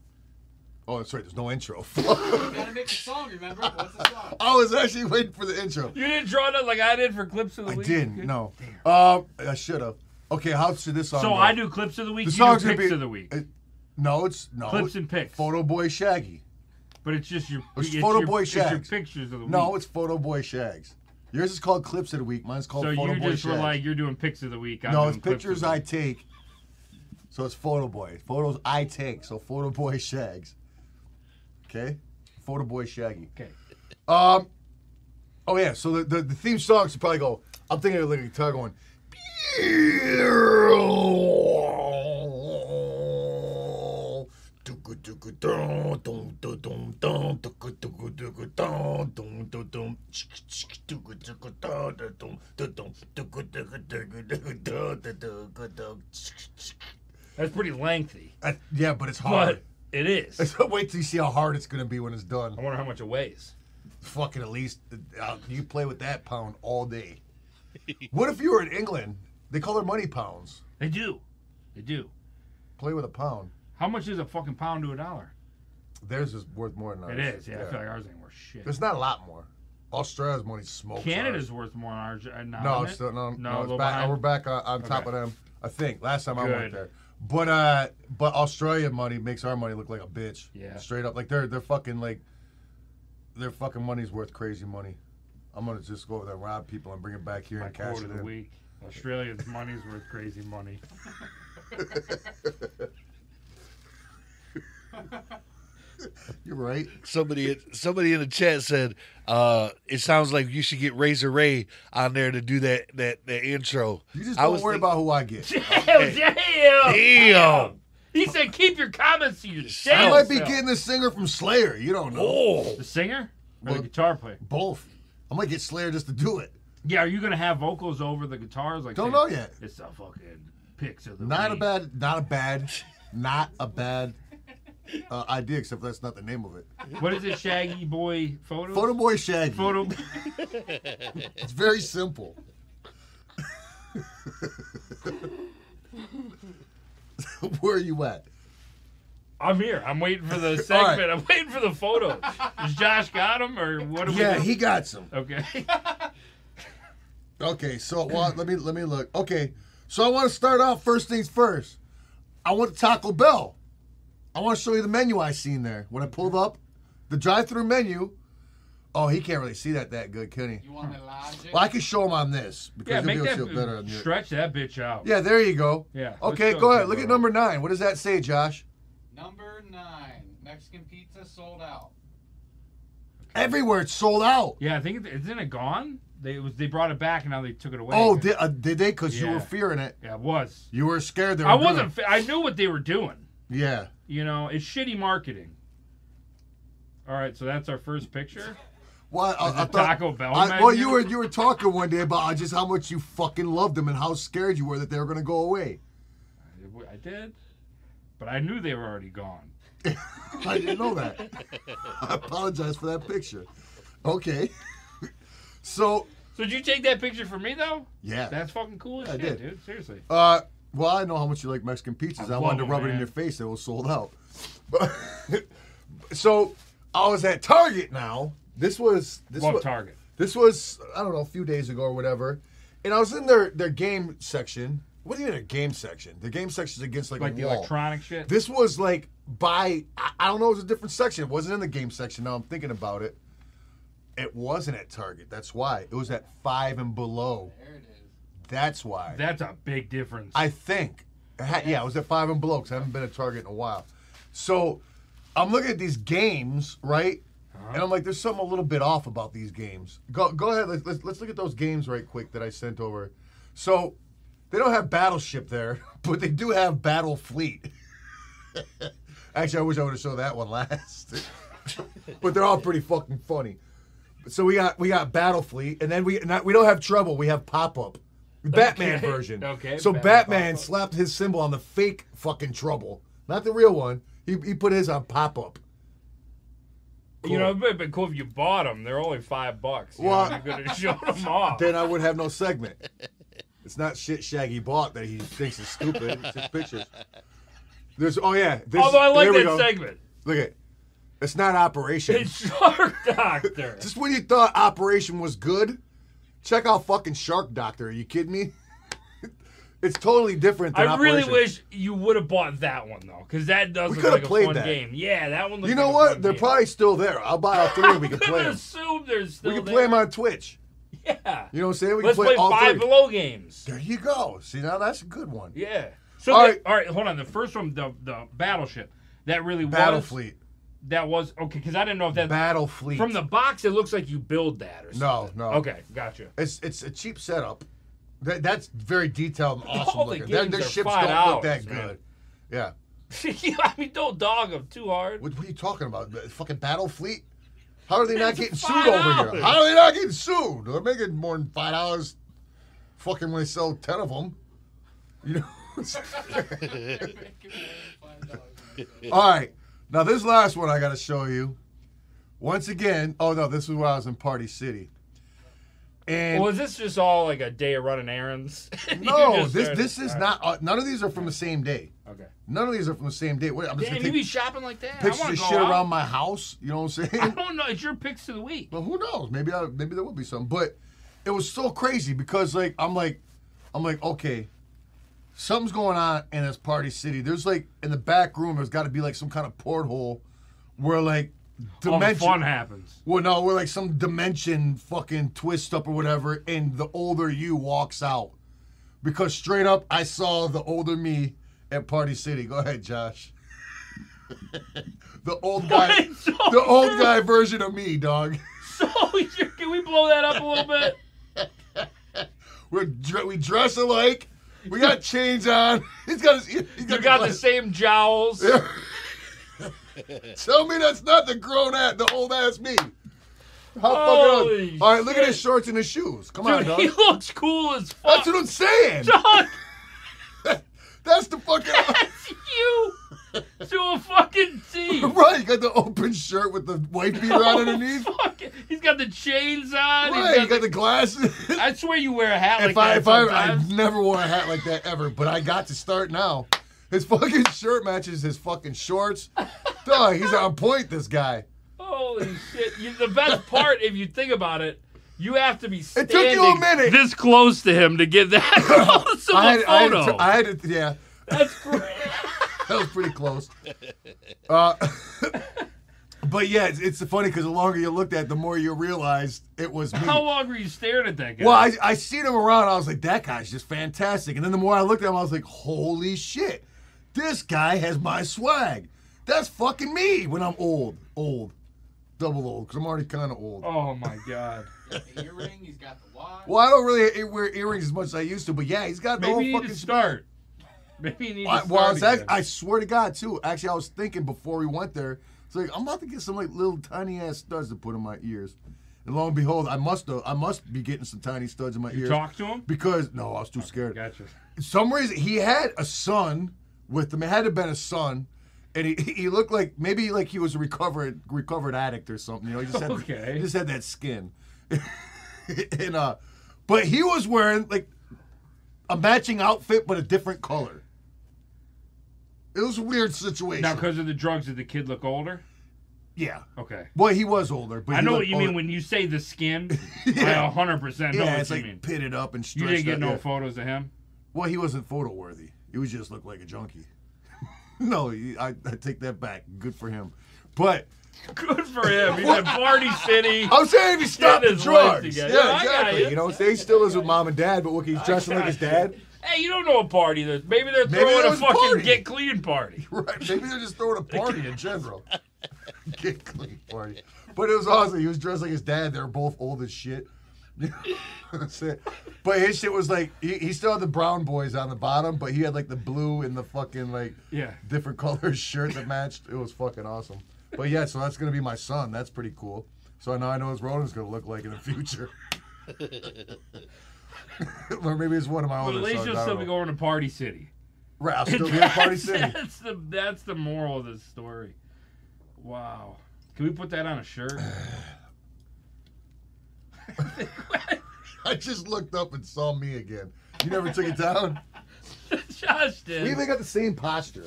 Speaker 1: Oh, that's right. There's no intro.
Speaker 5: You gotta make a song, remember? What's the song?
Speaker 1: I was actually waiting for the intro.
Speaker 2: You didn't draw it up like I did for clips of the
Speaker 1: I
Speaker 2: week.
Speaker 1: didn't. No. Um, I should have. Okay, how should this song?
Speaker 2: So
Speaker 1: go?
Speaker 2: I do clips of the week.
Speaker 1: The
Speaker 2: you do
Speaker 1: song's gonna
Speaker 2: picks
Speaker 1: be
Speaker 2: of the week,
Speaker 1: uh, no, it's no.
Speaker 2: clips and picks.
Speaker 1: Photo Boy Shaggy.
Speaker 2: but it's just your
Speaker 1: It's
Speaker 2: your,
Speaker 1: Photo Boy
Speaker 2: it's your
Speaker 1: Shags.
Speaker 2: pictures of the
Speaker 1: No,
Speaker 2: week.
Speaker 1: it's Photo Boy Shags. Yours is called Clips of the Week. Mine's called
Speaker 2: so
Speaker 1: Photo
Speaker 2: you
Speaker 1: Boy
Speaker 2: just were
Speaker 1: Shags.
Speaker 2: like you're doing pics of the week. I'm
Speaker 1: no,
Speaker 2: doing
Speaker 1: it's
Speaker 2: clips of
Speaker 1: pictures
Speaker 2: the
Speaker 1: I
Speaker 2: week.
Speaker 1: take. So it's Photo Boy. Photos I take. So Photo Boy Shags. Okay? Photo Boy Shaggy.
Speaker 2: Okay.
Speaker 1: Um. Oh, yeah. So the, the, the theme song should probably go. I'm thinking of like a guitar going. Uh,
Speaker 2: That's pretty lengthy,
Speaker 1: Uh, yeah, but it's
Speaker 2: but
Speaker 1: hard.
Speaker 2: it is.
Speaker 1: Wait till you see how hard it's gonna be when it's done.
Speaker 2: I wonder how much it weighs.
Speaker 1: Fucking at least uh, you play with that pound all day. what if you were in England? They call their money pounds.
Speaker 2: They do, they do.
Speaker 1: Play with a pound.
Speaker 2: How much is a fucking pound to a dollar?
Speaker 1: Theirs is worth more than ours.
Speaker 2: It is. Yeah, I feel like ours ain't worth shit.
Speaker 1: Uh, There's not a lot more. Australia's money smokes.
Speaker 2: Canada's
Speaker 1: ours.
Speaker 2: worth more than ours. uh, Now,
Speaker 1: no,
Speaker 2: isn't
Speaker 1: it's
Speaker 2: it?
Speaker 1: still, no, no,
Speaker 2: a
Speaker 1: it's
Speaker 2: little
Speaker 1: back.
Speaker 2: behind.
Speaker 1: We're back on, on top of
Speaker 2: Okay.
Speaker 1: them. I think last time I
Speaker 2: Good.
Speaker 1: went there, but uh, but Australia money makes our money look like a bitch.
Speaker 2: Yeah.
Speaker 1: straight up, like they're they're fucking like their fucking money's worth crazy money. I'm gonna just go over there, and rob people, and bring it back here
Speaker 2: My
Speaker 1: and cash
Speaker 2: quote
Speaker 1: it
Speaker 2: of the
Speaker 1: in.
Speaker 2: week. Australia's money's worth crazy money.
Speaker 1: You're right.
Speaker 7: Somebody, somebody in the chat said, uh, "It sounds like you should get Razor Ray on there to do that that, that intro."
Speaker 1: You just
Speaker 7: I
Speaker 1: don't
Speaker 7: was
Speaker 1: worry
Speaker 7: think-
Speaker 1: about who I get.
Speaker 2: Damn, damn.
Speaker 7: Damn.
Speaker 2: He said, "Keep your comments to yourself."
Speaker 1: I might be getting the singer from Slayer. You don't know.
Speaker 7: Oh,
Speaker 2: the singer or
Speaker 1: Well-
Speaker 2: the guitar player.
Speaker 1: Both. I might get Slayer just to do it.
Speaker 2: Yeah, are you gonna have vocals over the guitars? Like,
Speaker 1: Don't
Speaker 2: say,
Speaker 1: know yet.
Speaker 2: It's a fucking pics of the
Speaker 1: Not a
Speaker 2: week.
Speaker 1: bad, not a bad, not a bad uh, idea, except that's not the name of it.
Speaker 2: What is it? Shaggy boy photos?
Speaker 1: Photo Boy Shaggy.
Speaker 2: Photo.
Speaker 1: It's very simple. Where are you at?
Speaker 2: I'm here. I'm waiting for the
Speaker 1: All right.
Speaker 2: segment. I'm waiting for the photos. Has Josh got them or what? Are
Speaker 1: Yeah,
Speaker 2: we
Speaker 1: he got some.
Speaker 2: doing? Okay.
Speaker 1: Okay, so well, let me let me look. Okay, so I want to start off first things first. I went to Taco Bell. I want to show you the menu I seen there when I pulled up the drive-through menu. Oh, he can't really see that that good, can he?
Speaker 5: You want the logic?
Speaker 1: Well, I can show him on this because
Speaker 2: Yeah,
Speaker 1: he'll
Speaker 2: make
Speaker 1: be
Speaker 2: that
Speaker 1: able to feel better on your.
Speaker 2: stretch that bitch out.
Speaker 1: Yeah, there you go.
Speaker 2: Yeah, let's
Speaker 1: Okay,
Speaker 2: go
Speaker 1: go ahead.
Speaker 2: ahead,
Speaker 1: Look at
Speaker 2: bro.
Speaker 1: number nine. What does that say, Josh?
Speaker 5: Number nine, Mexican pizza sold out.
Speaker 1: Everywhere it's sold out.
Speaker 2: Yeah, I think it, isn't it gone? They it was they brought it back and now they took it away.
Speaker 1: Oh,
Speaker 2: again.
Speaker 1: did, uh, did they? Because you
Speaker 2: Yeah.
Speaker 1: were fearing it.
Speaker 2: yeah, it was.
Speaker 1: You were scared. They were
Speaker 2: I
Speaker 1: doing
Speaker 2: wasn't. fa- I knew what they were doing.
Speaker 1: it. Yeah.
Speaker 2: You know, it's shitty marketing. All right, so that's our first picture.
Speaker 1: Well, I, I
Speaker 2: The
Speaker 1: thought,
Speaker 2: Taco Bell.
Speaker 1: I, well, you
Speaker 2: menu?
Speaker 1: were you were talking one day about uh, just how much you fucking loved them and how scared you were that they were gonna go away.
Speaker 2: I did, but I knew they were already gone.
Speaker 1: I didn't know that. I apologize for that picture. Okay, so
Speaker 2: So did you take that picture for me though?
Speaker 1: yeah,
Speaker 2: That's fucking cool as
Speaker 1: I
Speaker 2: shit,
Speaker 1: did.
Speaker 2: dude. Seriously.
Speaker 1: uh, well, I know how much you like Mexican pizzas.
Speaker 2: I
Speaker 1: I, wanted to
Speaker 2: love 'em,
Speaker 1: rub it in
Speaker 2: man.
Speaker 1: your face. It was sold out. But so I was at Target now. This was this
Speaker 2: Love
Speaker 1: was
Speaker 2: Target.
Speaker 1: This was I don't know a few days ago or whatever, and I was in their their game section. What do you mean their game section? The game section's against like,
Speaker 2: Like
Speaker 1: a
Speaker 2: the
Speaker 1: wall.
Speaker 2: electronic shit.
Speaker 1: This was like by I, I don't know. It was a different section. It wasn't in the game section. Now I'm thinking about it. It wasn't at Target. That's why it was at five and below.
Speaker 5: There it is.
Speaker 1: That's why.
Speaker 2: That's a big difference.
Speaker 1: I think. It had- Yeah, it was at five and below because I haven't been at Target in a while. So I'm looking at these games, right? And I'm like, there's something a little bit off about these games. Go go ahead. Let's, let's, let's look at those games right quick that I sent over. So they don't have Battleship there, but they do have Battle Fleet. Actually, I wish I would have shown that one last. but they're all pretty fucking funny. So we got we got Battle Fleet, and then we not, we don't have Trouble. We have Pop Up, Batman
Speaker 2: Okay.
Speaker 1: version.
Speaker 2: Okay,
Speaker 1: So
Speaker 2: Batman
Speaker 1: Batman
Speaker 2: Pop-Up.
Speaker 1: slapped his symbol on the fake fucking Trouble, not the real one. He he put his on Pop Up.
Speaker 2: You know, it would have been cool if you bought them. They're only five bucks. You
Speaker 1: Well-
Speaker 2: know, you could have showed them off.
Speaker 1: Then I would have no segment. It's not shit Shaggy bought that he thinks is stupid. It's just pictures. There's oh yeah. This,
Speaker 2: Although I like
Speaker 1: there we
Speaker 2: that
Speaker 1: go.
Speaker 2: segment.
Speaker 1: Look at it's not Operation.
Speaker 2: It's Shark Doctor.
Speaker 1: Just when you thought Operation was good, check out fucking Shark Doctor. Are you kidding me? it's totally different than
Speaker 2: I really
Speaker 1: Operation.
Speaker 2: wish you would have bought that one though, because that
Speaker 1: We
Speaker 2: does look
Speaker 1: coulda
Speaker 2: like a
Speaker 1: played
Speaker 2: fun
Speaker 1: that.
Speaker 2: game. Yeah, that one. Looks
Speaker 1: You know
Speaker 2: like A
Speaker 1: what?
Speaker 2: fun
Speaker 1: They're
Speaker 2: game.
Speaker 1: probably still there. I'll buy all three and we can
Speaker 2: Could've
Speaker 1: play them.
Speaker 2: assumed they're still
Speaker 1: We can
Speaker 2: there.
Speaker 1: play them on Twitch.
Speaker 2: Yeah.
Speaker 1: You know what I'm saying? We
Speaker 2: Let's
Speaker 1: can
Speaker 2: play,
Speaker 1: all
Speaker 2: five
Speaker 1: three.
Speaker 2: below games.
Speaker 1: There you go. See, now that's a good one.
Speaker 2: Yeah. So
Speaker 1: All
Speaker 2: the-
Speaker 1: right.
Speaker 2: all right, hold on. The first one, the the battleship, that really
Speaker 1: Battle
Speaker 2: was
Speaker 1: Fleet.
Speaker 2: that was okay because I didn't know if that
Speaker 1: Battle Fleet.
Speaker 2: from the box it looks like you build that or something.
Speaker 1: No, no.
Speaker 2: Okay, gotcha.
Speaker 1: It's it's a cheap setup. That, that's very detailed and awesome
Speaker 2: All the
Speaker 1: looking. Their,
Speaker 2: games
Speaker 1: their
Speaker 2: are
Speaker 1: ships don't
Speaker 2: five
Speaker 1: look that
Speaker 2: hours,
Speaker 1: good.
Speaker 2: man.
Speaker 1: Yeah.
Speaker 2: I mean, don't dog them too hard.
Speaker 1: What, what are you talking about? The fucking battle fleet? How are they not
Speaker 2: It's
Speaker 1: getting
Speaker 2: five
Speaker 1: sued over
Speaker 2: dollars.
Speaker 1: here? How are they not getting sued? They're making more than five dollars. Fucking when they sell ten of them. You know. All right. Now this last one I got to show you. Once again, oh no, this is where I was in Party City. And
Speaker 2: Well, is this just all like a day of running errands? You
Speaker 1: no,
Speaker 2: just
Speaker 1: this
Speaker 2: started-
Speaker 1: this is
Speaker 2: all right,
Speaker 1: not. Uh, none of these are from the same day.
Speaker 2: okay.
Speaker 1: None of these are from the same day. Wait, I'm just
Speaker 2: Damn,
Speaker 1: gonna
Speaker 2: you be
Speaker 1: take
Speaker 2: shopping like that? I
Speaker 1: pictures
Speaker 2: wanna
Speaker 1: of
Speaker 2: go
Speaker 1: shit
Speaker 2: out.
Speaker 1: around my house. You know what I'm saying?
Speaker 2: I don't know. It's your picks of the week.
Speaker 1: Well, who knows? Maybe I, maybe there will be some. But it was so crazy because like I'm like I'm like okay, something's going on in this party city. There's like in the back room. There's got to be like some kind of porthole where like
Speaker 2: All Oh, the
Speaker 1: dimension.
Speaker 2: fun happens.
Speaker 1: well, no, we're like some dimension fucking twist up or whatever, and the older you walks out. Because straight up, I saw the older me at Party City. Go ahead, Josh. the old guy,
Speaker 2: So,
Speaker 1: the old guy version of me, dog.
Speaker 2: so you're- can we blow that up a little bit?
Speaker 1: We're dre- we dress alike. We got chains on. He's got his. He's got,
Speaker 2: You got the
Speaker 1: glasses.
Speaker 2: same jowls.
Speaker 1: Tell me that's not the grown ass, the old ass me. How
Speaker 2: Holy
Speaker 1: fucking old- All right, look at his
Speaker 2: shit.
Speaker 1: shorts and his shoes. Come on,
Speaker 2: Dude,
Speaker 1: dog.
Speaker 2: he looks cool as fuck.
Speaker 1: That's what I'm saying.
Speaker 2: Dog,
Speaker 1: That's the fucking
Speaker 2: that's you to a fucking T.
Speaker 1: right. You got the open shirt with the white beater on underneath.
Speaker 2: Fuck it. He's got the chains on. Oh he's
Speaker 1: Right, you
Speaker 2: got
Speaker 1: got the glasses.
Speaker 2: the- I swear you wear a hat like
Speaker 1: if I
Speaker 2: that
Speaker 1: if I, I
Speaker 2: sometimes.
Speaker 1: never wore a hat like that ever, but I got to start now. His fucking shirt matches his fucking shorts. Dog, he's on point. This guy.
Speaker 2: Holy shit. You, the best part, if you think about it, you have to be
Speaker 1: took
Speaker 2: standing
Speaker 1: you a minute.
Speaker 2: this close to him to get that close of
Speaker 1: I
Speaker 2: a
Speaker 1: had, I had to-
Speaker 2: photo.
Speaker 1: I had to, yeah,
Speaker 2: That's great.
Speaker 1: that was pretty close. Uh, but yeah, it's, it's funny because the longer you looked at, it, the more you realized it was me.
Speaker 2: How long were you staring at that guy?
Speaker 1: Well, I, I seen him around. I was like, that guy's just fantastic. And then the more I looked at him, I was like, holy shit, this guy has my swag. That's fucking me when I'm old, old, double old, because I'm already kind of old.
Speaker 2: Oh my god.
Speaker 5: The earring, he's got the watch.
Speaker 1: Well, I don't really wear earrings as much as I used to, but yeah, he's got the
Speaker 2: Maybe you
Speaker 1: whole
Speaker 2: need
Speaker 1: fucking
Speaker 2: to start. Maybe you need
Speaker 1: I,
Speaker 2: to start.
Speaker 1: well, I, was act-
Speaker 2: again.
Speaker 1: I swear to God, too. Actually, I was thinking before we went there, it's like I'm about to get some like little tiny ass studs to put in my ears, and lo and behold, I must uh, I must be getting some tiny studs in my
Speaker 2: you
Speaker 1: ears
Speaker 2: talk to him?
Speaker 1: because no, I was too scared.
Speaker 2: Gotcha.
Speaker 1: Some reason he had a son with him. It had to have been a son, and he, he looked like maybe like he was a recovered recovered addict or something. You know, he just had
Speaker 2: Okay.
Speaker 1: he just had that skin, and uh, but he was wearing like a matching outfit but a different color. It was a weird situation.
Speaker 2: Now, because of the drugs, did the kid look older?
Speaker 1: yeah.
Speaker 2: Okay.
Speaker 1: Well, he was older, but
Speaker 2: I
Speaker 1: he
Speaker 2: know what
Speaker 1: looked
Speaker 2: you
Speaker 1: older.
Speaker 2: mean when you say the skin. I 100% know
Speaker 1: yeah,
Speaker 2: what
Speaker 1: it's
Speaker 2: you
Speaker 1: like
Speaker 2: mean.
Speaker 1: pitted up and
Speaker 2: You
Speaker 1: stretched.
Speaker 2: didn't get
Speaker 1: out,
Speaker 2: no
Speaker 1: yeah.
Speaker 2: photos of him?
Speaker 1: Well, he wasn't photo worthy. He was just looked like a junkie. no, he, I, I take that back. Good for him. But
Speaker 2: Good for him. He's at Party City.
Speaker 1: I'm saying he stopped the
Speaker 2: his life
Speaker 1: drugs. Yeah,
Speaker 2: together. I got
Speaker 1: exactly.
Speaker 2: you.
Speaker 1: You know, what I'm saying he still lives with mom and dad, but look, he's dressing like his
Speaker 2: got
Speaker 1: dad.
Speaker 2: Hey, you don't know a party. There's, maybe they're
Speaker 1: Maybe
Speaker 2: throwing
Speaker 1: there
Speaker 2: a
Speaker 1: was a
Speaker 2: fucking
Speaker 1: party.
Speaker 2: get clean party.
Speaker 1: Right? Maybe they're just throwing a party in general. Get clean party. But it was awesome. He was dressed like his dad. They're both old as shit. That's it. But his shit was like he, he still had the brown boys on the bottom, but he had like the blue and the fucking like
Speaker 2: Yeah.
Speaker 1: different colors shirt that matched. It was fucking awesome. But yeah, so that's gonna be my son. That's pretty cool. So now I know what Ronan's gonna look like in the future. or maybe it's one of my
Speaker 2: But
Speaker 1: older
Speaker 2: at least
Speaker 1: sons. I
Speaker 2: you'll
Speaker 1: don't
Speaker 2: still
Speaker 1: know.
Speaker 2: be going to Party City.
Speaker 1: Right, I'll still be at Party City.
Speaker 2: That's the that's the moral of this story. Wow. Can we put that on a shirt?
Speaker 1: I just looked up and saw me again. You never took it down.
Speaker 2: Josh did.
Speaker 1: We even got the same posture.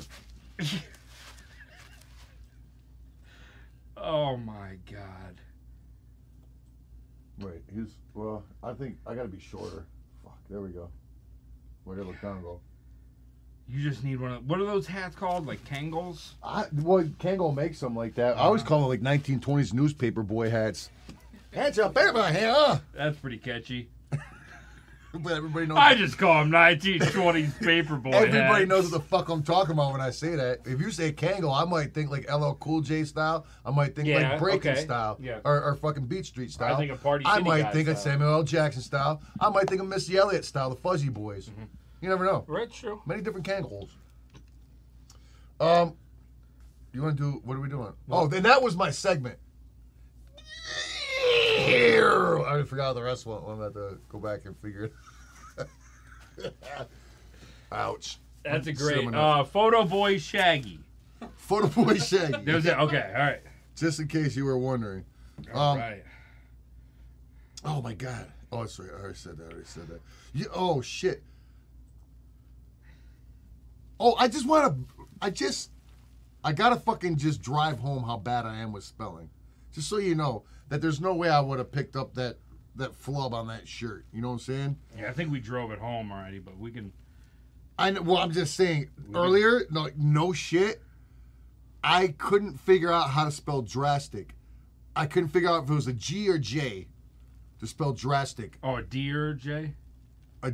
Speaker 2: Oh my god.
Speaker 1: Wait, he's well. I think I gotta be shorter. Fuck, there we go. Wait, it looked down and go.
Speaker 2: You just need one of what are those hats called? Like Kangles?
Speaker 1: I well, Kango makes something like that. I always call it like 1920s newspaper boy hats. Hats up, everybody here. huh?
Speaker 2: That's pretty catchy.
Speaker 1: But everybody knows.
Speaker 2: I just call them 1920s paperboy.
Speaker 1: Everybody
Speaker 2: hats.
Speaker 1: knows what the fuck I'm talking about when I say that. If you say Kango, I might think like LL Cool J style. I might think
Speaker 2: Yeah,
Speaker 1: like breaking
Speaker 2: okay.
Speaker 1: style,
Speaker 2: Yeah.
Speaker 1: or, or fucking Beach Street style.
Speaker 2: I think of Party
Speaker 1: I
Speaker 2: City
Speaker 1: might
Speaker 2: guy
Speaker 1: think of
Speaker 2: style.
Speaker 1: Samuel L. Jackson style. I might think of Missy Elliott style, the Fuzzy Boys.
Speaker 2: Mm-hmm.
Speaker 1: You never know.
Speaker 2: Right, true.
Speaker 1: Many different Kangles. Um, you want to do? What are we doing? Oh, then that was my segment. I already forgot how the rest went. I'm about to go back and figure it. Ouch.
Speaker 2: That's a great
Speaker 1: Similar.
Speaker 2: uh, photo boy Shaggy.
Speaker 1: Photo boy Shaggy.
Speaker 2: There's it. Okay, all right.
Speaker 1: Just in case you were wondering.
Speaker 2: All
Speaker 1: Um,
Speaker 2: right.
Speaker 1: Oh my God. Oh, sorry. I already said that. I already said that. You, oh shit. Oh, I just want to. I just. I gotta fucking just drive home how bad I am with spelling, just so you know that there's no way I would have picked up that that flub on that shirt. You know what I'm saying?
Speaker 2: Yeah, I think we drove it home already, but we can
Speaker 1: I know, well, I'm just saying earlier, no, like, no shit. I couldn't figure out how to spell drastic. I couldn't figure out if it was a G or J to spell drastic.
Speaker 2: Oh, dear Jay.
Speaker 1: a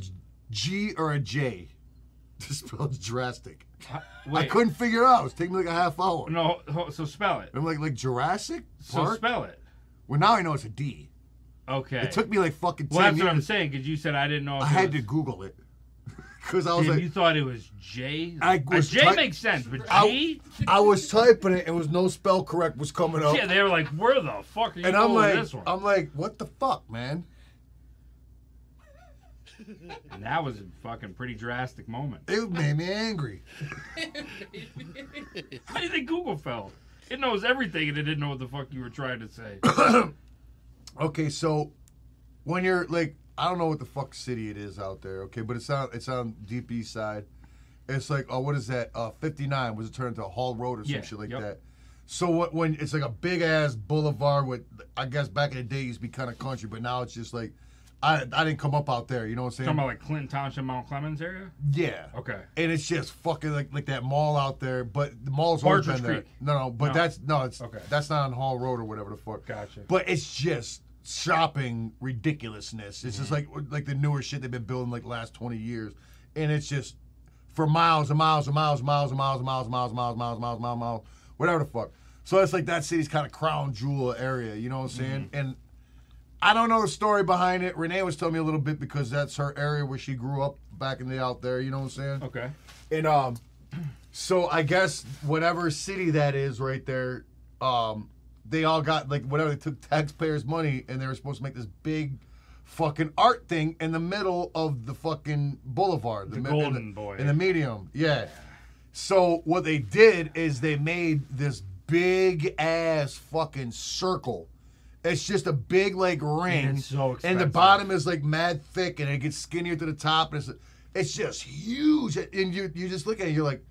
Speaker 1: G or a J to spell drastic.
Speaker 2: Huh?
Speaker 1: I couldn't figure it out. It was taking me like a half hour.
Speaker 2: No, ho- so spell it.
Speaker 1: I'm like, like Jurassic
Speaker 2: So
Speaker 1: Park.
Speaker 2: spell it.
Speaker 1: well, now I know it's a D.
Speaker 2: Okay.
Speaker 1: It took me like fucking ten
Speaker 2: well, that's what I'm
Speaker 1: years.
Speaker 2: saying because you said I didn't know. If
Speaker 1: I
Speaker 2: it
Speaker 1: had to
Speaker 2: was-
Speaker 1: Google it because I was
Speaker 2: Dude,
Speaker 1: like,
Speaker 2: you thought it was J.
Speaker 1: I
Speaker 2: Uh,
Speaker 1: was
Speaker 2: J
Speaker 1: try-
Speaker 2: makes sense, but
Speaker 1: I-
Speaker 2: G.
Speaker 1: I was typing it and was no spell correct was coming up,
Speaker 2: Yeah, they were like, "Where the fuck are you
Speaker 1: and
Speaker 2: going
Speaker 1: I'm like,
Speaker 2: with this one?"
Speaker 1: I'm like, what the fuck, man?
Speaker 2: and that was a fucking pretty drastic moment.
Speaker 1: It made me angry.
Speaker 2: How do you think Google felt? It knows everything, and it didn't know what the fuck you were trying to say.
Speaker 1: Okay, so when you're like, I don't know what the fuck city it is out there, okay, but it's on it's on deep east side. It's like, oh, what is that? Uh, 59 was it turned into Hall Road or some
Speaker 2: Yeah,
Speaker 1: shit like
Speaker 2: yep.
Speaker 1: that. So what when it's like a big ass boulevard with, I guess back in the day it used to be kind of country, but now it's just like, I I didn't come up out there, you know what I'm saying?
Speaker 2: Talking about like Clinton Township, Mount Clemens area.
Speaker 1: yeah.
Speaker 2: Okay.
Speaker 1: And it's just fucking like, like that mall out there, but the mall's always been
Speaker 2: Partridge
Speaker 1: there.
Speaker 2: Creek.
Speaker 1: No, no, but
Speaker 2: No.
Speaker 1: that's no, it's
Speaker 2: Okay.
Speaker 1: that's not on Hall Road or whatever the fuck.
Speaker 2: Gotcha.
Speaker 1: But it's just shopping ridiculousness. It's
Speaker 2: Mm-hmm.
Speaker 1: just like like the newer shit they've been building like the last twenty years, and it's just for miles and miles and miles and miles and miles and miles and miles and miles and miles and miles and miles, and miles whatever the fuck. So it's like that city's kind of crown jewel area. You know what I'm saying?
Speaker 2: Mm-hmm.
Speaker 1: And I don't know the story behind it. Renee was telling me a little bit because that's her area where she grew up back in the out there. You know what I'm saying?
Speaker 2: Okay.
Speaker 1: And um, so I guess whatever city that is right there, um, they all got like whatever they took taxpayers' money and they were supposed to make this big fucking art thing in the middle of the fucking boulevard, the, in
Speaker 2: Golden Boy.
Speaker 1: in the medium, yeah. So what they did is they made this big ass fucking circle. It's just a big like ring,
Speaker 2: it's so
Speaker 1: and the
Speaker 2: expensive.
Speaker 1: bottom is like mad thick, and it gets skinnier to the top, and it's it's just huge. And you you just look at it, you're like,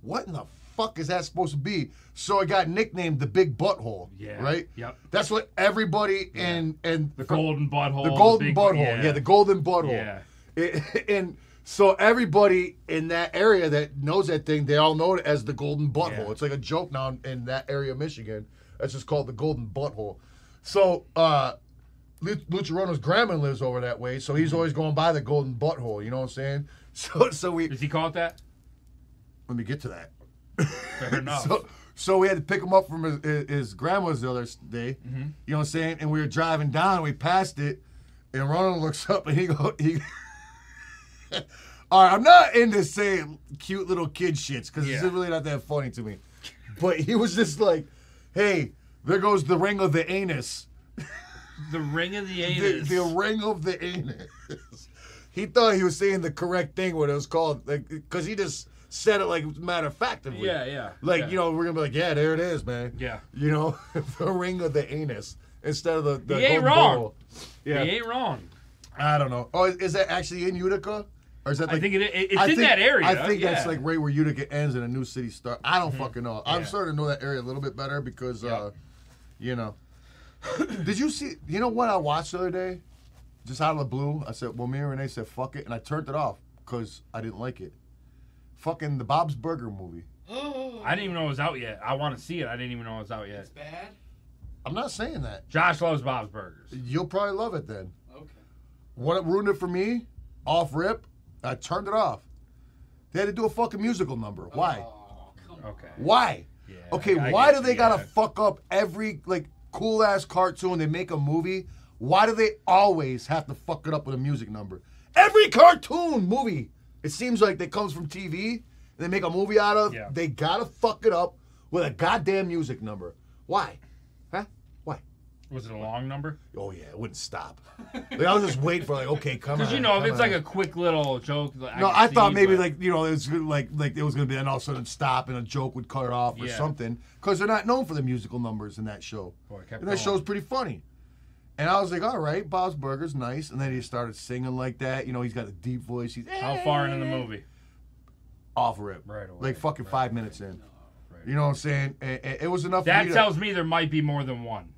Speaker 1: what in the fuck is that supposed to be? So it got nicknamed the Big Butthole.
Speaker 2: Yeah.
Speaker 1: Right.
Speaker 2: Yep.
Speaker 1: That's what everybody and and
Speaker 2: The golden butthole.
Speaker 1: the golden
Speaker 2: big-
Speaker 1: butthole. Yeah. the golden butthole.
Speaker 2: Yeah.
Speaker 1: It- and so everybody in that area that knows that thing, they all know it as the golden butthole.
Speaker 2: Yeah.
Speaker 1: It's like a joke now in- in that area of Michigan. That's just called the golden butthole. So uh Lu- Lucharono's grandma lives over that way, so he's always going by the golden butthole, you know what I'm saying? So so we
Speaker 2: Does he call it that?
Speaker 1: let me get to that.
Speaker 2: Fair enough.
Speaker 1: So, so we had to pick him up from his,
Speaker 2: Mm-hmm.
Speaker 1: his grandma's the other day. You know what I'm saying? And we were driving down, we passed it, And Ronald looks up and he go he. All right, I'm not into saying cute little kid shits because
Speaker 2: Yeah.
Speaker 1: it's really not that funny to me. But he was just like, "Hey, there goes the ring of the anus."
Speaker 2: The ring of the
Speaker 1: the,
Speaker 2: anus.
Speaker 1: the ring of the anus. he thought he was saying the correct thing what it was called, like, because he just said it like matter of factively.
Speaker 2: yeah, yeah.
Speaker 1: Like
Speaker 2: yeah.
Speaker 1: you know, we're gonna be like, yeah, there it is, man.
Speaker 2: Yeah.
Speaker 1: You know, the ring of the anus instead of the. the
Speaker 2: He ain't
Speaker 1: golden
Speaker 2: wrong.
Speaker 1: ball.
Speaker 2: He
Speaker 1: Yeah.
Speaker 2: ain't wrong.
Speaker 1: I don't know. Oh, is, is that actually in Utica? Or is that like,
Speaker 2: I think it, it, it's
Speaker 1: I
Speaker 2: in
Speaker 1: think-
Speaker 2: that area.
Speaker 1: I think that's
Speaker 2: yeah. Mm-hmm.
Speaker 1: like right where Utica ends and a new city starts. I don't fucking know. I'm
Speaker 2: Yeah.
Speaker 1: starting to know that area a little bit better because,
Speaker 2: Yeah.
Speaker 1: uh, you know. Did you see? You know what I watched the other day? Just out of the blue, I said, "Well, me and Renee said fuck it," and I turned it off because I didn't like it. Fucking the Bob's Burger movie.
Speaker 5: Oh,
Speaker 2: I didn't even know it was out yet. I want to see it. I didn't even know it was out yet.
Speaker 5: It's bad.
Speaker 1: I'm not saying that.
Speaker 2: Josh loves Bob's Burgers.
Speaker 1: You'll probably love it then.
Speaker 5: Okay.
Speaker 1: What ruined it for me? Off rip, I turned it off. They had to do a fucking musical number. Why?
Speaker 5: Oh, come on.
Speaker 2: Okay.
Speaker 1: Why?
Speaker 2: Yeah,
Speaker 1: Okay,
Speaker 2: I- I
Speaker 1: why
Speaker 2: get
Speaker 1: do they
Speaker 2: you,
Speaker 1: gotta
Speaker 2: yeah.
Speaker 1: fuck up every like cool ass cartoon they make a movie? Why do they always have to fuck it up with a music number? Every cartoon movie, it seems like that comes from TV and they make a movie out of.
Speaker 2: Yeah.
Speaker 1: They gotta fuck it up with a goddamn music number. Why? Huh? Why?
Speaker 2: Was it a long number?
Speaker 1: Oh yeah, it wouldn't stop. like I was just waiting for like, okay, come on.
Speaker 2: Because you know, if
Speaker 1: come
Speaker 2: it's like
Speaker 1: on.
Speaker 2: a quick little joke. Like,
Speaker 1: No,
Speaker 2: can
Speaker 1: I thought
Speaker 2: see,
Speaker 1: maybe
Speaker 2: but-
Speaker 1: like you know it was gonna- like like it was gonna be and all of a sudden stop and a joke would cut it off or
Speaker 2: Yeah.
Speaker 1: something because they're not known for the musical numbers in that show.
Speaker 2: Boy, it kept
Speaker 1: and that
Speaker 2: going.
Speaker 1: show's pretty funny. And I was like, all right, Bob's Burgers, nice. And then he started singing like that. You know, he's got a deep voice. He's
Speaker 2: How far into the movie?
Speaker 1: off rip,
Speaker 2: Right away,
Speaker 1: like fucking
Speaker 2: right
Speaker 1: five minutes in.
Speaker 2: Right.
Speaker 1: You know what I'm saying? And, and it was enough. for
Speaker 2: That
Speaker 1: me to-
Speaker 2: tells me there might be more than one.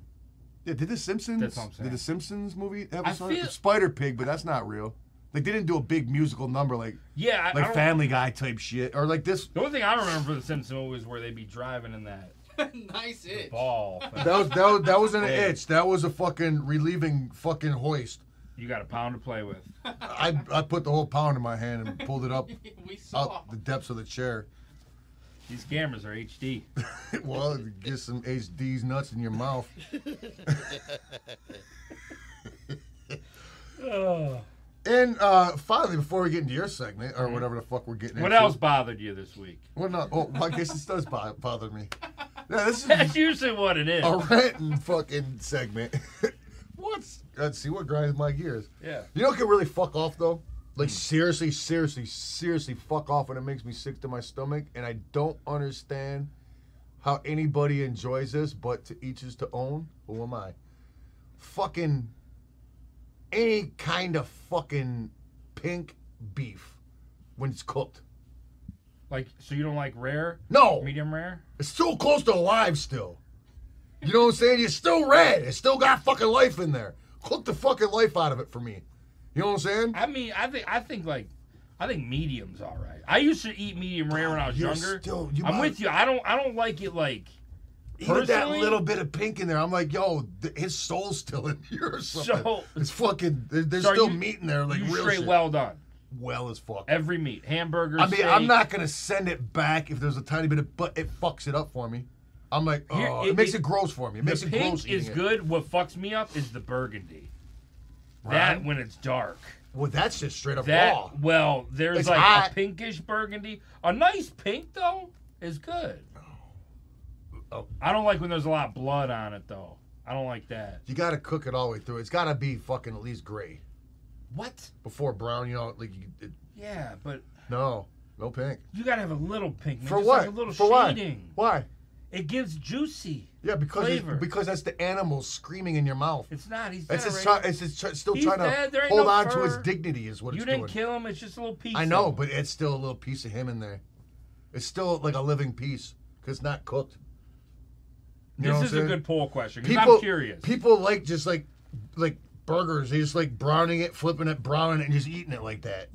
Speaker 1: Yeah, did the Simpsons?
Speaker 2: That's what I'm saying.
Speaker 1: Did the Simpsons movie have
Speaker 2: I
Speaker 1: a song?
Speaker 2: feel-
Speaker 1: Spider Pig, but that's not real. Like they didn't do a big musical number like
Speaker 2: Yeah, I, I
Speaker 1: like
Speaker 2: don't-
Speaker 1: Family Guy type shit or like this.
Speaker 2: the only thing I remember for the Simpsons movie is where they be driving in that
Speaker 5: nice itch.
Speaker 2: ball.
Speaker 1: That was that was that wasn't an
Speaker 2: Yeah.
Speaker 1: itch. That was a fucking relieving fucking hoist.
Speaker 2: you got a pound to play with.
Speaker 1: I I put the whole pound in my hand and pulled it up
Speaker 5: we saw.
Speaker 1: out Oh, the depths of the chair.
Speaker 2: These cameras are HD.
Speaker 1: well, get some HD's nuts in your mouth. And uh, finally, before we get into your segment or whatever the fuck we're getting
Speaker 2: Mm. What
Speaker 1: into,
Speaker 2: else bothered you this week?
Speaker 1: Well, no. Oh, well, I guess this does bo- bother me. Yeah, this is
Speaker 2: That's usually what it is.
Speaker 1: a ranting fucking segment. What's? Let's see Oh, what grinds my gears.
Speaker 2: Yeah.
Speaker 1: You know what can really fuck off though?
Speaker 2: Hmm.
Speaker 1: Like seriously, seriously, seriously fuck off and it makes me sick to my stomach and I don't understand how anybody enjoys this, but to each is to own. Who am I? Fucking any kind of fucking pink beef when it's cooked.
Speaker 2: Like, so you don't like rare,
Speaker 1: No.
Speaker 2: medium rare?
Speaker 1: It's so close to alive still. You know what I'm saying? It's still red. It's still got fucking life in there. Cook the fucking life out of it for me. You know what I'm saying?
Speaker 2: I mean, I think I think like I think medium's all right. I used to eat medium rare when I was
Speaker 1: You're
Speaker 2: younger.
Speaker 1: still- you
Speaker 2: I'm
Speaker 1: might-
Speaker 2: with you. I don't I don't like it like
Speaker 1: Even that
Speaker 2: Personally-
Speaker 1: little bit of pink in there, I'm like, yo, th- his soul's still in here or something.
Speaker 2: So-
Speaker 1: it's fucking. there- There's
Speaker 2: So are
Speaker 1: still
Speaker 2: you-
Speaker 1: meat in there, like
Speaker 2: you
Speaker 1: real
Speaker 2: straight
Speaker 1: shit.
Speaker 2: well done.
Speaker 1: Well as fuck.
Speaker 2: Every meat, hamburger.
Speaker 1: I mean, I'm
Speaker 2: steak.
Speaker 1: not gonna send it back if there's a tiny bit of, but it fucks it up for me. I'm like,
Speaker 2: Here,
Speaker 1: oh,
Speaker 2: it-
Speaker 1: it, makes
Speaker 2: it-
Speaker 1: it, gross for me. It
Speaker 2: The
Speaker 1: makes it gross.
Speaker 2: pink is
Speaker 1: eating it.
Speaker 2: good. What fucks me up is the burgundy.
Speaker 1: Right.
Speaker 2: That when it's dark.
Speaker 1: Well, that's just straight up
Speaker 2: That
Speaker 1: raw.
Speaker 2: well, there's
Speaker 1: It's
Speaker 2: like a
Speaker 1: hot.
Speaker 2: pinkish burgundy. A nice pink though is good.
Speaker 1: Oh.
Speaker 2: I don't like when there's a lot of blood on it though. I don't like that.
Speaker 1: You gotta cook it all the way through. It's gotta be fucking at least gray
Speaker 2: What?
Speaker 1: before brown. You know, like you, it,
Speaker 2: Yeah, but
Speaker 1: no, no pink.
Speaker 2: you gotta have a little pink. man,
Speaker 1: For
Speaker 2: just
Speaker 1: what?
Speaker 2: Like a little
Speaker 1: For why?
Speaker 2: shading.
Speaker 1: Why?
Speaker 2: It gives juicy.
Speaker 1: Yeah, because it's,
Speaker 2: Flavor.
Speaker 1: because that's the animal screaming in your mouth.
Speaker 2: It's not. He's
Speaker 1: It's just,
Speaker 2: dead
Speaker 1: try,
Speaker 2: already.
Speaker 1: it's just try, still
Speaker 2: He's
Speaker 1: trying to
Speaker 2: dead, there ain't
Speaker 1: hold
Speaker 2: no
Speaker 1: on to his
Speaker 2: fur.
Speaker 1: dignity, is what
Speaker 2: You
Speaker 1: it's
Speaker 2: didn't
Speaker 1: doing.
Speaker 2: kill him. It's just a little piece.
Speaker 1: I know,
Speaker 2: of him.
Speaker 1: but it's still a little piece of him in there. It's still like a living piece because it's not cooked. You know what I'm
Speaker 2: this is a
Speaker 1: saying?
Speaker 2: good poll question. 'cause
Speaker 1: People,
Speaker 2: I'm curious.
Speaker 1: People like just like like burgers. They just like browning it, flipping it, browning it, and just eating it like that.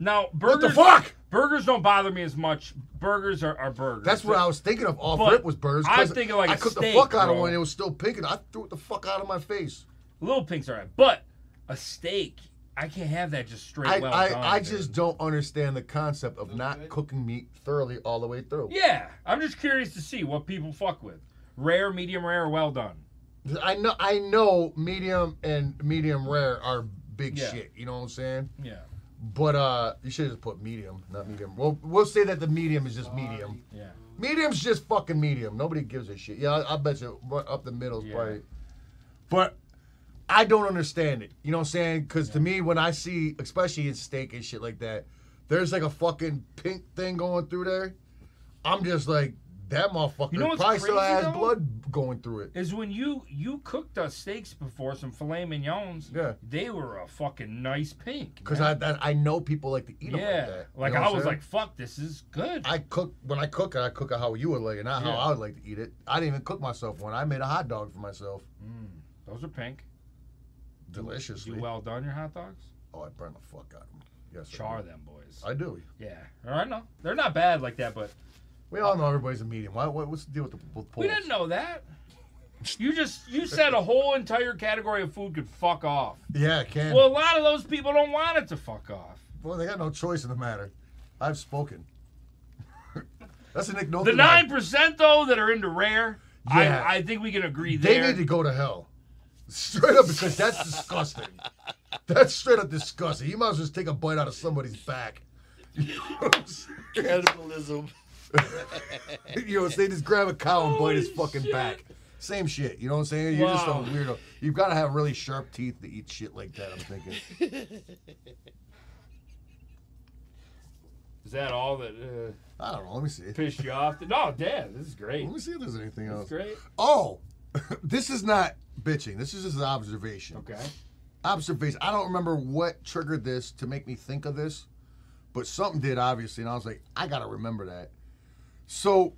Speaker 2: now burgers.
Speaker 1: what the fuck?
Speaker 2: Burgers don't bother me as much. Burgers are, are burgers.
Speaker 1: That's what I was thinking of. Off
Speaker 2: But
Speaker 1: rip was burgers. 'cause
Speaker 2: I'm thinking like
Speaker 1: I
Speaker 2: a
Speaker 1: cooked
Speaker 2: steak,
Speaker 1: the fuck out of
Speaker 2: bro.
Speaker 1: one. It was still pink, and I threw it the fuck out of my face.
Speaker 2: Little pinks are right, but a steak. I can't have that just straight.
Speaker 1: I,
Speaker 2: well
Speaker 1: I,
Speaker 2: done,
Speaker 1: I
Speaker 2: dude.
Speaker 1: just don't understand the concept of
Speaker 5: Sounds
Speaker 1: not
Speaker 5: good.
Speaker 1: cooking meat thoroughly all the way through.
Speaker 2: Yeah, I'm just curious to see what people fuck with. Rare, medium rare, or well done.
Speaker 1: I know I know medium and medium rare are big
Speaker 2: Yeah.
Speaker 1: shit. You know what I'm saying?
Speaker 2: Yeah.
Speaker 1: But uh, you should just put medium, not medium. Well, we'll say that the medium is just medium.
Speaker 2: Yeah.
Speaker 1: Medium's just fucking medium. Nobody gives a shit. Yeah, I, I bet you right up the middle's
Speaker 2: Yeah.
Speaker 1: probably. But I don't understand it. You know what I'm saying? Because to me, when I see, especially in steak and shit like that, there's like a fucking pink thing going through there. I'm just like, that motherfucker
Speaker 2: You know what's
Speaker 1: probably still
Speaker 2: crazy,
Speaker 1: has
Speaker 2: though?
Speaker 1: blood going through it.
Speaker 2: Is when you you cooked us steaks before, some filet mignons.
Speaker 1: Yeah.
Speaker 2: They were a fucking nice pink.
Speaker 1: Because
Speaker 2: man.
Speaker 1: I that, I know people like to eat them
Speaker 2: yeah,
Speaker 1: like that. You
Speaker 2: like,
Speaker 1: know what
Speaker 2: I
Speaker 1: I'm
Speaker 2: was
Speaker 1: saying?
Speaker 2: like, fuck, this is good.
Speaker 1: I cook when I cook it. I cook it how you would like it, not how
Speaker 2: Yeah.
Speaker 1: I would like to eat it. I didn't even cook myself one. I made a hot dog for myself.
Speaker 2: Mm, those are pink.
Speaker 1: Deliciously.
Speaker 2: You well done your hot dogs.
Speaker 1: Oh, I burned the fuck out of them. Yes, I
Speaker 2: Char
Speaker 1: did.
Speaker 2: them, boys.
Speaker 1: I do.
Speaker 2: Yeah, I know they're not bad like that, but
Speaker 1: We all know everybody's a medium. Why, what, what's the deal with the with
Speaker 2: Uh,
Speaker 1: polls?
Speaker 2: we didn't know that. You just you said a whole entire category of food could fuck off.
Speaker 1: Yeah, it can.
Speaker 2: Well, a
Speaker 1: Well,
Speaker 2: lot of those people don't want it to fuck off.
Speaker 1: they got no choice in the matter. I've spoken. That's a Nick Nolte.
Speaker 2: The
Speaker 1: line.
Speaker 2: nine percent though that are into rare,
Speaker 1: Yeah.
Speaker 2: I, I think we can agree
Speaker 1: They
Speaker 2: there.
Speaker 1: need to go to hell. Straight up, because that's disgusting. That's straight up disgusting. You might as well just take a bite out of somebody's back.
Speaker 7: Cannibalism.
Speaker 1: you know, what I'm saying? just grab a cow and bite his
Speaker 2: Holy
Speaker 1: fucking
Speaker 2: shit.
Speaker 1: back. Same shit. You know what I'm saying? You're
Speaker 2: Wow.
Speaker 1: just a weirdo. You've got to have really sharp teeth to eat shit like that. I'm thinking.
Speaker 2: Is that all that uh,
Speaker 1: I don't know. Let me see.
Speaker 2: pissed you off? No, Dad, this is great.
Speaker 1: Let me see if there's anything
Speaker 2: This
Speaker 1: else.
Speaker 2: is great.
Speaker 1: Oh, this is not bitching. This is just an observation.
Speaker 2: Okay.
Speaker 1: Observation. I don't remember what triggered this to make me think of this, but something did obviously, and I was like, I gotta remember that. So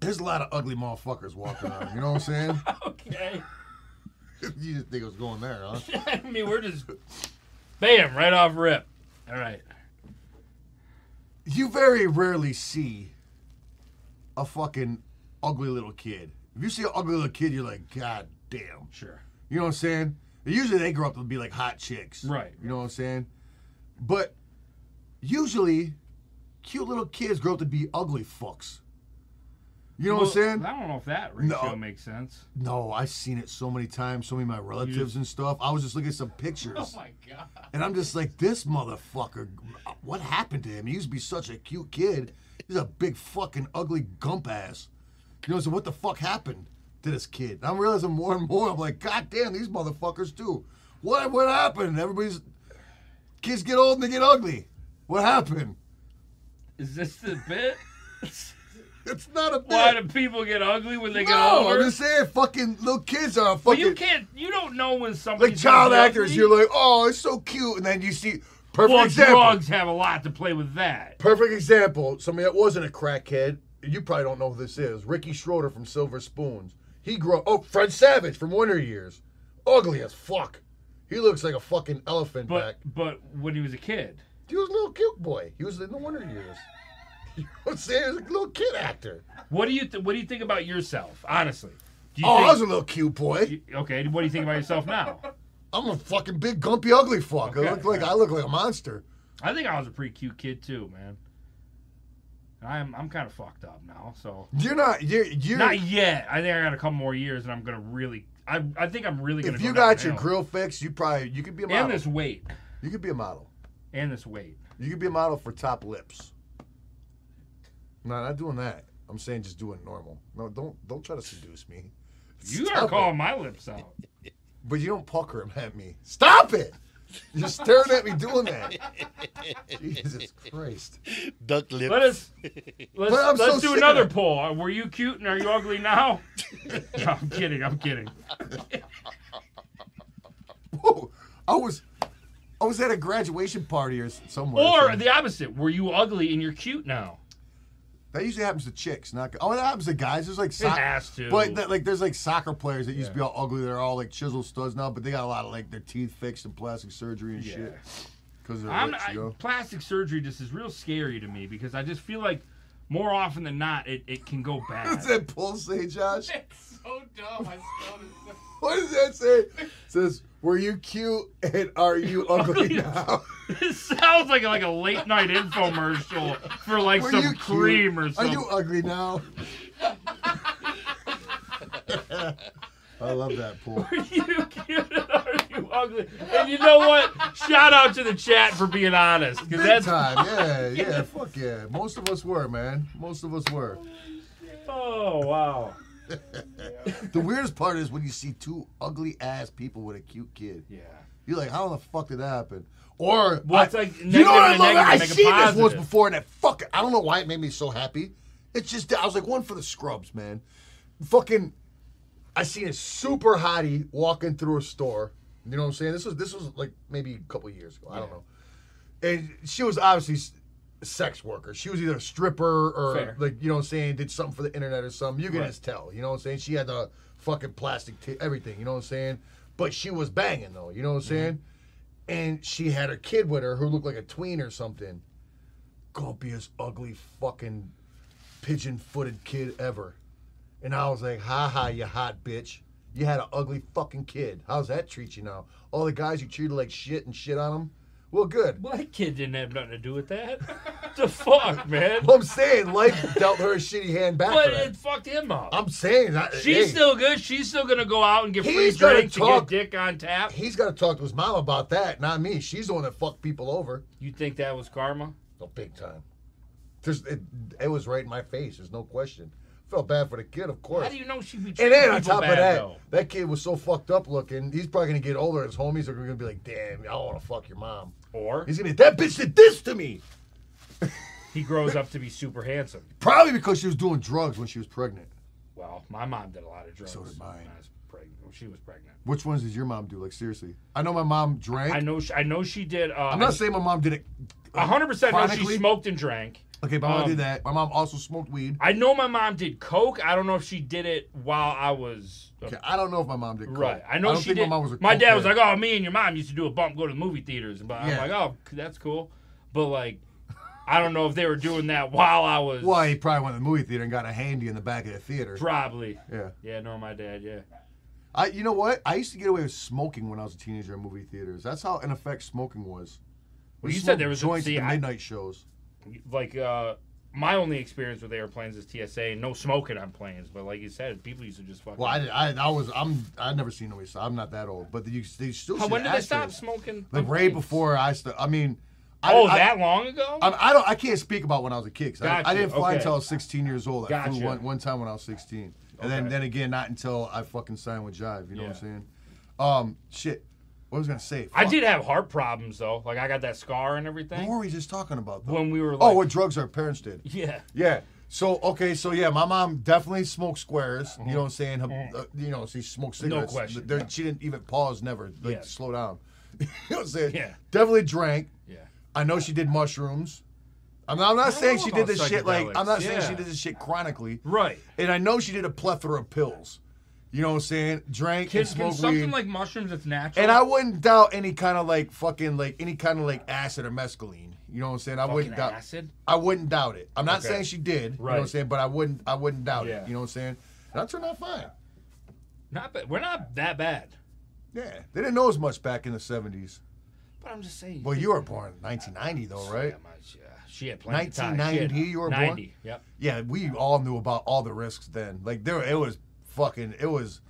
Speaker 1: there's a lot of ugly motherfuckers walking around. You know what I'm saying?
Speaker 2: Okay.
Speaker 1: you just think it was going there, huh?
Speaker 2: I mean, we're just bam right off rip. All right.
Speaker 1: you very rarely see a fucking ugly little kid. If you see an ugly little kid, you're like, God damn.
Speaker 2: Sure.
Speaker 1: You know what I'm saying? Usually they grow up to be like hot chicks.
Speaker 2: Right.
Speaker 1: You know what I'm saying? But usually cute little kids grow up to be ugly fucks. You know what I'm saying?
Speaker 2: I don't know if that ratio
Speaker 1: No.
Speaker 2: makes sense.
Speaker 1: No, I've seen it so many times, so many of my relatives and stuff. I was just looking at some pictures.
Speaker 2: Oh my god.
Speaker 1: And I'm just like, this motherfucker, what happened to him? He used to be such a cute kid. He's a big fucking ugly gump ass. You know, so what the fuck happened to this kid? I'm realizing more and more, I'm like, God damn, these motherfuckers too. What what happened? Everybody's kids get old and they get ugly. What happened?
Speaker 2: Is this the bit?
Speaker 1: It's not a bit.
Speaker 2: Why do people get ugly when they get
Speaker 1: no,
Speaker 2: older?
Speaker 1: I'm just saying fucking little kids are
Speaker 2: but
Speaker 1: fucking
Speaker 2: you can't. You don't know when somebody.
Speaker 1: like child actors, you're like, oh, it's so cute, and then you see perfect
Speaker 2: well,
Speaker 1: example.
Speaker 2: drugs have a lot to play with that.
Speaker 1: Perfect example. Somebody that wasn't a crackhead. You probably don't know who this is. Ricky Schroeder from Silver Spoons. He grew up. Oh, Fred Savage from Wonder Years. Ugly as fuck. He looks like a fucking elephant
Speaker 2: But
Speaker 1: back.
Speaker 2: but when he was a kid,
Speaker 1: He was a little cute boy. He was in the Wonder Years. You know what I'm saying? He was a little kid actor.
Speaker 2: what do you th- what do you think about yourself? Honestly, do you
Speaker 1: Oh, I was
Speaker 2: think,
Speaker 1: a little cute boy.
Speaker 2: you- okay. What do you think about yourself now?
Speaker 1: I'm a fucking big gumpy ugly fuck.
Speaker 2: Okay.
Speaker 1: I look like I look like a monster.
Speaker 2: I think I was a pretty cute kid too, man. I'm I'm kind of fucked up now, so
Speaker 1: You're not. You're. you're
Speaker 2: not yet. I think I got a couple more years, and I'm gonna really. I I think I'm really gonna.
Speaker 1: if
Speaker 2: go
Speaker 1: you got your
Speaker 2: downhill.
Speaker 1: grill fixed, you probably you could be a model.
Speaker 2: and this weight
Speaker 1: You could be a model.
Speaker 2: and this weight.
Speaker 1: You could be a model for top lips. No, not doing that. I'm saying just do it normal. No, don't don't try to seduce me.
Speaker 2: You
Speaker 1: Stop
Speaker 2: are
Speaker 1: it.
Speaker 2: calling my lips out.
Speaker 1: But you don't pucker 'em at me. Stop it! You're staring at me doing that. Jesus Christ.
Speaker 7: Duck lips.
Speaker 2: Let us let's,
Speaker 1: But I'm
Speaker 2: let's
Speaker 1: so
Speaker 2: do
Speaker 1: sick
Speaker 2: another
Speaker 1: of it.
Speaker 2: poll. Were you cute and are you ugly now? no, I'm kidding. I'm kidding.
Speaker 1: Whoa. I was I was at a graduation party or s- somewhere.
Speaker 2: Or
Speaker 1: so-
Speaker 2: the opposite. Were you ugly and you're cute now?
Speaker 1: that usually happens to chicks, not gu- oh that happens to guys. There's like
Speaker 2: It has to.
Speaker 1: But that, like, there's like soccer players that used to be all ugly. They're all like chisel studs now, but they got a lot of like their teeth fixed and plastic surgery and
Speaker 2: Yeah.
Speaker 1: shit. Because they're
Speaker 2: I'm,
Speaker 1: rich,
Speaker 2: I,
Speaker 1: you know?
Speaker 2: plastic surgery just is real scary to me because I just feel like more often than not it, it can go bad.
Speaker 1: What does that poll say, Josh?
Speaker 5: It's so dumb. I spelled it. so-
Speaker 1: What does that say? It says, "Were you cute and are you ugly now?"
Speaker 2: it sounds like a, like a late night infomercial for like
Speaker 1: Were you
Speaker 2: some
Speaker 1: cute?
Speaker 2: cream or
Speaker 1: Are
Speaker 2: something.
Speaker 1: you ugly now? I love that pool.
Speaker 2: Are you cute or are you ugly? And you know what? Shout out to the chat for being honest. Because
Speaker 1: Big
Speaker 2: that's
Speaker 1: time, yeah, yeah, fuck yeah. Most of us were, man. Most of us were.
Speaker 2: Oh wow.
Speaker 1: The weirdest part is when you see two ugly ass people with a cute kid.
Speaker 2: Yeah.
Speaker 1: You're like, how the fuck did that happen? Or
Speaker 2: Well,
Speaker 1: I-
Speaker 2: it's like
Speaker 1: you know what I
Speaker 2: negative and
Speaker 1: love?
Speaker 2: negative
Speaker 1: I
Speaker 2: make a
Speaker 1: seen this once
Speaker 2: positive.
Speaker 1: before, and I fucking I don't know why it made me so happy. It's just that I was like, one for the scrubs, man. Fucking, I seen a super hottie walking through a store. You know what I'm saying? This was this was like maybe a couple years ago. I don't know. And she was obviously s- a sex worker. She was either a stripper or
Speaker 2: Fair.
Speaker 1: like you know what I'm saying, did something for the internet or something. You can
Speaker 2: Right.
Speaker 1: just tell. You know what I'm saying? She had the fucking plastic, t- everything. You know what I'm saying? But she was banging though. You know
Speaker 2: Mm-hmm.
Speaker 1: what I'm saying? and she had her kid with her who looked like a tween or something. Gumpiest, ugly, fucking pigeon footed kid ever. And I was like, ha ha, you hot bitch. You had an ugly fucking kid. How's that treat you now? All the guys you treated like shit and shit on them? Well, good.
Speaker 2: Well, that kid didn't have nothing to do with that. the fuck, man.
Speaker 1: Well, I'm saying life dealt her a shitty hand back.
Speaker 2: But
Speaker 1: for that.
Speaker 2: it fucked him up.
Speaker 1: I'm saying I,
Speaker 2: She's
Speaker 1: hey,
Speaker 2: still good. She's still gonna go out and get free
Speaker 1: He's gonna
Speaker 2: drinks and get
Speaker 1: talk-
Speaker 2: dick on tap.
Speaker 1: He's got to talk to his mom about that, not me. She's the one that fucked people over.
Speaker 2: You think that was karma?
Speaker 1: No, big time. There's, it, it was right in my face. There's no question. Felt bad for the kid, of course.
Speaker 2: How do you know she was?
Speaker 1: and then on top of that, that kid was so fucked up looking. He's probably gonna get older. His homies are gonna be like, "Damn, I want to fuck your mom."
Speaker 2: or
Speaker 1: He's gonna be, that bitch did this to me.
Speaker 2: he grows up to be super handsome.
Speaker 1: Probably because she was doing drugs when she was pregnant.
Speaker 2: Well, my mom did a lot of drugs.
Speaker 1: So did mine.
Speaker 2: When I was pregnant. When she was pregnant.
Speaker 1: Which ones did your mom do? Like seriously, I know my mom drank.
Speaker 2: I know. She, I know she did. Uh,
Speaker 1: I'm not saying my mom did it.
Speaker 2: A hundred percent. No, she
Speaker 1: chronically-
Speaker 2: smoked and drank.
Speaker 1: Okay, my mom
Speaker 2: Um,
Speaker 1: did that. My mom also smoked weed.
Speaker 2: I know my mom did coke. I don't know if she did it while I was. uh,
Speaker 1: Okay, I don't know if my mom did. coke.
Speaker 2: Right, I know
Speaker 1: don't
Speaker 2: she
Speaker 1: think
Speaker 2: did.
Speaker 1: My, mom was a
Speaker 2: my dad was
Speaker 1: cokehead.
Speaker 2: like, "Oh, me and your mom used to do a bump, go to the movie theaters." But
Speaker 1: Yeah.
Speaker 2: I'm like, "Oh, that's cool," but like, I don't know if they were doing that while I was.
Speaker 1: "Well, he probably went to the movie theater and got a handy in the back of the theater."
Speaker 2: Probably.
Speaker 1: Yeah.
Speaker 2: Yeah, no, my dad. Yeah.
Speaker 1: I, you know what? I used to get away with smoking when I was a teenager in movie theaters. That's how, in effect, smoking was.
Speaker 2: Well,
Speaker 1: We
Speaker 2: you said there
Speaker 1: smoked
Speaker 2: was a-
Speaker 1: joints
Speaker 2: see,
Speaker 1: at the
Speaker 2: I-
Speaker 1: midnight shows.
Speaker 2: like uh my only experience with airplanes is TSA. No smoking on planes, but like you said, people used to just fucking.
Speaker 1: Well, I, did- I, I was, I'm, I never seen nobody. So I'm not that old, but you, they still.
Speaker 2: How-
Speaker 1: see
Speaker 2: when
Speaker 1: the
Speaker 2: did they stop
Speaker 1: ashtrays.
Speaker 2: smoking?
Speaker 1: Like
Speaker 2: on
Speaker 1: right
Speaker 2: planes?
Speaker 1: before I started. I mean, I,
Speaker 2: Oh,
Speaker 1: I,
Speaker 2: that long ago?
Speaker 1: I, I don't. I can't speak about when I was a kid. 'cause I, I
Speaker 2: Gotcha,
Speaker 1: didn't fly
Speaker 2: okay.
Speaker 1: until I was 16 years old. I flew
Speaker 2: Gotcha.
Speaker 1: one, one time when I was 16, and then
Speaker 2: Okay.
Speaker 1: then again not until I fucking signed with Jive. You know what
Speaker 2: Yeah.
Speaker 1: I'm saying? Um, shit. What was I gonna say?
Speaker 2: I
Speaker 1: Fuck.
Speaker 2: did have heart problems though. Like I got that scar and everything
Speaker 1: What were we just talking about? Though?
Speaker 2: when we were like.
Speaker 1: oh, what drugs our parents did.
Speaker 2: yeah.
Speaker 1: Yeah. So okay, so yeah, my mom definitely smoked squares. You know what I'm saying? Her- uh, you know, she smoked cigarettes.
Speaker 2: Mm-hmm. question.
Speaker 1: There- she didn't even pause, never like
Speaker 2: Yeah.
Speaker 1: slow down. you know what I'm saying?
Speaker 2: Yeah.
Speaker 1: Definitely drank.
Speaker 2: Yeah.
Speaker 1: I know she did mushrooms. I'm not, I'm not
Speaker 2: don't
Speaker 1: saying
Speaker 2: know
Speaker 1: she did
Speaker 2: about
Speaker 1: this shit like I'm not saying
Speaker 2: psychedelics.
Speaker 1: she did this shit chronically.
Speaker 2: Right.
Speaker 1: And I know she did a plethora of pills. You know what I'm saying? Drank
Speaker 2: Can,
Speaker 1: and
Speaker 2: can
Speaker 1: smoked
Speaker 2: something
Speaker 1: weed.
Speaker 2: like mushrooms that's natural?
Speaker 1: and I wouldn't doubt any kind of like fucking like any kind of like acid or mescaline. You know what I'm saying? I
Speaker 2: fucking
Speaker 1: wouldn't doubt.
Speaker 2: acid.
Speaker 1: I wouldn't doubt it. I'm not
Speaker 2: Okay.
Speaker 1: saying she did. You know what I'm
Speaker 2: Right.
Speaker 1: saying? But I wouldn't I wouldn't doubt
Speaker 2: Yeah.
Speaker 1: it. You know what I'm saying? And I turned out fine.
Speaker 2: Not bad. We're not that bad.
Speaker 1: Yeah. They didn't know as much back in the seventies.
Speaker 2: But I'm just saying.
Speaker 1: Well, you were born in nineteen ninety though, right?
Speaker 2: Yeah, my, yeah. She had plenty of time. She
Speaker 1: 1990
Speaker 2: had
Speaker 1: you were born?
Speaker 2: 90. Yep.
Speaker 1: Yeah, we all knew about all the risks then. Like there it was fucking it was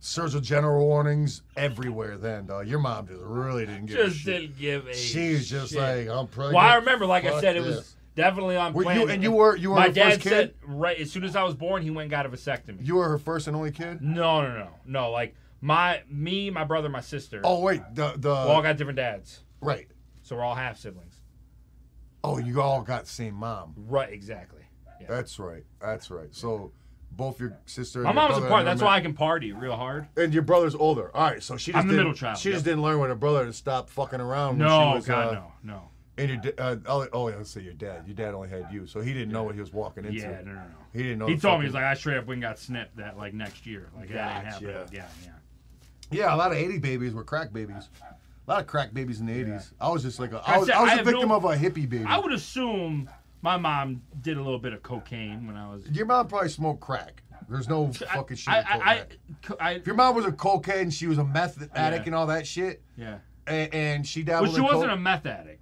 Speaker 1: surgical general warnings everywhere then, dog. Your mom just really didn't give a
Speaker 2: Just
Speaker 1: shit.
Speaker 2: didn't give a.
Speaker 1: she was just
Speaker 2: shit.
Speaker 1: like, I'm pregnant.
Speaker 2: Well, I remember, like I
Speaker 1: Fuck
Speaker 2: said, it
Speaker 1: this.
Speaker 2: was definitely on
Speaker 1: Were you-
Speaker 2: plan.
Speaker 1: and you were- you were
Speaker 2: my
Speaker 1: her
Speaker 2: dad
Speaker 1: first kid?
Speaker 2: said right as soon as I was born, he went and got a vasectomy.
Speaker 1: You were her first and only kid?
Speaker 2: no, no, no, no. Like my me, my brother, my sister.
Speaker 1: Oh wait, the the
Speaker 2: we all got different dads,
Speaker 1: right.
Speaker 2: so we're all half siblings.
Speaker 1: Oh, you all got the same mom.
Speaker 2: Right, exactly. Yeah.
Speaker 1: That's right. That's right. So both your sister.
Speaker 2: my
Speaker 1: and
Speaker 2: mom's
Speaker 1: your
Speaker 2: a
Speaker 1: brother
Speaker 2: part.
Speaker 1: never
Speaker 2: That's
Speaker 1: met-
Speaker 2: why I can party real hard.
Speaker 1: And your brother's older. All right. So she just
Speaker 2: I'm the
Speaker 1: didn't,
Speaker 2: middle child,
Speaker 1: She just
Speaker 2: yep.
Speaker 1: didn't learn with her brother to stop fucking around. when
Speaker 2: No,
Speaker 1: she was,
Speaker 2: God,
Speaker 1: uh,
Speaker 2: no, no.
Speaker 1: And your da- uh, oh, oh, yeah, let's say your dad. Your dad only had you, so he didn't know what he was walking into.
Speaker 2: Yeah, no, no, no.
Speaker 1: He didn't know.
Speaker 2: He
Speaker 1: the
Speaker 2: told me he's
Speaker 1: fucking-
Speaker 2: like I straight up went and got snipped that like next year. Like that ain't
Speaker 1: Gotcha.
Speaker 2: happening. Yeah, yeah.
Speaker 1: Yeah, a lot of eighty babies were crack babies. A lot of crack babies in the eighties. I was just like a,
Speaker 2: I
Speaker 1: I was,
Speaker 2: said,
Speaker 1: I was
Speaker 2: I
Speaker 1: a
Speaker 2: have
Speaker 1: victim
Speaker 2: no-
Speaker 1: of a hippie baby.
Speaker 2: I would assume my mom did a little bit of cocaine when I was.
Speaker 1: your mom probably smoked crack. There's no fucking shit.
Speaker 2: I,
Speaker 1: with
Speaker 2: I,
Speaker 1: cocaine.
Speaker 2: I, I,
Speaker 1: if your mom was a cokehead and she was a meth addict
Speaker 2: Yeah.
Speaker 1: and all that shit,
Speaker 2: yeah.
Speaker 1: and, and she
Speaker 2: Well,
Speaker 1: dabbled.
Speaker 2: she
Speaker 1: in
Speaker 2: wasn't
Speaker 1: coke-
Speaker 2: a meth addict.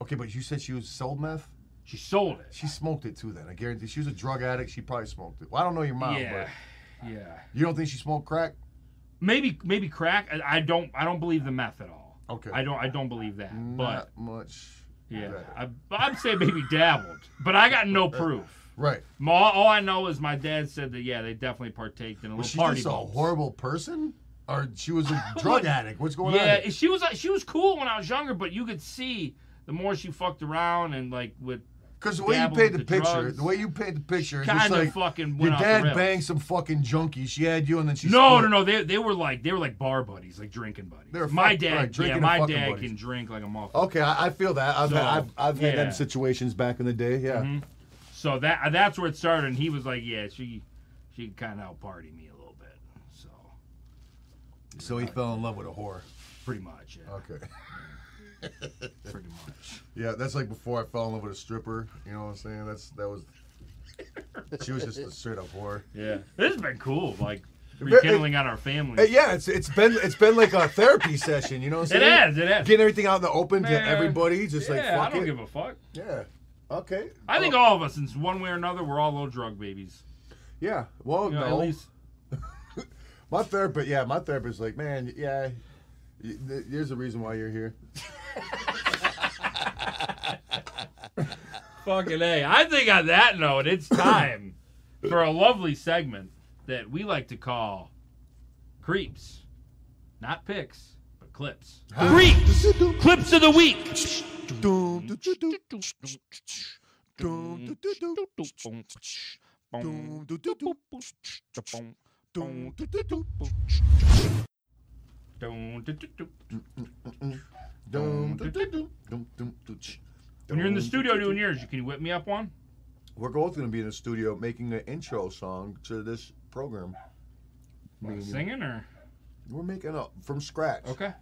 Speaker 1: Okay, but you said she was sold meth.
Speaker 2: She sold it.
Speaker 1: She smoked it too. Then I guarantee she was a drug addict. She probably smoked it. Well, I don't know your mom,
Speaker 2: yeah,
Speaker 1: but
Speaker 2: yeah.
Speaker 1: you don't think she smoked crack?
Speaker 2: Maybe maybe crack. I, I don't I don't believe the meth at all.
Speaker 1: Okay.
Speaker 2: I don't I don't believe that.
Speaker 1: Not
Speaker 2: but
Speaker 1: much.
Speaker 2: yeah,
Speaker 1: better.
Speaker 2: I, I'd say maybe dabbled, but I got no proof.
Speaker 1: Right.
Speaker 2: Ma- All I know is my dad said that yeah they definitely partaked in a little
Speaker 1: Was she
Speaker 2: party.
Speaker 1: just a
Speaker 2: bumps.
Speaker 1: horrible person, or she was a drug addict? What's going on?
Speaker 2: yeah,
Speaker 1: here?
Speaker 2: she was uh, she was cool when I was younger, but you could see the more she fucked around and like with
Speaker 1: Because the way you
Speaker 2: dabbled
Speaker 1: paid the,
Speaker 2: with the
Speaker 1: picture,
Speaker 2: drugs.
Speaker 1: the way you paid the picture, it's just
Speaker 2: kind of
Speaker 1: like
Speaker 2: fucking
Speaker 1: your
Speaker 2: went off the
Speaker 1: dad
Speaker 2: rails.
Speaker 1: banged some fucking junkie. She had you, and then she
Speaker 2: No,
Speaker 1: split.
Speaker 2: no, no. They, they were like they were like bar buddies, like drinking buddies.
Speaker 1: They were
Speaker 2: my
Speaker 1: fuck-
Speaker 2: dad,
Speaker 1: right, drinking
Speaker 2: yeah,
Speaker 1: and
Speaker 2: my
Speaker 1: fucking
Speaker 2: dad
Speaker 1: buddies.
Speaker 2: can drink like a motherfucker.
Speaker 9: Okay, I, I feel that. I've had,
Speaker 2: So,
Speaker 9: I've, I've had
Speaker 2: yeah.
Speaker 9: them situations back in the day. Yeah.
Speaker 2: So that uh, that's where it started. And he was like, yeah, she she kind of outparty me a little bit. So Mm-hmm.
Speaker 1: So he fell in love with a whore.
Speaker 2: pretty much, yeah,
Speaker 1: Okay.
Speaker 2: pretty much.
Speaker 1: Yeah, that's like before I fell in love with a stripper. You know what I'm saying? That's that was. She was just a straight up whore.
Speaker 2: Yeah, this has been cool. Like rekindling out our family.
Speaker 9: Uh, yeah, it's it's been it's been like a therapy session, you know what I'm
Speaker 2: It
Speaker 9: saying?
Speaker 2: is, it is.
Speaker 9: Getting everything out in the open
Speaker 2: Man,
Speaker 9: to everybody, just like
Speaker 2: yeah,
Speaker 9: fuck
Speaker 2: I don't
Speaker 9: it.
Speaker 2: give a fuck.
Speaker 9: yeah. Okay.
Speaker 2: I think all of us, in one way or another, we're all little drug babies.
Speaker 9: Yeah. Well,
Speaker 2: You know,
Speaker 9: no.
Speaker 2: at least
Speaker 9: My therapist, yeah, my therapist, like, man, yeah, y- th- there's a reason why you're here.
Speaker 2: Fucking A. I think on that note, it's time for a lovely segment that we like to call Creeps. Not picks, but clips. Creeps! Clips of the week! When you're in the studio doing yours, you can whip me up one?
Speaker 1: We're both gonna be in the studio making an intro song to this program.
Speaker 2: Singing or?
Speaker 1: We're making up from scratch.
Speaker 2: Okay.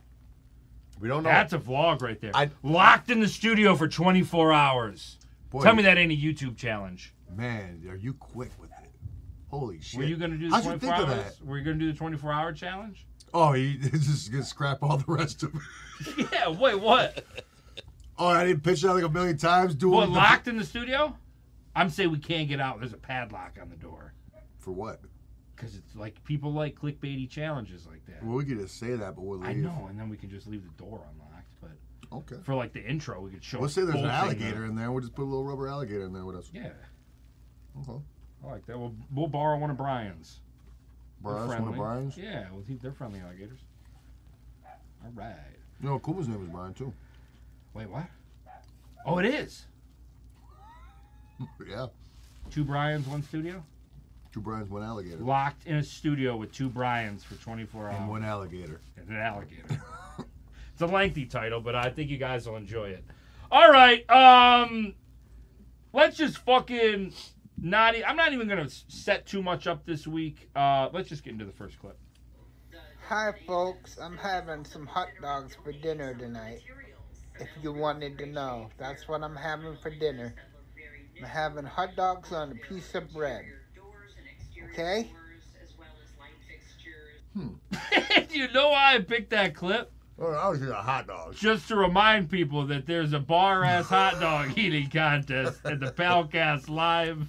Speaker 1: We don't know.
Speaker 2: That's a vlog right there.
Speaker 1: I-
Speaker 2: Locked in the studio for 24 hours.
Speaker 1: Boy,
Speaker 2: Tell me that ain't a YouTube challenge.
Speaker 1: Man, are you quick with it? Holy shit!
Speaker 2: Were you gonna do the
Speaker 1: How'd you
Speaker 2: 24
Speaker 1: think of
Speaker 2: hours?
Speaker 1: that?
Speaker 2: Were you gonna do the 24 hour challenge?
Speaker 1: Oh, he he's just gonna scrap all the rest of it.
Speaker 2: Yeah. Wait. What?
Speaker 1: Oh, I didn't pitch that like a million times. Doing
Speaker 2: what?
Speaker 1: the-
Speaker 2: Locked in the studio? I'm saying we can't get out. There's a padlock on the door.
Speaker 1: for what?
Speaker 2: Cause it's like people like clickbaity challenges like that.
Speaker 1: Well, we could just say that, but we'll leave.
Speaker 2: I know, and then we can just leave the door unlocked. But
Speaker 1: Okay.
Speaker 2: for like the intro, we could show.
Speaker 1: Let's say there's an
Speaker 2: bolting
Speaker 1: alligator
Speaker 2: the-
Speaker 1: in there. We'll just put a little rubber alligator in there with us.
Speaker 2: Yeah.
Speaker 1: Okay.
Speaker 2: I like that. We'll, we'll borrow one of Brian's. They're
Speaker 1: Brian's one of
Speaker 2: friendly.
Speaker 1: Brian's.
Speaker 2: Yeah, well, he- they're friendly alligators. All right.
Speaker 1: No, Kuma's name is Brian too.
Speaker 2: Wait, what? Oh, it is.
Speaker 1: yeah.
Speaker 2: Two Brian's, one studio.
Speaker 1: Two Brian's, one alligator.
Speaker 2: Locked in a studio with two Brian's for 24 hours.
Speaker 1: And one alligator.
Speaker 2: and an alligator. it's a lengthy title, but I think you guys will enjoy it. All right, um, let's just fucking not. E- I'm not even gonna s- set too much up this week. Uh, let's just get into the first clip.
Speaker 10: Hi, folks. I'm having some hot dogs for dinner tonight. If you wanted to know, that's what I'm having for dinner. I'm having hot dogs on a piece of bread. Okay?
Speaker 2: Do you know why I picked that clip?
Speaker 1: Oh, I was getting a hot dog.
Speaker 2: Just to remind people that there's a bar ass hot dog eating contest at the Palcast Live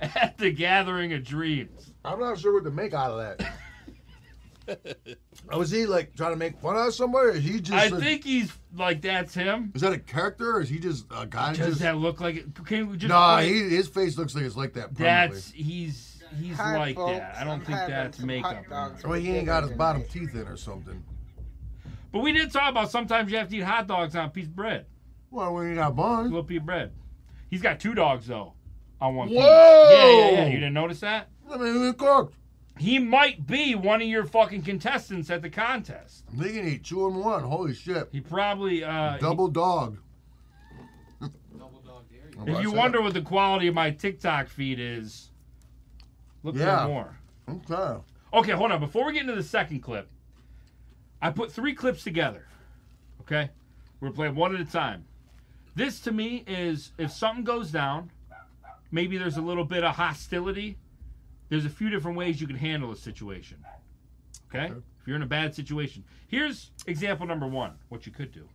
Speaker 2: at the Gathering of Dreams.
Speaker 1: I'm not sure what to make out of that. Oh, is he like trying to make fun out of somebody? Or is he just?
Speaker 2: I
Speaker 1: a-
Speaker 2: think he's like that's him.
Speaker 1: Is that a character? Or is he just a guy?
Speaker 2: Does
Speaker 1: just
Speaker 2: that look like it? Can we just
Speaker 1: Nah,
Speaker 2: point-
Speaker 1: he, his face looks like it's like that. Permanently.
Speaker 2: That's he's he's
Speaker 10: Hi,
Speaker 2: like
Speaker 10: folks.
Speaker 2: that. I don't
Speaker 10: I'm
Speaker 2: think
Speaker 10: having
Speaker 2: that's
Speaker 10: some
Speaker 2: makeup.
Speaker 10: hot dogs.
Speaker 1: Well, he ain't got his bottom teeth in or something.
Speaker 2: But we did talk about sometimes you have to eat hot dogs on a piece of bread,
Speaker 1: Well, when you got
Speaker 2: a
Speaker 1: buns.
Speaker 2: little piece of bread. He's got two dogs though, on one. piece.
Speaker 1: Whoa!
Speaker 2: Yeah, yeah, yeah. You didn't notice that?
Speaker 1: I mean, we cooked.
Speaker 2: He might be one of your fucking contestants at the contest.
Speaker 1: They can eat two and one. Holy shit!
Speaker 2: He probably uh, he-
Speaker 1: Double dog.
Speaker 5: Double dog dairy.
Speaker 2: if
Speaker 1: Watch
Speaker 2: you
Speaker 1: that.
Speaker 2: wonder what the quality of my TikTok feed is, look
Speaker 1: Yeah.
Speaker 2: no more.
Speaker 1: Okay.
Speaker 2: Okay, hold on. Before we get into the second clip, I put three clips together. Okay? We're playing one at a time. This to me is if something goes down, maybe there's a little bit of hostility. There's a few different ways you can handle a situation. Okay? If you're in a bad situation. Here's example number one, what you could do.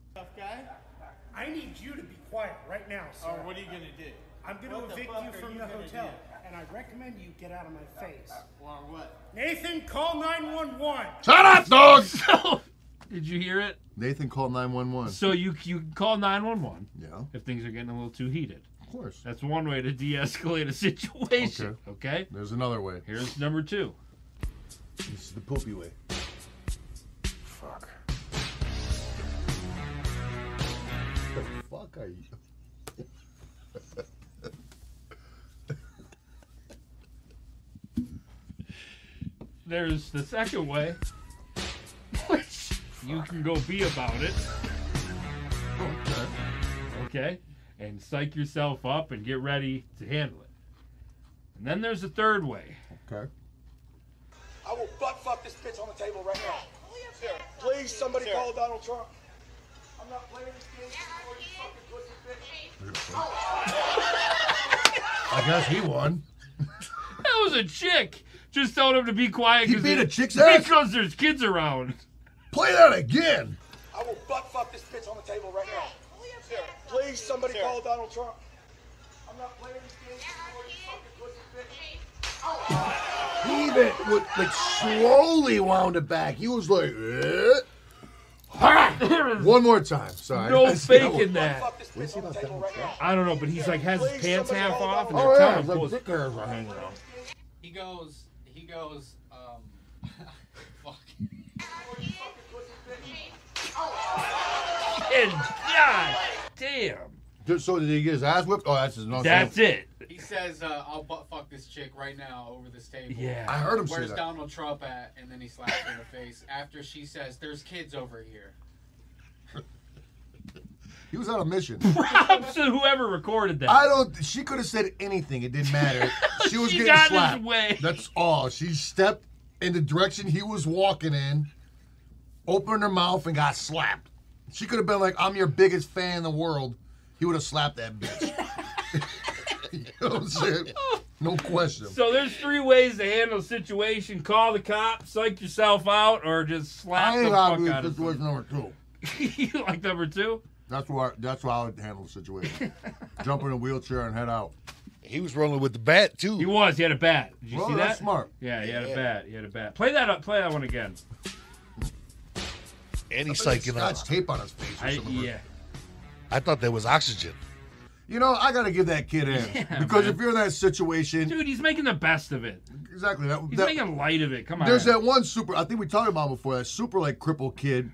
Speaker 11: I need you to be quiet right now, sir.
Speaker 5: what are you gonna do?
Speaker 11: I'm going to
Speaker 5: Oh, What the
Speaker 11: evict
Speaker 5: fuck
Speaker 11: you
Speaker 5: are
Speaker 11: from
Speaker 5: you
Speaker 11: the
Speaker 5: gonna
Speaker 11: hotel.
Speaker 5: do?
Speaker 12: and I recommend you get out of my face.
Speaker 5: Or what?
Speaker 12: Nathan, call 911.
Speaker 1: Shut up, dog!
Speaker 2: Did you hear it?
Speaker 1: Nathan called 911.
Speaker 2: So you you can call 911
Speaker 1: Yeah,
Speaker 2: if things are getting a little too heated.
Speaker 1: of course.
Speaker 2: That's one way to de-escalate a situation. okay?
Speaker 1: There's another way.
Speaker 2: Here's number two.
Speaker 1: This is the poopy way. Fuck. The fuck are you?
Speaker 2: There's the second way, which you can go be about it.
Speaker 1: Okay.
Speaker 2: okay? And psych yourself up and get ready to handle it. And then there's a third way.
Speaker 1: Okay.
Speaker 11: I will butt fuck this bitch on the table right now. Please, somebody call Donald Trump. I'm not playing this game anymore, you fucking pussy bitch.
Speaker 1: I guess he won.
Speaker 2: That was a chick. Just told him to be quiet
Speaker 1: He beat a
Speaker 2: there-
Speaker 1: chick's ass.
Speaker 2: because there's kids around.
Speaker 1: Play that again.
Speaker 11: I will butt fuck this bitch on the table right now. Please, somebody call Donald Trump. I'm not playing this game anymore, you fucking pussy bitch.
Speaker 1: He even would, like slowly wound it back. He was like, eh.
Speaker 2: There is
Speaker 1: one more time. Sorry.
Speaker 2: no
Speaker 1: That's the
Speaker 2: faking
Speaker 1: one.
Speaker 2: that.
Speaker 11: Fuck this bitch on the table right now.
Speaker 2: I don't know, but he's like has his pants half off and they're
Speaker 1: Oh yeah,
Speaker 2: telling him
Speaker 1: like
Speaker 2: pull his-
Speaker 1: dick hairs are hanging out.
Speaker 5: He goes. He goes. Um. fuck.
Speaker 2: And God damn.
Speaker 1: Just so did he get his ass whipped? Oh, that's his nonsense.
Speaker 2: That's it.
Speaker 5: He says, uh, "I'll butt fuck this chick right now over this table."
Speaker 1: I
Speaker 2: Yeah.
Speaker 1: heard him say
Speaker 5: Where's
Speaker 1: that.
Speaker 5: Donald Trump at? And then he slaps her in the face after she says, "There's kids over here."
Speaker 1: He was on a mission.
Speaker 2: Props to whoever recorded that.
Speaker 1: I don't. She could have said anything. It didn't matter. She was
Speaker 2: She
Speaker 1: getting
Speaker 2: got his
Speaker 1: slapped.
Speaker 2: way.
Speaker 1: That's all. She stepped in the direction he was walking in, opened her mouth, and got slapped. She could have been like, "I'm your biggest fan in the world." He would have slapped that bitch. you know what I'm saying? No question.
Speaker 2: so there's three ways to handle a situation: call the cops, psych yourself out, or just slap
Speaker 1: I
Speaker 2: the
Speaker 1: ain't
Speaker 2: fuck
Speaker 1: obvious
Speaker 2: out of someone.
Speaker 1: situation number two.
Speaker 2: you like number two?
Speaker 1: That's why. That's why I would handle the situation. Jump in a wheelchair and head out.
Speaker 7: He was rolling with the bat too.
Speaker 2: He was. He had a bat. Did you
Speaker 1: Well,
Speaker 2: see
Speaker 1: that's
Speaker 2: that?
Speaker 1: smart.
Speaker 2: Yeah, he had a
Speaker 7: Yeah.
Speaker 2: bat. He had a bat. Play that up. Play that one again.
Speaker 7: and he's
Speaker 1: Somebody
Speaker 7: psyching
Speaker 1: scotch
Speaker 7: out.
Speaker 1: tape on his face. Or
Speaker 2: I,
Speaker 1: something.
Speaker 2: yeah.
Speaker 7: I thought that was oxygen.
Speaker 1: You know, I gotta give that kid in
Speaker 2: Yeah,
Speaker 1: because
Speaker 2: man.
Speaker 1: if you're in that situation,
Speaker 2: Dude, he's making the best of it.
Speaker 1: exactly that.
Speaker 2: He's
Speaker 1: that-
Speaker 2: making light of it. Come on.
Speaker 1: there's that one super. I think we talked about him before that super like crippled kid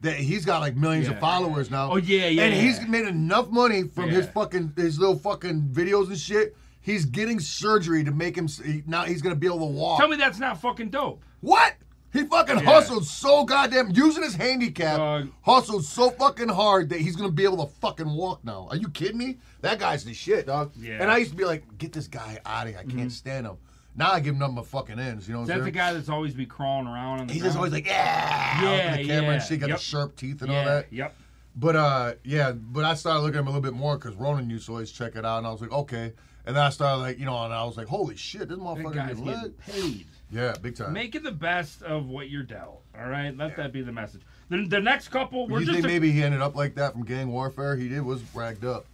Speaker 1: that he's got like millions
Speaker 2: Yeah.
Speaker 1: of followers now.
Speaker 2: Oh, yeah, yeah,
Speaker 1: And he's
Speaker 2: yeah.
Speaker 1: made enough money from his
Speaker 2: Yeah.
Speaker 1: fucking his little fucking videos and shit. He's getting surgery to make him. s- He, now he's gonna be able to walk.
Speaker 2: Tell me that's not fucking dope.
Speaker 1: What? He fucking
Speaker 2: Yeah. Oh,
Speaker 1: hustled so goddamn using his handicap,
Speaker 2: Dog.
Speaker 1: hustled so fucking hard that he's gonna be able to fucking walk now. Are you kidding me? That guy's the shit, dog.
Speaker 2: Yeah. Mm-hmm.
Speaker 1: And I used to be like, get this guy out of here. I can't stand him. Now I give him nothing but fucking ends. You know
Speaker 2: Is
Speaker 1: what I'm
Speaker 2: that the
Speaker 1: saying?
Speaker 2: guy that's always be crawling around on the
Speaker 1: He's just always
Speaker 2: ground?
Speaker 1: like, yeah, out
Speaker 2: Yeah,
Speaker 1: to the camera
Speaker 2: yeah,
Speaker 1: and shit, got
Speaker 2: yep.
Speaker 1: the sharp teeth and
Speaker 2: yeah,
Speaker 1: all that.
Speaker 2: Yep.
Speaker 1: But uh, yeah, but I started looking at him a little bit more because Ronan used to always check it out, and I was like, okay. And then I started like, you know, and I was like, holy shit, this
Speaker 2: That
Speaker 1: motherfucker is
Speaker 2: guy's getting
Speaker 1: lit.
Speaker 2: paid.
Speaker 1: Yeah, big time.
Speaker 2: Make it the best of what you're dealt. All right, let that be the message. The, the next couple, we're
Speaker 1: you
Speaker 2: just
Speaker 1: think
Speaker 2: a-
Speaker 1: maybe he ended up like that from gang warfare? He did was ragged up.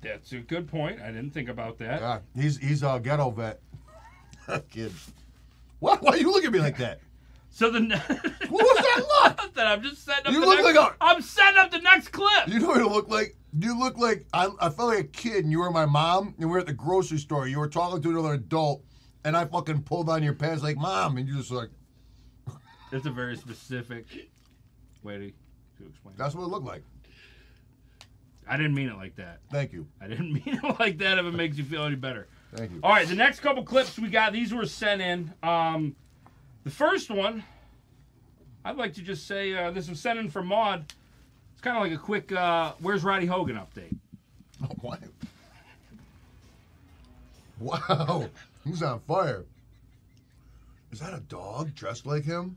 Speaker 2: that's a good point. I didn't think about that.
Speaker 1: Yeah, he's he's a ghetto vet. Kid, what? Why you look at me like that?
Speaker 2: So the ne-
Speaker 1: What was that look?
Speaker 2: that I'm just setting up.
Speaker 1: You
Speaker 2: the
Speaker 1: look
Speaker 2: next,
Speaker 1: like a-
Speaker 2: I'm setting up the next clip.
Speaker 1: You know what it looked like? You look like I, I felt like a kid, and you were my mom, and we are at the grocery store. You were talking to another adult, and I fucking pulled on your pants like mom, and you just like
Speaker 2: It's a very specific way to, to explain. it.
Speaker 1: that's what it looked like.
Speaker 2: I didn't mean it like that.
Speaker 1: Thank you,
Speaker 2: I didn't mean it like that. If it makes you feel any better.
Speaker 1: thank you.
Speaker 2: All right, the next couple clips we got. These were sent in. Um, the first one, I'd like to just say uh, this was sent in from Maud. It's kind of like a quick uh, "Where's Roddy Hogan" update.
Speaker 1: What? Wow, he's on fire. Is that a dog dressed like him?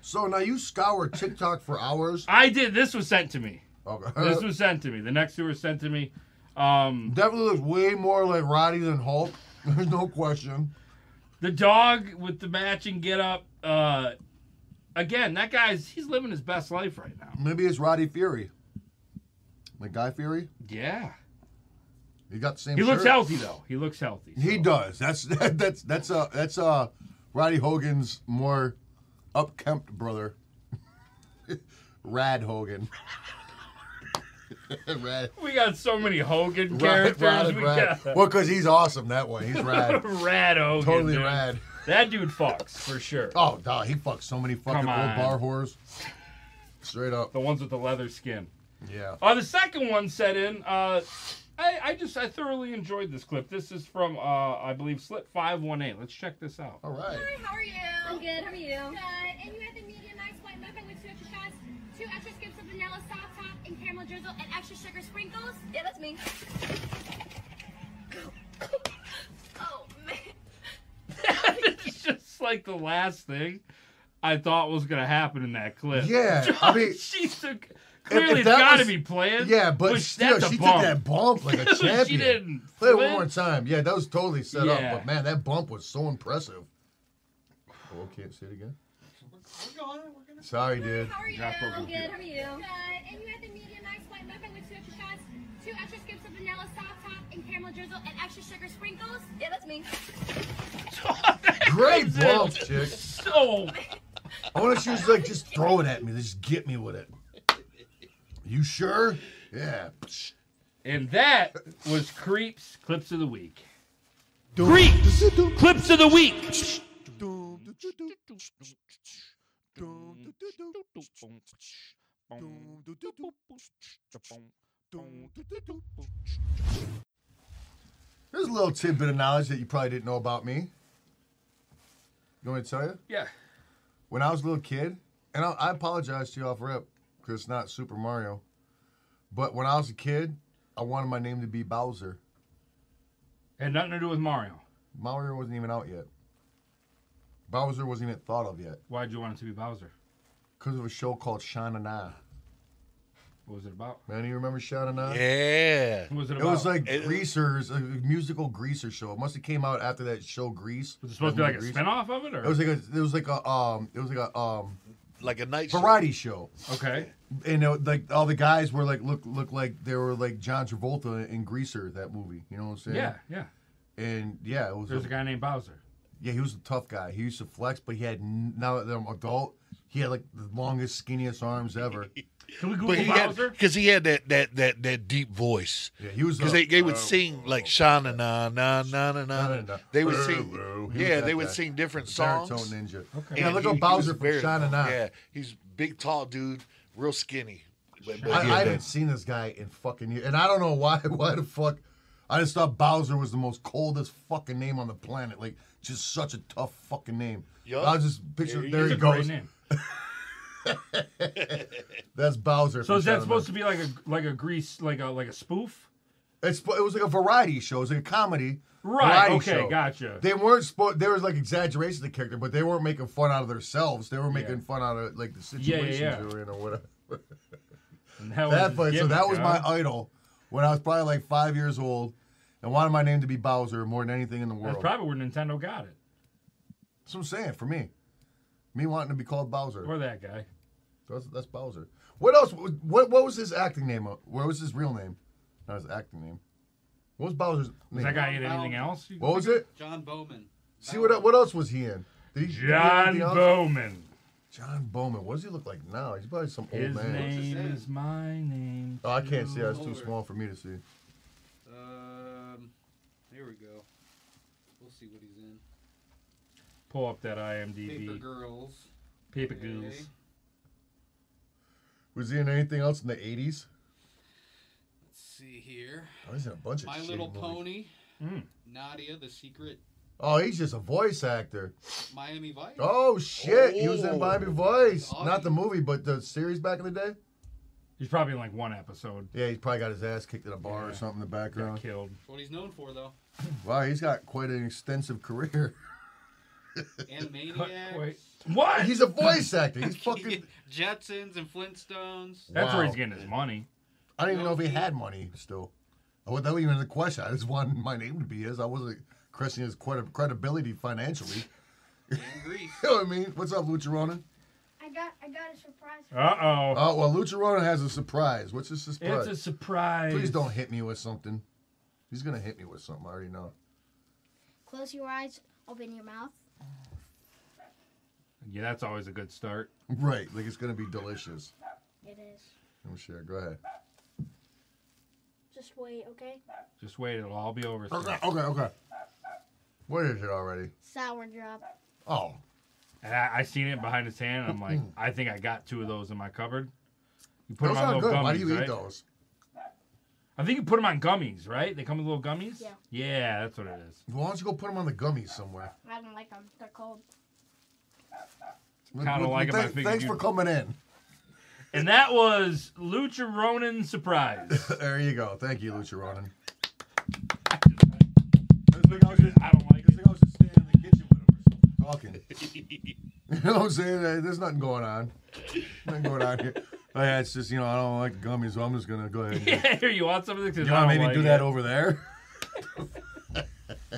Speaker 1: So now you scour TikTok for hours.
Speaker 2: I did. This was sent to me.
Speaker 1: Okay.
Speaker 2: This was sent to me. The next two were sent to me. Um,
Speaker 1: Definitely looks way more like Roddy than Hulk. There's no question.
Speaker 2: the dog with the matching get up. Uh, again, that guy's he's living his best life right now.
Speaker 1: Maybe it's Roddy Fury. Like Guy Fury?
Speaker 2: Yeah.
Speaker 1: He got the same.
Speaker 2: He looks
Speaker 1: shirt.
Speaker 2: healthy though. He looks healthy.
Speaker 1: He does. That's that's that's uh that's uh Roddy Hogan's more upkempt brother. Rad Hogan. rad.
Speaker 2: We got so many Hogan
Speaker 1: Rad,
Speaker 2: characters.
Speaker 1: rad,
Speaker 2: we
Speaker 1: rad.
Speaker 2: got
Speaker 1: Well, because he's awesome that way. He's rad.
Speaker 2: rad Hogan.
Speaker 1: totally
Speaker 2: dude.
Speaker 1: rad.
Speaker 2: That dude fucks for sure.
Speaker 1: Oh, dog, he fucked so many fucking old
Speaker 2: Come on.
Speaker 1: bar whores. Straight up.
Speaker 2: The ones with the leather skin.
Speaker 1: Yeah.
Speaker 2: Uh, the second one set in. Uh, I, I just I thoroughly enjoyed this clip. This is from uh, I believe Slip Five One Eight. Let's check this out.
Speaker 1: All right.
Speaker 13: How are you? I'm good. How are you?
Speaker 8: Good. And you had the medium ice white mocha with two extra shots, two extra scoops of vanilla soft top and caramel drizzle, and extra sugar sprinkles.
Speaker 13: Yeah, that's me. oh man.
Speaker 2: it's just like the last thing I thought was gonna happen in that clip.
Speaker 1: Yeah, I mean-
Speaker 2: she's a, clearly
Speaker 1: that
Speaker 2: it's gotta
Speaker 1: was-
Speaker 2: be playing.
Speaker 1: Yeah, but still,
Speaker 2: that's a
Speaker 1: she
Speaker 2: bump.
Speaker 1: took that bump like a
Speaker 2: She
Speaker 1: champion.
Speaker 2: didn't
Speaker 1: Play it one
Speaker 2: flip.
Speaker 1: more time. Yeah, that was totally set
Speaker 2: Yeah.
Speaker 1: up. But man, that bump was so impressive. Oh, can't say it again. Sorry, dude.
Speaker 8: How are you?
Speaker 2: Jack Burger.
Speaker 8: I'm good. How are you? Good. And you had the medium ice white mocha with two extra shots, two extra scoops of vanilla soft top and caramel drizzle, and extra sugar sprinkles.
Speaker 13: Yeah, that's me.
Speaker 1: Great
Speaker 2: Dude,
Speaker 1: bump, chick.
Speaker 2: So
Speaker 1: I want she was like, just throw it at me. Just get me with it. You sure? Yeah.
Speaker 2: and that was creeps clips of the week. Creeps clips of the week.
Speaker 1: There's a little tidbit of knowledge that you probably didn't know about me. You want me to tell you?
Speaker 2: Yeah.
Speaker 1: When I was a little kid, and I, I apologize to you off rep because it's not Super Mario, but when I was a kid, I wanted my name to be Bowser.
Speaker 2: Had nothing to do with Mario.
Speaker 1: Mario wasn't even out yet. Bowser wasn't even thought of yet
Speaker 2: Why'd you want it to be Bowser?
Speaker 1: because of a show called Shanana.
Speaker 2: What was it about?
Speaker 1: Man, you remember Shanana?
Speaker 7: Yeah.
Speaker 2: What was it
Speaker 1: It
Speaker 2: about?
Speaker 1: was like
Speaker 7: It-
Speaker 1: Greasers, a musical Greaser show. It must have came out after that show Grease.
Speaker 2: was it supposed to be like a spinoff of it or
Speaker 1: It was like a, it was like a, um, it was like a um,
Speaker 7: Like a night show.
Speaker 1: variety show.
Speaker 2: Okay.
Speaker 1: And it, like all the guys were like look look like they were like John Travolta in Greaser that movie. You know what I'm saying?
Speaker 2: Yeah, yeah.
Speaker 1: And yeah, it was.
Speaker 2: There's
Speaker 1: a-
Speaker 2: a guy named Bowser.
Speaker 1: Yeah, he was a tough guy. He used to flex, but he had n- now that I'm adult, he had like the longest, skinniest arms ever.
Speaker 2: Can we Google
Speaker 7: But he had
Speaker 2: Bowser?
Speaker 7: because he had that that that that deep voice.
Speaker 1: Yeah, he was.
Speaker 7: Because
Speaker 1: a- uh,
Speaker 7: they, they would sing like Shana na na na na na. na. They would sing,
Speaker 1: He was
Speaker 7: yeah,
Speaker 1: that
Speaker 7: they would
Speaker 1: guy.
Speaker 7: sing different songs.
Speaker 1: baritone ninja.
Speaker 2: Okay.
Speaker 1: Yeah,
Speaker 7: And
Speaker 1: look
Speaker 7: he-
Speaker 1: up
Speaker 7: he was
Speaker 1: Bowser from
Speaker 7: very-
Speaker 1: Shine and I.
Speaker 7: Yeah, he's big, tall dude, real skinny. But,
Speaker 1: I,
Speaker 7: but yeah,
Speaker 1: I
Speaker 7: that-
Speaker 1: haven't seen this guy in fucking years, and I don't know why. Why the fuck? I just thought Bowser was the most coldest fucking name on the planet. Like, just such a tough fucking name.
Speaker 7: Yup.
Speaker 1: I was just picture.
Speaker 7: There he
Speaker 1: There
Speaker 2: It's
Speaker 1: he
Speaker 2: a great
Speaker 1: goes.
Speaker 2: name.
Speaker 1: That's Bowser.
Speaker 2: So
Speaker 1: from
Speaker 2: is that
Speaker 1: Shine and I.
Speaker 2: supposed to be like a like a grease like a like a spoof?
Speaker 1: It's, it was like a variety show. It was like a comedy.
Speaker 2: Right.
Speaker 1: variety
Speaker 2: Okay.
Speaker 1: show.
Speaker 2: Gotcha.
Speaker 1: They weren't spo- There was like exaggerations of the character, but they weren't making fun out of themselves. They were making fun out of like the
Speaker 2: Yeah, yeah,
Speaker 1: situations
Speaker 2: yeah.
Speaker 1: they were in or whatever.
Speaker 2: And that was
Speaker 1: That
Speaker 2: his
Speaker 1: place. So
Speaker 2: gimmick,
Speaker 1: that was my
Speaker 2: huh?
Speaker 1: idol when I was probably like five years old, and wanted my name to be Bowser more than anything in the world.
Speaker 2: That's probably where Nintendo got it.
Speaker 1: That's what I'm saying for me. Me wanting to be called Bowser.
Speaker 2: Or that guy.
Speaker 1: That's, that's Bowser. What else? What what was his acting name? What was his real name? Not his acting name. What was Bowser's name?
Speaker 2: Was that guy in anything else?
Speaker 1: What was it?
Speaker 5: John Bowman.
Speaker 1: See what what else was he in? Did he, did he do
Speaker 2: John
Speaker 1: anything else?
Speaker 2: Bowman.
Speaker 1: John Bowman. What does he look like now? He's probably some old
Speaker 2: His
Speaker 1: Oh, man.
Speaker 2: name
Speaker 5: name?
Speaker 2: is my name.
Speaker 1: Oh, I can't see. That's
Speaker 5: Over.
Speaker 1: too small for me to see.
Speaker 5: Um, here we go. We'll see what he's in.
Speaker 2: Pull up that
Speaker 5: Paper
Speaker 2: IMDb.
Speaker 5: Girls.
Speaker 2: Paper
Speaker 5: Hey.
Speaker 2: Girls.
Speaker 1: Was he in anything else in the '80s?
Speaker 5: Let's see here.
Speaker 1: Oh, he's in a Hmm. bunch of
Speaker 5: My
Speaker 1: shitty
Speaker 5: Little
Speaker 1: movies.
Speaker 5: Pony.
Speaker 2: Mm.
Speaker 5: Nadia, The Secret.
Speaker 1: Oh, he's just a voice actor.
Speaker 5: Miami Vice.
Speaker 1: Oh shit, he was in
Speaker 7: Oh.
Speaker 1: Miami Vice,
Speaker 5: Oh,
Speaker 1: not the
Speaker 5: he-
Speaker 1: movie, but the series back in the day.
Speaker 2: He's probably in like one episode.
Speaker 1: Yeah, he's probably got his ass kicked at a bar or
Speaker 2: Yeah.
Speaker 1: something in the
Speaker 2: Got
Speaker 1: background.
Speaker 2: killed.
Speaker 5: That's what he's known for, though.
Speaker 1: Wow, he's got quite an extensive career.
Speaker 5: Animaniacs.
Speaker 2: What?
Speaker 1: He's a voice actor. He's fucking.
Speaker 5: Jetsons and Flintstones.
Speaker 2: That's where
Speaker 1: Wow.
Speaker 2: he's getting his money.
Speaker 1: I don't even know if he had money still. I would- that wasn't even the question. I just wanted my name to be his. I wasn't questioning his credi- credibility financially.
Speaker 5: And Grease.
Speaker 1: You know what I mean? What's up, Lucherona?
Speaker 8: I got, I got a surprise.
Speaker 2: Uh oh.
Speaker 1: Oh well, Lucherona has a surprise. What's his surprise?
Speaker 2: It's a surprise.
Speaker 1: Please don't hit me with something. He's gonna hit me with something. I already know.
Speaker 14: Close your eyes, open your mouth.
Speaker 2: Yeah, that's always a good start.
Speaker 1: Right, like it's gonna be delicious.
Speaker 14: It is.
Speaker 1: I'm sure. Go ahead.
Speaker 14: Just wait, okay?
Speaker 2: Just wait, it'll all be over. soon.
Speaker 1: Okay, okay, okay. What is it already?
Speaker 14: Sour drop.
Speaker 1: Oh.
Speaker 2: And I, I seen it behind his hand, and I'm like, I think I got two of those in my cupboard. You put
Speaker 1: Hmm. Those
Speaker 2: them on
Speaker 1: are
Speaker 2: little
Speaker 1: good.
Speaker 2: gummies,
Speaker 1: Why do you
Speaker 2: right?
Speaker 1: eat those?
Speaker 2: I think you put them on gummies, right? They come with little gummies.
Speaker 14: Yeah.
Speaker 2: Yeah, that's what it is.
Speaker 1: Why don't you go put them on the gummies somewhere?
Speaker 14: I don't like them. They're cold.
Speaker 2: Kinda like 'em, I
Speaker 1: thank-
Speaker 2: figured
Speaker 1: Thanks
Speaker 2: you-
Speaker 1: for coming in.
Speaker 2: And that was Lucha Ronin surprise.
Speaker 1: there you go. Thank you, Lucha Ronin.
Speaker 2: I don't like
Speaker 1: it. I was just standing in the kitchen with him or something, talking. you know what I'm saying? Uh, There's nothing going on. Nothing going on here. Oh, yeah, it's just you know I don't like gummies, so I'm just gonna go ahead. And
Speaker 2: Yeah, here you want something?
Speaker 1: You want to maybe do that over there?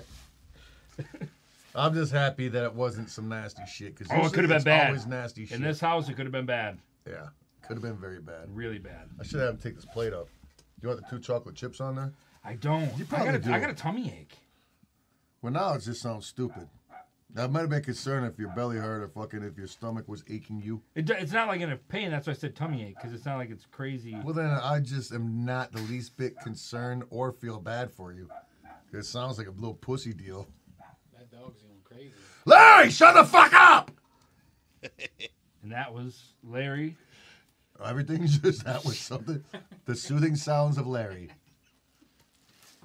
Speaker 1: I'm just happy that it wasn't some nasty shit. Cause
Speaker 2: Oh, it
Speaker 1: usually
Speaker 2: could have been
Speaker 1: it's
Speaker 2: bad.
Speaker 1: Always nasty shit.
Speaker 2: In this house, it could have been bad.
Speaker 1: Yeah, could have been very bad.
Speaker 2: Really bad.
Speaker 1: I should have him take this plate up. You want the two chocolate chips on there?
Speaker 2: I don't.
Speaker 1: You
Speaker 2: I
Speaker 1: probably
Speaker 2: got a-
Speaker 1: do.
Speaker 2: I got a tummy ache.
Speaker 1: Well, now it just sounds stupid. That might have been concerned if your belly hurt or fucking if your stomach was aching you.
Speaker 2: It, do- it's not like in a pain. That's why I said tummy ache because it's not like it's crazy.
Speaker 1: Well, then I just am not the least bit concerned or feel bad for you. It sounds like a little pussy deal.
Speaker 5: That dog's going crazy.
Speaker 1: Larry, shut the fuck up!
Speaker 2: and that was Larry.
Speaker 1: Everything's just that was something. the soothing sounds of Larry.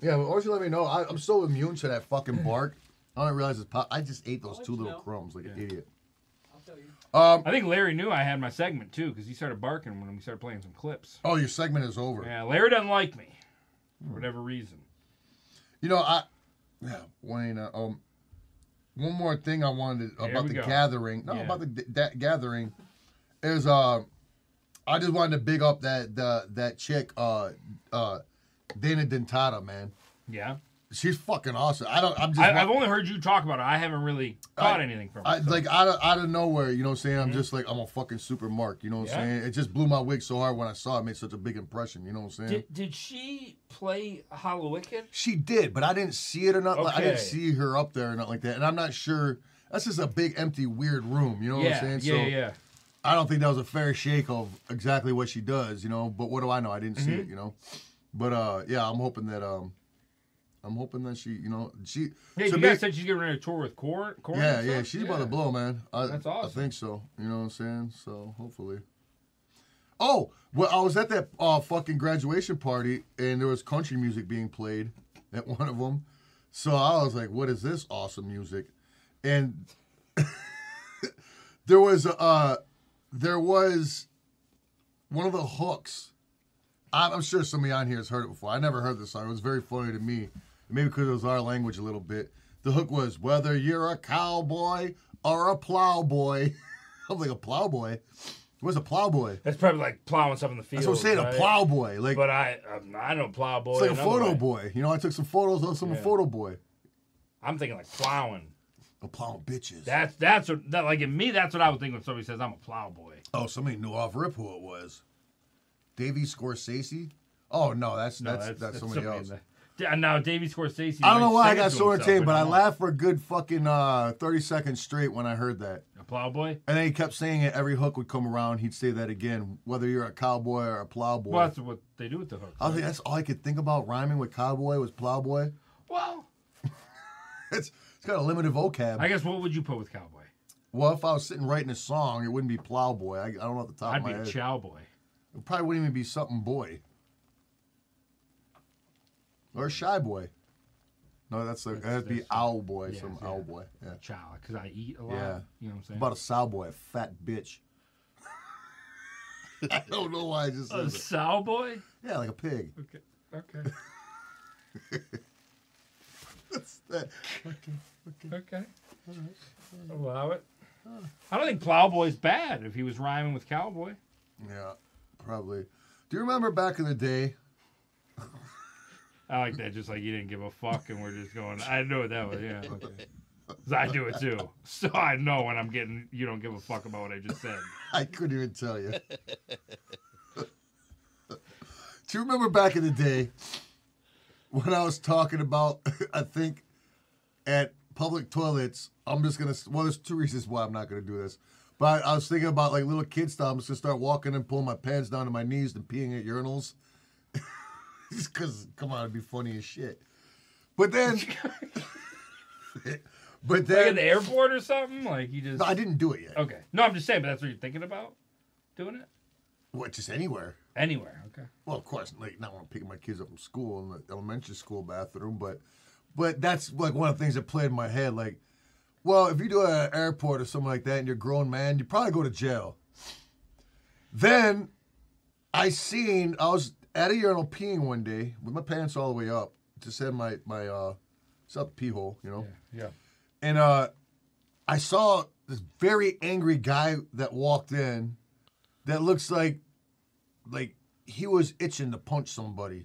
Speaker 1: Yeah, but always let me know. I, I'm so immune to that fucking bark. I don't realize it's pop. I just ate those
Speaker 5: I'll
Speaker 1: two
Speaker 5: let you
Speaker 1: little
Speaker 5: know.
Speaker 1: crumbs like an idiot.
Speaker 5: I'll tell you.
Speaker 1: Um,
Speaker 2: I think Larry knew I had my segment too because he started barking when we started playing some clips.
Speaker 1: Oh, your segment is over.
Speaker 2: Yeah, Larry doesn't like me for whatever reason.
Speaker 1: You know, I yeah, Wayne. Uh, um, one more thing I wanted to,
Speaker 2: There
Speaker 1: about
Speaker 2: we
Speaker 1: the
Speaker 2: go.
Speaker 1: gathering. No,
Speaker 2: Yeah.
Speaker 1: about the d- that gathering is uh, I just wanted to big up that the that chick uh uh Dana Dentata, man.
Speaker 2: Yeah,
Speaker 1: She's fucking awesome. I don't. I'm just.
Speaker 2: I, I've only heard you talk about it. I haven't really caught anything from
Speaker 1: I,
Speaker 2: it. so.
Speaker 1: like out of, out of nowhere, you know what I'm saying? I'm just like I'm a fucking super mark, you know what
Speaker 2: Mm-hmm. Yeah.
Speaker 1: I'm saying? It just blew my wig so hard when I saw it made such a big impression, you know what I'm saying?
Speaker 2: Did, did she play Hollow Wicked?
Speaker 1: She did, but I didn't see it or not. Like, I didn't
Speaker 2: Okay.
Speaker 1: see her up there or not like that. And I'm not sure. That's just a big, empty, weird room. You know what
Speaker 2: yeah,
Speaker 1: I'm saying?
Speaker 2: yeah,
Speaker 1: so
Speaker 2: yeah.
Speaker 1: I don't think that was a fair shake of exactly what she does. You know, but what do I know? I didn't
Speaker 2: Mm-hmm.
Speaker 1: see it. You know, but uh, yeah, I'm hoping that um, I'm hoping that she, you know, she.
Speaker 2: Hey,
Speaker 1: to
Speaker 2: you
Speaker 1: me-
Speaker 2: guys said she's getting ready to tour with Cor. Cor
Speaker 1: yeah, yeah, she's about to blow, man. I,
Speaker 2: That's
Speaker 1: I
Speaker 2: awesome.
Speaker 1: think so. You know what I'm saying? So hopefully. Oh, well, I was at that uh, fucking graduation party, and there was country music being played at one of them. So I was like, "What is this awesome music?" And there was uh, there was one of the hooks. I'm I'm sure somebody on here has heard it before. I never heard this song. It was very funny to me. Maybe because it was our language a little bit. The hook was whether you're a cowboy or a plowboy. I'm like a plowboy. What's a plowboy?
Speaker 2: That's probably like plowing something in the field.
Speaker 1: That's what I'm saying.
Speaker 2: right?
Speaker 1: A plowboy. Like
Speaker 2: but I, um, I know plow boy.
Speaker 1: it's like a
Speaker 2: another
Speaker 1: photo
Speaker 2: way.
Speaker 1: boy. You know, I took some photos of some
Speaker 2: Yeah.
Speaker 1: photo boy.
Speaker 2: I'm thinking like plowing.
Speaker 1: A plow bitches.
Speaker 2: That's that's what that like in me. That's what I would think when somebody says I'm a plow boy.
Speaker 1: Oh, somebody knew off rip who it was. Davy Scorsese. Oh no, that's
Speaker 2: No,
Speaker 1: that's, that's, somebody, else.
Speaker 2: that- Da- now Davey Scorsese.
Speaker 1: I don't know
Speaker 2: might
Speaker 1: why I
Speaker 2: sing it
Speaker 1: got
Speaker 2: to
Speaker 1: so
Speaker 2: himself,
Speaker 1: entertained, but I
Speaker 2: I'm
Speaker 1: laughed for a good fucking uh, 30 seconds straight when I heard that.
Speaker 2: A plow boy.
Speaker 1: And then he kept saying it. Every hook would come around. He'd say that again, whether you're a cowboy or a plowboy.
Speaker 2: Well, that's what they do with the hook.
Speaker 1: I was like, that's all I could think about rhyming with cowboy was plowboy.
Speaker 2: Well,
Speaker 1: It's it's got a limited vocab.
Speaker 2: I guess what would you put with cowboy?
Speaker 1: well, if I was sitting writing a song, it wouldn't be plowboy. I, I don't know at the top
Speaker 2: I'd
Speaker 1: of
Speaker 2: be
Speaker 1: Oh, my
Speaker 2: a
Speaker 1: head.
Speaker 2: chow boy.
Speaker 1: It probably wouldn't even be something boy. Or shy boy. No, that's a, that'd be
Speaker 2: that's-
Speaker 1: owl boy.
Speaker 2: yeah,
Speaker 1: some
Speaker 2: yeah.
Speaker 1: owl boy. Yeah.
Speaker 2: Chow, because I eat a lot.
Speaker 1: Yeah.
Speaker 2: You know what I'm saying?
Speaker 1: About a sow boy, a fat bitch. I don't know why I just
Speaker 2: a
Speaker 1: said that.
Speaker 2: sow boy.
Speaker 1: Yeah, like a pig.
Speaker 2: Okay. Okay.
Speaker 1: That's that. Okay.
Speaker 2: Okay. Allow it. I don't think Plowboy's bad if he was rhyming with cowboy.
Speaker 1: Yeah, probably. Do you remember back in the day?
Speaker 2: I like that, just like you didn't give a fuck, and we're just going. I know that was yeah. 'Cause I do it too, so I know when I'm getting. You don't give a fuck about what I just said.
Speaker 1: I couldn't even tell you. Do you remember back in the day when I was talking about, I think, at public toilets, I'm just gonna. Well, there's two reasons why I'm not gonna do this, but I, I was thinking about like little kid style. I'm just gonna start walking and pulling my pants down to my knees and peeing at urinals. just cause, come on, it'd be funny as shit. But then, but then
Speaker 2: like at the airport or something? Like you just
Speaker 1: No, I didn't do it yet.
Speaker 2: Okay. No, I'm just saying, but that's what you're thinking about? Doing it?
Speaker 1: What? Just anywhere.
Speaker 2: Anywhere. Okay.
Speaker 1: Well, of course, like not want to pick my kids up from school in the elementary school bathroom, but but that's like one of the things that played in my head. Like, well, if you do it at an airport or something like that, and you're a grown man, you probably go to jail. Then I seen I was at a urinal peeing one day with my pants all the way up, just had my my uh, it's up pee hole, you know.
Speaker 2: Yeah.
Speaker 1: And uh, I saw this very angry guy that walked in that looks like like he was itching to punch somebody.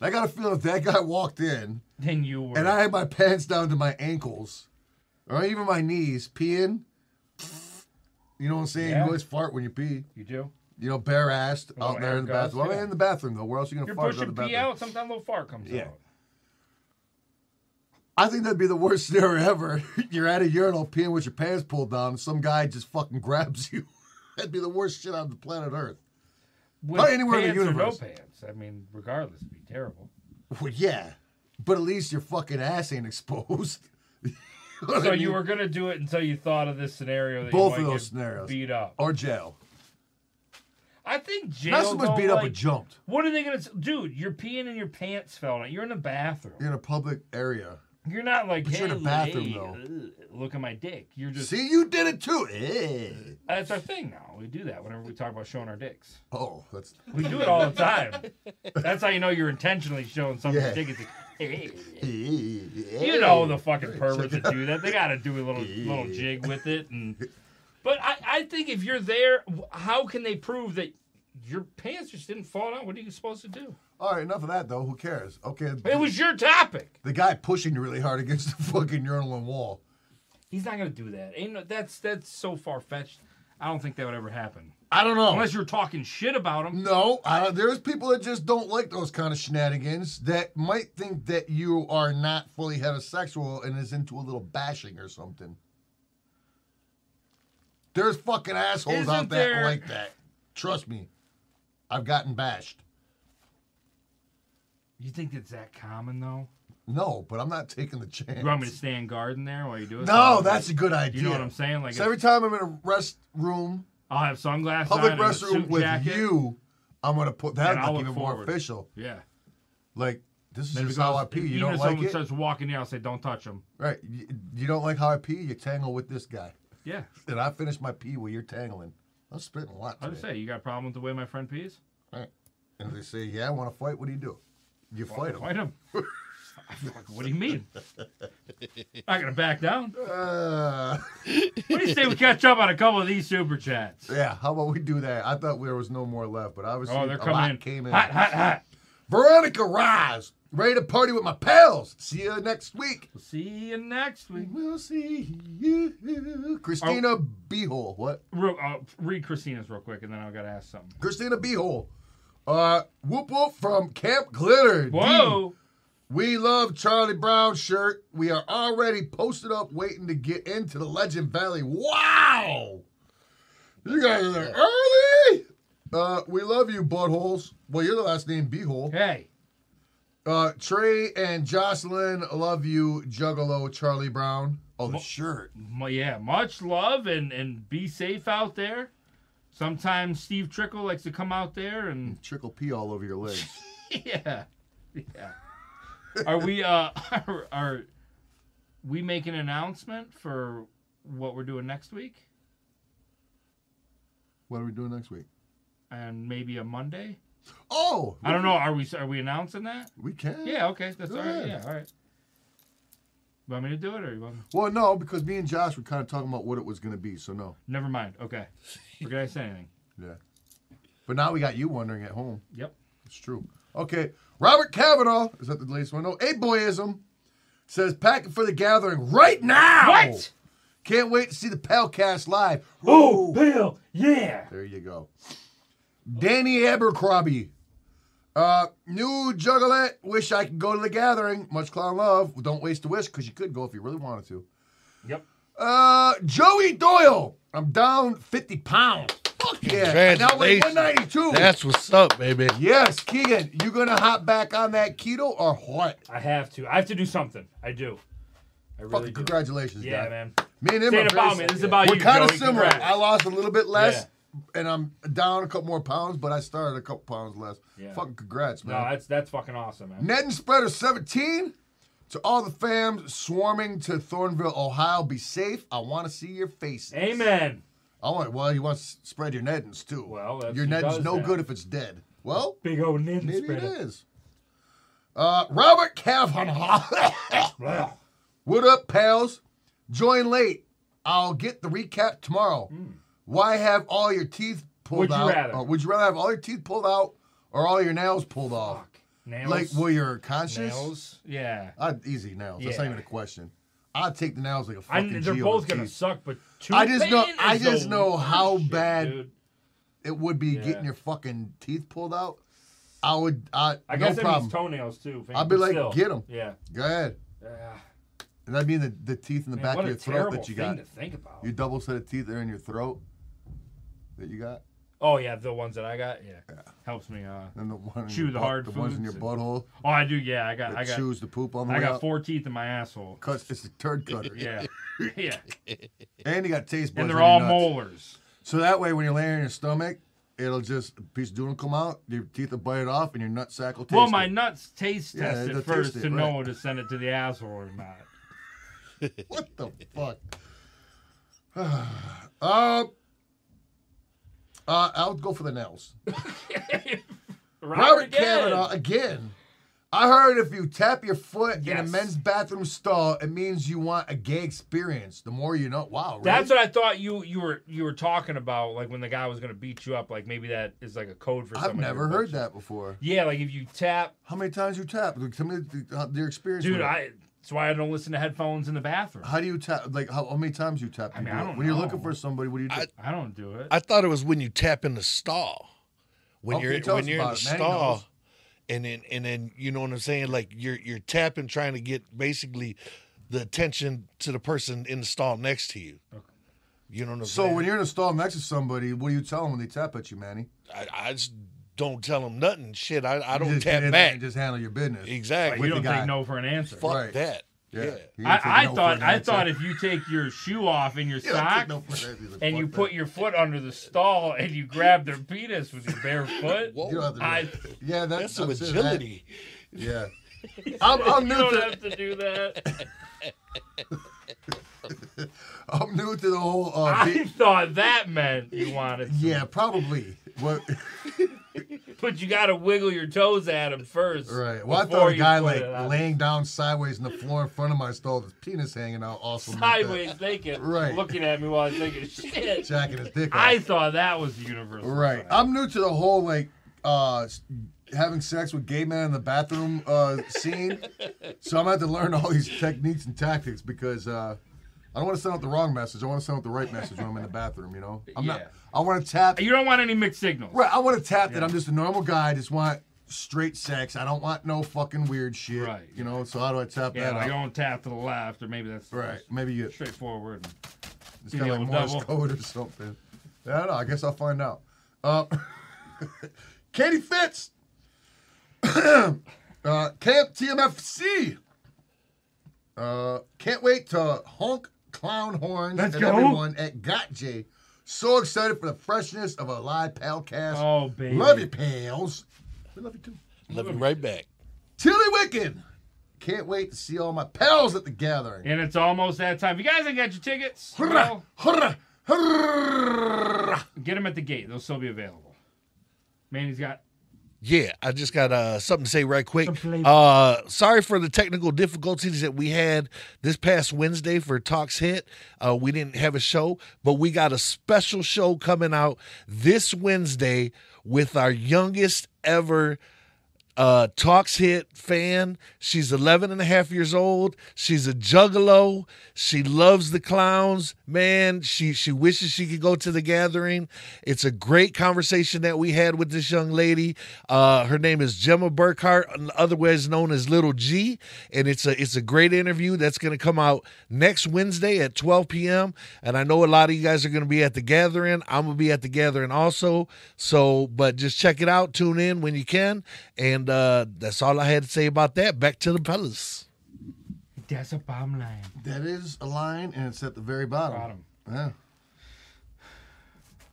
Speaker 1: And I got a feeling if that guy walked in
Speaker 2: Then you were
Speaker 1: and I had my pants down to my ankles or even my knees peeing, you know what I'm saying?
Speaker 2: Yeah.
Speaker 1: You always fart when you pee.
Speaker 2: You do?
Speaker 1: You know, bare assed
Speaker 2: A little
Speaker 1: out there in the
Speaker 2: air gush,
Speaker 1: bathroom. Well,
Speaker 2: yeah.
Speaker 1: in the bathroom though. Where else are you gonna
Speaker 2: You're
Speaker 1: fart out
Speaker 2: pushing
Speaker 1: the bathroom?
Speaker 2: pee out, sometimes a little fart comes
Speaker 1: Yeah.
Speaker 2: out.
Speaker 1: I think that'd be the worst scenario ever. You're at a urinal peeing with your pants pulled down, and some guy just fucking grabs you. that'd be the worst shit on the planet Earth.
Speaker 2: With
Speaker 1: Not anywhere in the
Speaker 2: pants or
Speaker 1: universe.
Speaker 2: no pants. I mean, regardless, it'd be terrible.
Speaker 1: Well, yeah, but at least your fucking ass ain't exposed. You know what
Speaker 2: so
Speaker 1: I
Speaker 2: you
Speaker 1: mean?
Speaker 2: were gonna do it until you thought of this scenario that
Speaker 1: both of
Speaker 2: you might
Speaker 1: those
Speaker 2: get
Speaker 1: scenarios
Speaker 2: beat up.
Speaker 1: or jail.
Speaker 2: I think jail.
Speaker 1: Not so much
Speaker 2: though,
Speaker 1: beat up,
Speaker 2: like,
Speaker 1: but jumped.
Speaker 2: What are they gonna s- dude? You're peeing and your pants fell out. You're in a bathroom.
Speaker 1: You're in a public area.
Speaker 2: You're not like
Speaker 1: But
Speaker 2: hey,
Speaker 1: you're in a bathroom,
Speaker 2: hey,
Speaker 1: though.
Speaker 2: ugh, Look at my dick. You're just
Speaker 1: See, you did it too. Eh.
Speaker 2: That's our thing now. We do that whenever we talk about showing our dicks.
Speaker 1: Oh, that's
Speaker 2: We do it all the time. That's how you know you're intentionally showing somebody's
Speaker 1: Yeah.
Speaker 2: dick. It's like, hey.
Speaker 1: You eh,
Speaker 2: You know the fucking perverts that do that. They got to do a little little jig with it, and but I, I think if you're there, how can they prove that your pants just didn't fall out? What are you supposed to do?
Speaker 1: All right, enough of that though. Who cares? Okay.
Speaker 2: It was your topic.
Speaker 1: the guy pushing you really hard against the fucking urinal and wall.
Speaker 2: He's not gonna do that. Ain't no, that's that's so far fetched. I don't think that would ever happen.
Speaker 1: I don't know.
Speaker 2: Unless you're talking shit about him.
Speaker 1: No, I, there's people that just don't like those kind of shenanigans that might think that you are not fully heterosexual and is into a little bashing or something. There's fucking assholes
Speaker 2: Isn't
Speaker 1: out there,
Speaker 2: there-
Speaker 1: like that. Trust me, I've gotten bashed.
Speaker 2: You think it's that common though?
Speaker 1: No, but I'm not taking the chance.
Speaker 2: You want me to stay in garden there while you do it?
Speaker 1: No,
Speaker 2: So,
Speaker 1: that's
Speaker 2: like,
Speaker 1: a good idea.
Speaker 2: You know what I'm saying? Like,
Speaker 1: so every
Speaker 2: if-
Speaker 1: time I'm in a restroom,
Speaker 2: I'll have sunglasses
Speaker 1: public
Speaker 2: on and a suit
Speaker 1: restroom with
Speaker 2: jacket.
Speaker 1: you, I'm gonna put that
Speaker 2: And
Speaker 1: like
Speaker 2: I'll look
Speaker 1: even more
Speaker 2: forward.
Speaker 1: official.
Speaker 2: Yeah.
Speaker 1: Like this is
Speaker 2: Then
Speaker 1: just
Speaker 2: if it
Speaker 1: how
Speaker 2: goes-
Speaker 1: I pee.
Speaker 2: even
Speaker 1: You don't
Speaker 2: if
Speaker 1: like
Speaker 2: someone
Speaker 1: it.
Speaker 2: starts walking in, I'll say, don't touch him.
Speaker 1: Right. You, you don't like how I pee? You tangle with this guy.
Speaker 2: Yeah.
Speaker 1: And I finish my pee while you're tangling. I'm spitting a lot
Speaker 2: I would
Speaker 1: today.
Speaker 2: say, you got a problem with the way my friend pees?
Speaker 1: Right. And if they say, yeah, I want to fight, what do you do? You fight him.
Speaker 2: Fight him. what do you mean? Not going to back down.
Speaker 1: Uh,
Speaker 2: what do you say we catch up on a couple of these super chats?
Speaker 1: Yeah, how about we do that? I thought there was no more left, but obviously
Speaker 2: Oh, they're
Speaker 1: a
Speaker 2: coming
Speaker 1: lot
Speaker 2: in.
Speaker 1: came in.
Speaker 2: Hot, hot, hot.
Speaker 1: Veronica Rise, ready to party with my pals. See you next week.
Speaker 2: We'll see you next week.
Speaker 1: We'll see you. Christina Beehole. What?
Speaker 2: Real, uh, read Christina's real quick, and then I've got to ask something.
Speaker 1: Christina Beehole. Uh, whoop whoop from Camp Glitter.
Speaker 2: Whoa.
Speaker 1: We love Charlie Brown shirt. We are already posted up waiting to get into the Legend Valley. Wow! You guys are there early! Uh, we love you, buttholes. Well, you're the last name, beehole.
Speaker 2: Hey.
Speaker 1: Uh, Trey and Jocelyn, love you, Juggalo Charlie Brown. Oh, the shirt.
Speaker 2: Mu- yeah, much love and and be safe out there. Sometimes Steve Trickle likes to come out there and
Speaker 1: Trickle pee all over your legs.
Speaker 2: yeah, yeah. Are we uh are, are we make an announcement for what we're doing next week
Speaker 1: what are we doing next week?
Speaker 2: and maybe a Monday?
Speaker 1: Oh!
Speaker 2: I don't know. Are we are we announcing that?
Speaker 1: We can.
Speaker 2: Yeah. Okay. That's all right.
Speaker 1: Yeah.
Speaker 2: Yeah. All right. You want me to do it or you want? Me?
Speaker 1: Well, no, because me and Josh were kind of talking about what it was going to be, so no.
Speaker 2: Never mind. Okay. We're gonna say anything.
Speaker 1: Yeah. But now we got you wondering at home.
Speaker 2: Yep.
Speaker 1: It's true. Okay. Robert Kavanaugh is that the latest one? No. A boyism says packing for the gathering right now.
Speaker 2: What?
Speaker 1: Can't wait to see the Palcast live.
Speaker 2: Oh, Bill. Yeah.
Speaker 1: There you go. Danny Abercrombie. Uh, new juggalette. Wish I could go to the gathering. Much clown love. Well, don't waste a wish because you could go if you really wanted to.
Speaker 2: Yep.
Speaker 1: Uh, Joey Doyle. I'm down 50 pounds. Fuck yeah. Now we're
Speaker 7: Congratulations.
Speaker 1: 192.
Speaker 7: That's what's up, baby.
Speaker 1: yes, Keegan. You gonna hop back on that keto or what?
Speaker 2: I have to. I have to do something. I do. I really
Speaker 1: Fucking
Speaker 2: do.
Speaker 1: congratulations,
Speaker 2: Yeah,
Speaker 1: Dad.
Speaker 2: man.
Speaker 1: Me and
Speaker 2: This
Speaker 1: him
Speaker 2: ain't
Speaker 1: are very
Speaker 2: about me. This is
Speaker 1: similar.
Speaker 2: about
Speaker 1: We're
Speaker 2: you,
Speaker 1: kind of
Speaker 2: Joey.
Speaker 1: similar.
Speaker 2: Congrats.
Speaker 1: I lost a little bit less, and I'm down a couple more pounds, but I started a couple pounds less.
Speaker 2: Yeah.
Speaker 1: Fucking congrats,
Speaker 2: No,
Speaker 1: man.
Speaker 2: that's that's fucking awesome, man.
Speaker 1: Ned and Spreader 17. To all the fams swarming to Thornville, Ohio, be safe. I want to see your faces.
Speaker 2: Amen.
Speaker 1: I want. Well, he wants to spread your Neddens too.
Speaker 2: Well, that's-
Speaker 1: your
Speaker 2: he
Speaker 1: Neddens
Speaker 2: does
Speaker 1: no
Speaker 2: that.
Speaker 1: good if it's dead. Well,
Speaker 2: Big old Ned
Speaker 1: maybe
Speaker 2: spreader.
Speaker 1: it is. Uh, Robert Kavanaugh. what up, pals? Join late. I'll get the recap tomorrow. Why have all your teeth pulled
Speaker 2: Hmm. Would you
Speaker 1: out?
Speaker 2: rather?
Speaker 1: or would you rather have all your teeth pulled out or all your nails pulled off?
Speaker 2: Nails.
Speaker 1: Like, well, you're conscious.
Speaker 2: nails. Yeah.
Speaker 1: I'd easy nails. That's not
Speaker 2: Yeah.
Speaker 1: even a question. I'd take the nails like a
Speaker 2: I,
Speaker 1: fucking.
Speaker 2: they're
Speaker 1: G
Speaker 2: both
Speaker 1: over
Speaker 2: gonna
Speaker 1: teeth.
Speaker 2: suck, but two.
Speaker 1: I just know.
Speaker 2: pain
Speaker 1: I
Speaker 2: is the
Speaker 1: just know how
Speaker 2: worst shit,
Speaker 1: bad
Speaker 2: dude.
Speaker 1: it would be
Speaker 2: Yeah.
Speaker 1: getting your fucking teeth pulled out. I would. I,
Speaker 2: I
Speaker 1: no
Speaker 2: guess that
Speaker 1: problem.
Speaker 2: means toenails too.
Speaker 1: I'd be
Speaker 2: but
Speaker 1: like,
Speaker 2: still.
Speaker 1: get 'em.
Speaker 2: Yeah.
Speaker 1: Go ahead.
Speaker 2: Ah,
Speaker 1: And that'd mean the, the teeth in the
Speaker 2: man,
Speaker 1: back
Speaker 2: what
Speaker 1: of
Speaker 2: a
Speaker 1: your throat
Speaker 2: terrible
Speaker 1: that you got.
Speaker 2: thing to think about.
Speaker 1: Your double set of teeth that are in your throat that you got,
Speaker 2: Oh yeah, the ones that I got. Yeah. Helps me. Uh.
Speaker 1: and the one in
Speaker 2: Chew
Speaker 1: your
Speaker 2: the
Speaker 1: butt-
Speaker 2: hard
Speaker 1: the ones in your
Speaker 2: foods and-
Speaker 1: butthole
Speaker 2: Oh, I do. Yeah, I got.
Speaker 1: that
Speaker 2: I got.
Speaker 1: chews the poop on the
Speaker 2: I
Speaker 1: way
Speaker 2: got
Speaker 1: out.
Speaker 2: four teeth in my asshole.
Speaker 1: Cuts- it's a turd cutter.
Speaker 2: Yeah. yeah.
Speaker 1: and you got taste buds.
Speaker 2: And
Speaker 1: in
Speaker 2: they're
Speaker 1: your
Speaker 2: all
Speaker 1: nuts.
Speaker 2: molars.
Speaker 1: So that way, when you're laying on your stomach, it'll just a piece of doom will come out. Your teeth will bite it off, and your nut sack will taste
Speaker 2: well, my
Speaker 1: it.
Speaker 2: nuts taste
Speaker 1: Yeah,
Speaker 2: tested
Speaker 1: they'll taste
Speaker 2: first
Speaker 1: it,
Speaker 2: to
Speaker 1: right.
Speaker 2: know to send it to the asshole or not.
Speaker 1: What the fuck? uh, uh, I'll go for the nails. Robert Kavanaugh again. I heard if you tap your foot in a
Speaker 2: Yes.
Speaker 1: men's bathroom stall, it means you want a gay experience. The more you know. Wow, really?
Speaker 2: That's what I thought you you were you were talking about, like when the guy was gonna beat you up, like maybe that is like a code for
Speaker 1: I've
Speaker 2: something.
Speaker 1: never heard that before.
Speaker 2: Yeah, like if you tap,
Speaker 1: How many times you tap? Tell me the- uh, your experience.
Speaker 2: dude.
Speaker 1: with it.
Speaker 2: I that's why I don't listen to headphones in the bathroom.
Speaker 1: How do you tap? Like how, how many times you tap?
Speaker 2: I
Speaker 1: You
Speaker 2: mean,
Speaker 1: do
Speaker 2: I
Speaker 1: it?
Speaker 2: don't
Speaker 1: when you're
Speaker 2: know.
Speaker 1: looking for somebody, what do you do?
Speaker 2: I don't do it.
Speaker 7: I thought it was when you tap in the stall. When
Speaker 1: Oh,
Speaker 7: you're
Speaker 1: you tell
Speaker 7: when
Speaker 1: us
Speaker 7: you're in the
Speaker 1: about it, man, he knows.
Speaker 7: stall and then and then you know what I'm saying? Like you're you're tapping trying to get basically the attention to the person in the stall next to you. You know what I'm
Speaker 1: so
Speaker 7: saying?
Speaker 1: when you're in a stall next to somebody, what do you tell them when they tap at you, Manny?
Speaker 7: I, I just don't tell them nothing. Shit, I, I
Speaker 1: You
Speaker 7: don't
Speaker 1: just
Speaker 7: tap
Speaker 1: get in there
Speaker 7: back.
Speaker 1: and Just handle your business.
Speaker 7: Exactly.
Speaker 2: Like, you
Speaker 1: the
Speaker 2: don't
Speaker 1: guy.
Speaker 2: take no for an answer.
Speaker 7: Fuck
Speaker 1: right.
Speaker 7: that.
Speaker 1: Yeah.
Speaker 7: Yeah.
Speaker 1: You don't take
Speaker 2: I, I
Speaker 1: no for
Speaker 2: thought
Speaker 1: an
Speaker 2: I
Speaker 1: answer.
Speaker 2: thought if you take your shoe off and your
Speaker 1: You don't take
Speaker 2: sock
Speaker 1: no for an answer.
Speaker 2: and you
Speaker 1: Fuck
Speaker 2: put
Speaker 1: that.
Speaker 2: your foot under the stall and you grab their penis with your bare foot,
Speaker 7: Whoa,
Speaker 1: You don't have to do
Speaker 2: I
Speaker 1: that. Yeah, that-
Speaker 7: that's some
Speaker 1: it, that-
Speaker 7: agility.
Speaker 1: Yeah. I'm, I'm
Speaker 2: you
Speaker 1: new
Speaker 2: don't
Speaker 1: to
Speaker 2: have to do that.
Speaker 1: I'm new to the whole. Uh,
Speaker 2: I
Speaker 1: be-
Speaker 2: thought that meant you wanted. some.
Speaker 1: yeah, probably. What?
Speaker 2: But you gotta wiggle your toes at him first.
Speaker 1: Right. Well, I
Speaker 2: before
Speaker 1: thought a
Speaker 2: you
Speaker 1: guy
Speaker 2: put
Speaker 1: like
Speaker 2: it on.
Speaker 1: laying down sideways in the floor in front of my stall, with his penis hanging out, also meant that.
Speaker 2: sideways naked,
Speaker 1: Right.
Speaker 2: looking at me while I'm taking a shit.
Speaker 1: jacking his dick.
Speaker 2: I
Speaker 1: off.
Speaker 2: thought that was the universal.
Speaker 1: Right.
Speaker 2: sign.
Speaker 1: I'm new to the whole like uh s- having sex with gay men in the bathroom uh scene. so I'm gonna have to learn all these techniques and tactics because uh I don't want to send out the wrong message. I want to send out the right message when I'm in the bathroom, you know? I'm
Speaker 2: Yeah.
Speaker 1: not I want to tap
Speaker 2: You don't want any mixed signals.
Speaker 1: Right, I want to tap that
Speaker 2: Yeah.
Speaker 1: I'm just a normal guy. I just want straight sex. I don't want no fucking weird shit.
Speaker 2: Right,
Speaker 1: You know, so how do I tap
Speaker 2: Yeah,
Speaker 1: that
Speaker 2: like
Speaker 1: out?
Speaker 2: don't tap to the left, or maybe that's the
Speaker 1: Right.
Speaker 2: most
Speaker 1: Maybe you
Speaker 2: straightforward.
Speaker 1: It's
Speaker 2: Give
Speaker 1: kind
Speaker 2: me
Speaker 1: of like
Speaker 2: a
Speaker 1: Morse
Speaker 2: double.
Speaker 1: code or something. I don't know. I guess I'll find out. Uh, Katie Fitz, uh, Camp TMFC. Uh, can't wait to honk clown horns
Speaker 2: Let's
Speaker 1: at
Speaker 2: go.
Speaker 1: everyone at Got J. So excited for the freshness of a live pal cast.
Speaker 2: Oh baby,
Speaker 1: love you, pals. We love you too.
Speaker 7: Love you right back.
Speaker 1: Tilly Wicked. Can't wait to see all my pals at the gathering.
Speaker 2: And it's almost that time. If you guys ain't got your tickets,
Speaker 1: Hurrah,
Speaker 2: well,
Speaker 1: hurrah, hurrah.
Speaker 2: get them at the gate. They'll still be available. Manny's got
Speaker 7: Yeah, I just got uh, something to say right quick.
Speaker 2: The flavor.
Speaker 7: Uh, sorry for the technical difficulties that we had this past Wednesday for Talks Hit. Uh, we didn't have a show, but we got a special show coming out this Wednesday with our youngest ever uh, Talks Hit fan. She's 11 and a half years old. She's a juggalo. She loves the clowns. Man, she, she wishes she could go to the gathering. It's a great conversation that we had with this young lady. Uh, her name is Gemma Burkhart, otherwise known as Little G. And it's a, it's a great interview that's going to come out next Wednesday at 12 p.m. And I know a lot of you guys are going to be at the gathering. I'm going to be at the gathering also. So, but just check it out. Tune in when you can. And uh, that's all I had to say about that. Back to the fellas.
Speaker 2: That's a bomb line.
Speaker 1: That is a line, and it's at the very bottom.
Speaker 2: Bottom.
Speaker 1: Yeah,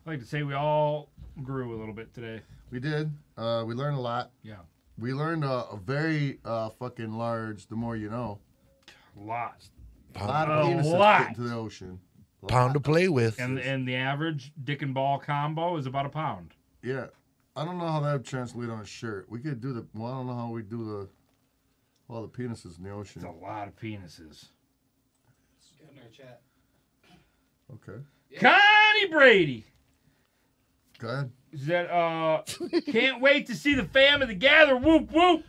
Speaker 2: I like to say we all grew a little bit today.
Speaker 1: we did. Uh, we learned a lot.
Speaker 2: Yeah.
Speaker 1: We learned a, a very uh, fucking large. The more you know.
Speaker 2: Lots.
Speaker 1: A lot of
Speaker 2: A
Speaker 1: penises
Speaker 2: lot.
Speaker 1: fit into the ocean.
Speaker 7: Pound to play with.
Speaker 2: And and the average dick and ball combo is about a pound.
Speaker 1: Yeah. I don't know how that would translate on a shirt. We could do the. Well, I don't know how we do the. Well, the penises in the ocean.
Speaker 2: It's a lot of penises.
Speaker 15: In our chat.
Speaker 1: Okay.
Speaker 2: Connie Brady
Speaker 1: Go ahead.
Speaker 2: said, uh, can't wait to see the fam of the gather. Whoop whoop.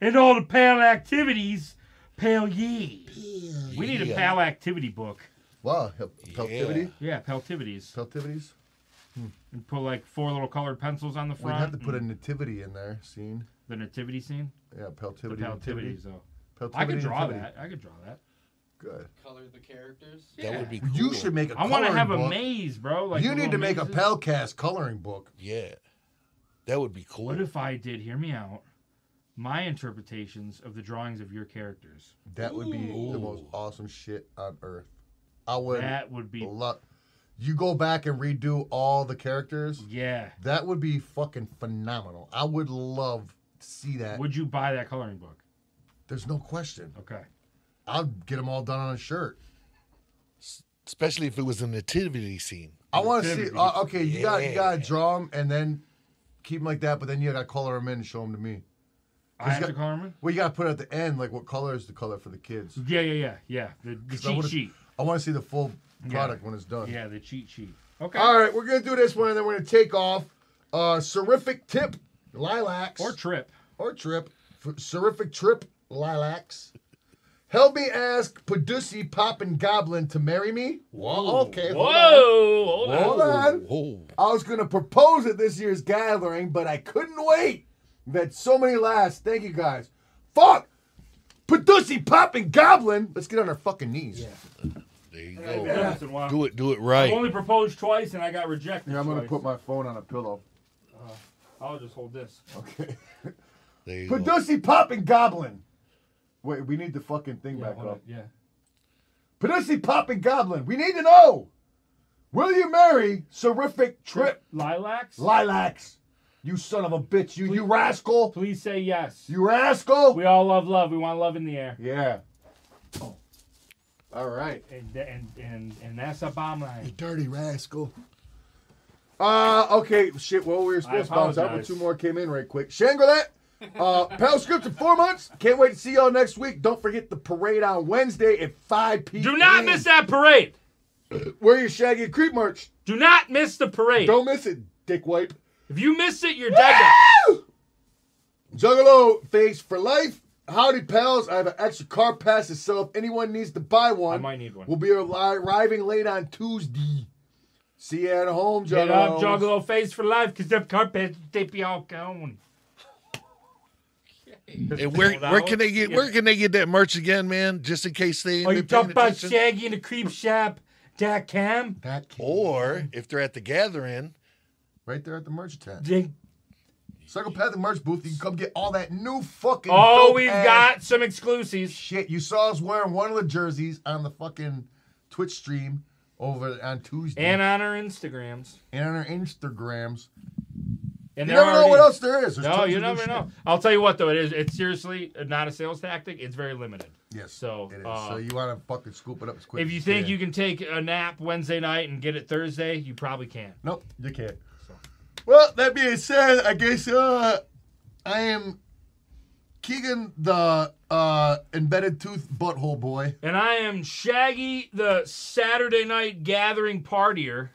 Speaker 2: And all the pal activities. Pal ye. We need a
Speaker 1: yeah.
Speaker 2: pal activity book.
Speaker 1: Wow. hel- Peltivity?
Speaker 2: Yeah, peltivities.
Speaker 1: Peltivities?
Speaker 2: And put like four little colored pencils on the
Speaker 1: We'd
Speaker 2: front.
Speaker 1: have to put a
Speaker 2: and
Speaker 1: nativity in there. Scene.
Speaker 2: the nativity scene.
Speaker 1: Yeah, peltivity.
Speaker 2: the
Speaker 1: nativity.
Speaker 2: peltivities though. I could
Speaker 1: Peltivity,
Speaker 2: draw
Speaker 1: nativity.
Speaker 2: that. I could draw that.
Speaker 1: Good.
Speaker 15: Color the characters.
Speaker 2: Yeah.
Speaker 7: would be
Speaker 1: You
Speaker 7: cool.
Speaker 1: should make a
Speaker 2: I want to
Speaker 1: coloring
Speaker 2: have a
Speaker 1: book.
Speaker 2: maze, bro. Like
Speaker 1: you
Speaker 2: the
Speaker 1: need to
Speaker 2: little
Speaker 1: make a
Speaker 2: mazes.
Speaker 1: Pelcast coloring book.
Speaker 7: Yeah. That would be cool.
Speaker 2: What if I did? Hear me out. My interpretations of the drawings of your characters.
Speaker 1: That would be the most awesome shit on earth. I would
Speaker 2: That would be
Speaker 1: love. You go back and redo all the characters.
Speaker 2: yeah.
Speaker 1: That would be fucking phenomenal. I would love to see that.
Speaker 2: Would you buy that coloring book?
Speaker 1: There's no question.
Speaker 2: Okay.
Speaker 1: I'll get them all done on a shirt.
Speaker 7: Especially if it was a nativity scene.
Speaker 1: I want to see.
Speaker 2: Activities.
Speaker 1: Uh, okay, you got you
Speaker 7: Yeah.
Speaker 1: got to draw them and then keep them like that, but then you got to color them in and show them to me.
Speaker 2: I
Speaker 1: He's
Speaker 2: have
Speaker 1: got-
Speaker 2: to color 'em
Speaker 1: Well, you got to put at the end like what color is the color for the kids.
Speaker 2: in? Yeah, yeah, yeah, yeah. The, the
Speaker 1: 'Cause I
Speaker 2: cheat
Speaker 1: wanna-
Speaker 2: sheet.
Speaker 1: I want to see the full product when it's done.
Speaker 2: Yeah, the cheat sheet. Okay.
Speaker 1: All right, we're gonna do this one, and then we're gonna take off. Uh, Serific tip, lilacs,
Speaker 2: Or trip.
Speaker 1: or trip, F- Serific trip, lilacs. Helby asked Padusi Poppin' Goblin to marry me. Whoa, okay, hold on.
Speaker 2: Whoa! Hold on.
Speaker 1: Hold on.
Speaker 7: Whoa.
Speaker 1: I was gonna propose at this year's gathering, but I couldn't wait. That so many laughs. Thank you guys. Fuck, Padusi Poppin' Goblin. Let's get on our fucking knees.
Speaker 7: There you
Speaker 2: I haven't
Speaker 7: go.
Speaker 2: done this in a while.
Speaker 7: Do it. Do it
Speaker 2: I've
Speaker 7: right.
Speaker 2: only proposed twice and I got rejected. twice.
Speaker 1: my phone on a pillow.
Speaker 2: I'll just hold this.
Speaker 1: Okay.
Speaker 7: There you go.
Speaker 1: Padusi Poppin' Goblin. Wait, we need the fucking thing
Speaker 2: Yeah,
Speaker 1: back
Speaker 2: hold
Speaker 1: up.
Speaker 2: it. yeah.
Speaker 1: Padusi Poppin' Goblin. We need to know. Will you marry Serific Trip
Speaker 2: Lilacs.
Speaker 1: Lilacs? You son of a bitch. You you rascal.
Speaker 2: Please say yes.
Speaker 1: You rascal.
Speaker 2: We all love love. We want love in the air.
Speaker 1: yeah. All right.
Speaker 2: And and and, and that's a bomb line.
Speaker 1: dirty rascal. Uh, okay, shit. Well, we were supposed to bounce out, but
Speaker 2: apologize.
Speaker 1: two more came in right quick. Shangri-La, uh, Pal Script in four months. Can't wait to see y'all next week. Don't forget the parade on Wednesday at 5 p.m.
Speaker 2: Do not miss that parade.
Speaker 1: Wear your shaggy and creep merch.
Speaker 2: Do not miss the parade.
Speaker 1: Don't miss it, dick wipe.
Speaker 2: If you miss it, you're dead.
Speaker 1: Juggalo face for life. Howdy, pals. I have an extra car pass to sell if anyone needs to buy
Speaker 2: I
Speaker 1: one.
Speaker 2: might need one.
Speaker 1: We'll be arri- arriving late on Tuesday. See you at home, Juggalo.
Speaker 2: Get up, Juggalo face for life, because that carpet they be all gone.
Speaker 7: And where where can they get where can they get that merch again, man? Just in case they.
Speaker 2: Or Oh,
Speaker 7: ain't
Speaker 2: you
Speaker 7: been paying
Speaker 2: talk about
Speaker 7: attention?
Speaker 2: Shaggy in the creep shop. Dot com.
Speaker 1: That kid
Speaker 7: Or if they're at the gathering,
Speaker 1: right there at the merch tent.
Speaker 2: They-
Speaker 1: Psychopathic merch booth. You can come get all that new fucking.
Speaker 2: Oh,
Speaker 1: dope
Speaker 2: we've
Speaker 1: ass
Speaker 2: got some exclusives.
Speaker 1: shit. You saw us wearing one of the jerseys on the fucking Twitch stream over on Tuesday
Speaker 2: And uh, on our Instagrams.
Speaker 1: and on our Instagrams.
Speaker 2: And
Speaker 1: You
Speaker 2: they're
Speaker 1: never know what
Speaker 2: already-
Speaker 1: else there is. There's
Speaker 2: No,
Speaker 1: tons
Speaker 2: you
Speaker 1: of new
Speaker 2: never
Speaker 1: shit.
Speaker 2: know. I'll tell you what though, it is. It's seriously not a sales tactic. It's very limited.
Speaker 1: Yes.
Speaker 2: So,
Speaker 1: it is.
Speaker 2: uh,
Speaker 1: so you want to fucking scoop it up as quick.
Speaker 2: If you
Speaker 1: as
Speaker 2: think
Speaker 1: can.
Speaker 2: you can take a nap Wednesday night and get it Thursday, you probably can.
Speaker 1: nope, you can't. Well, that being said, I guess uh, I am Keegan the uh, embedded tooth butthole boy.
Speaker 2: And I am Shaggy, the Saturday night gathering partier.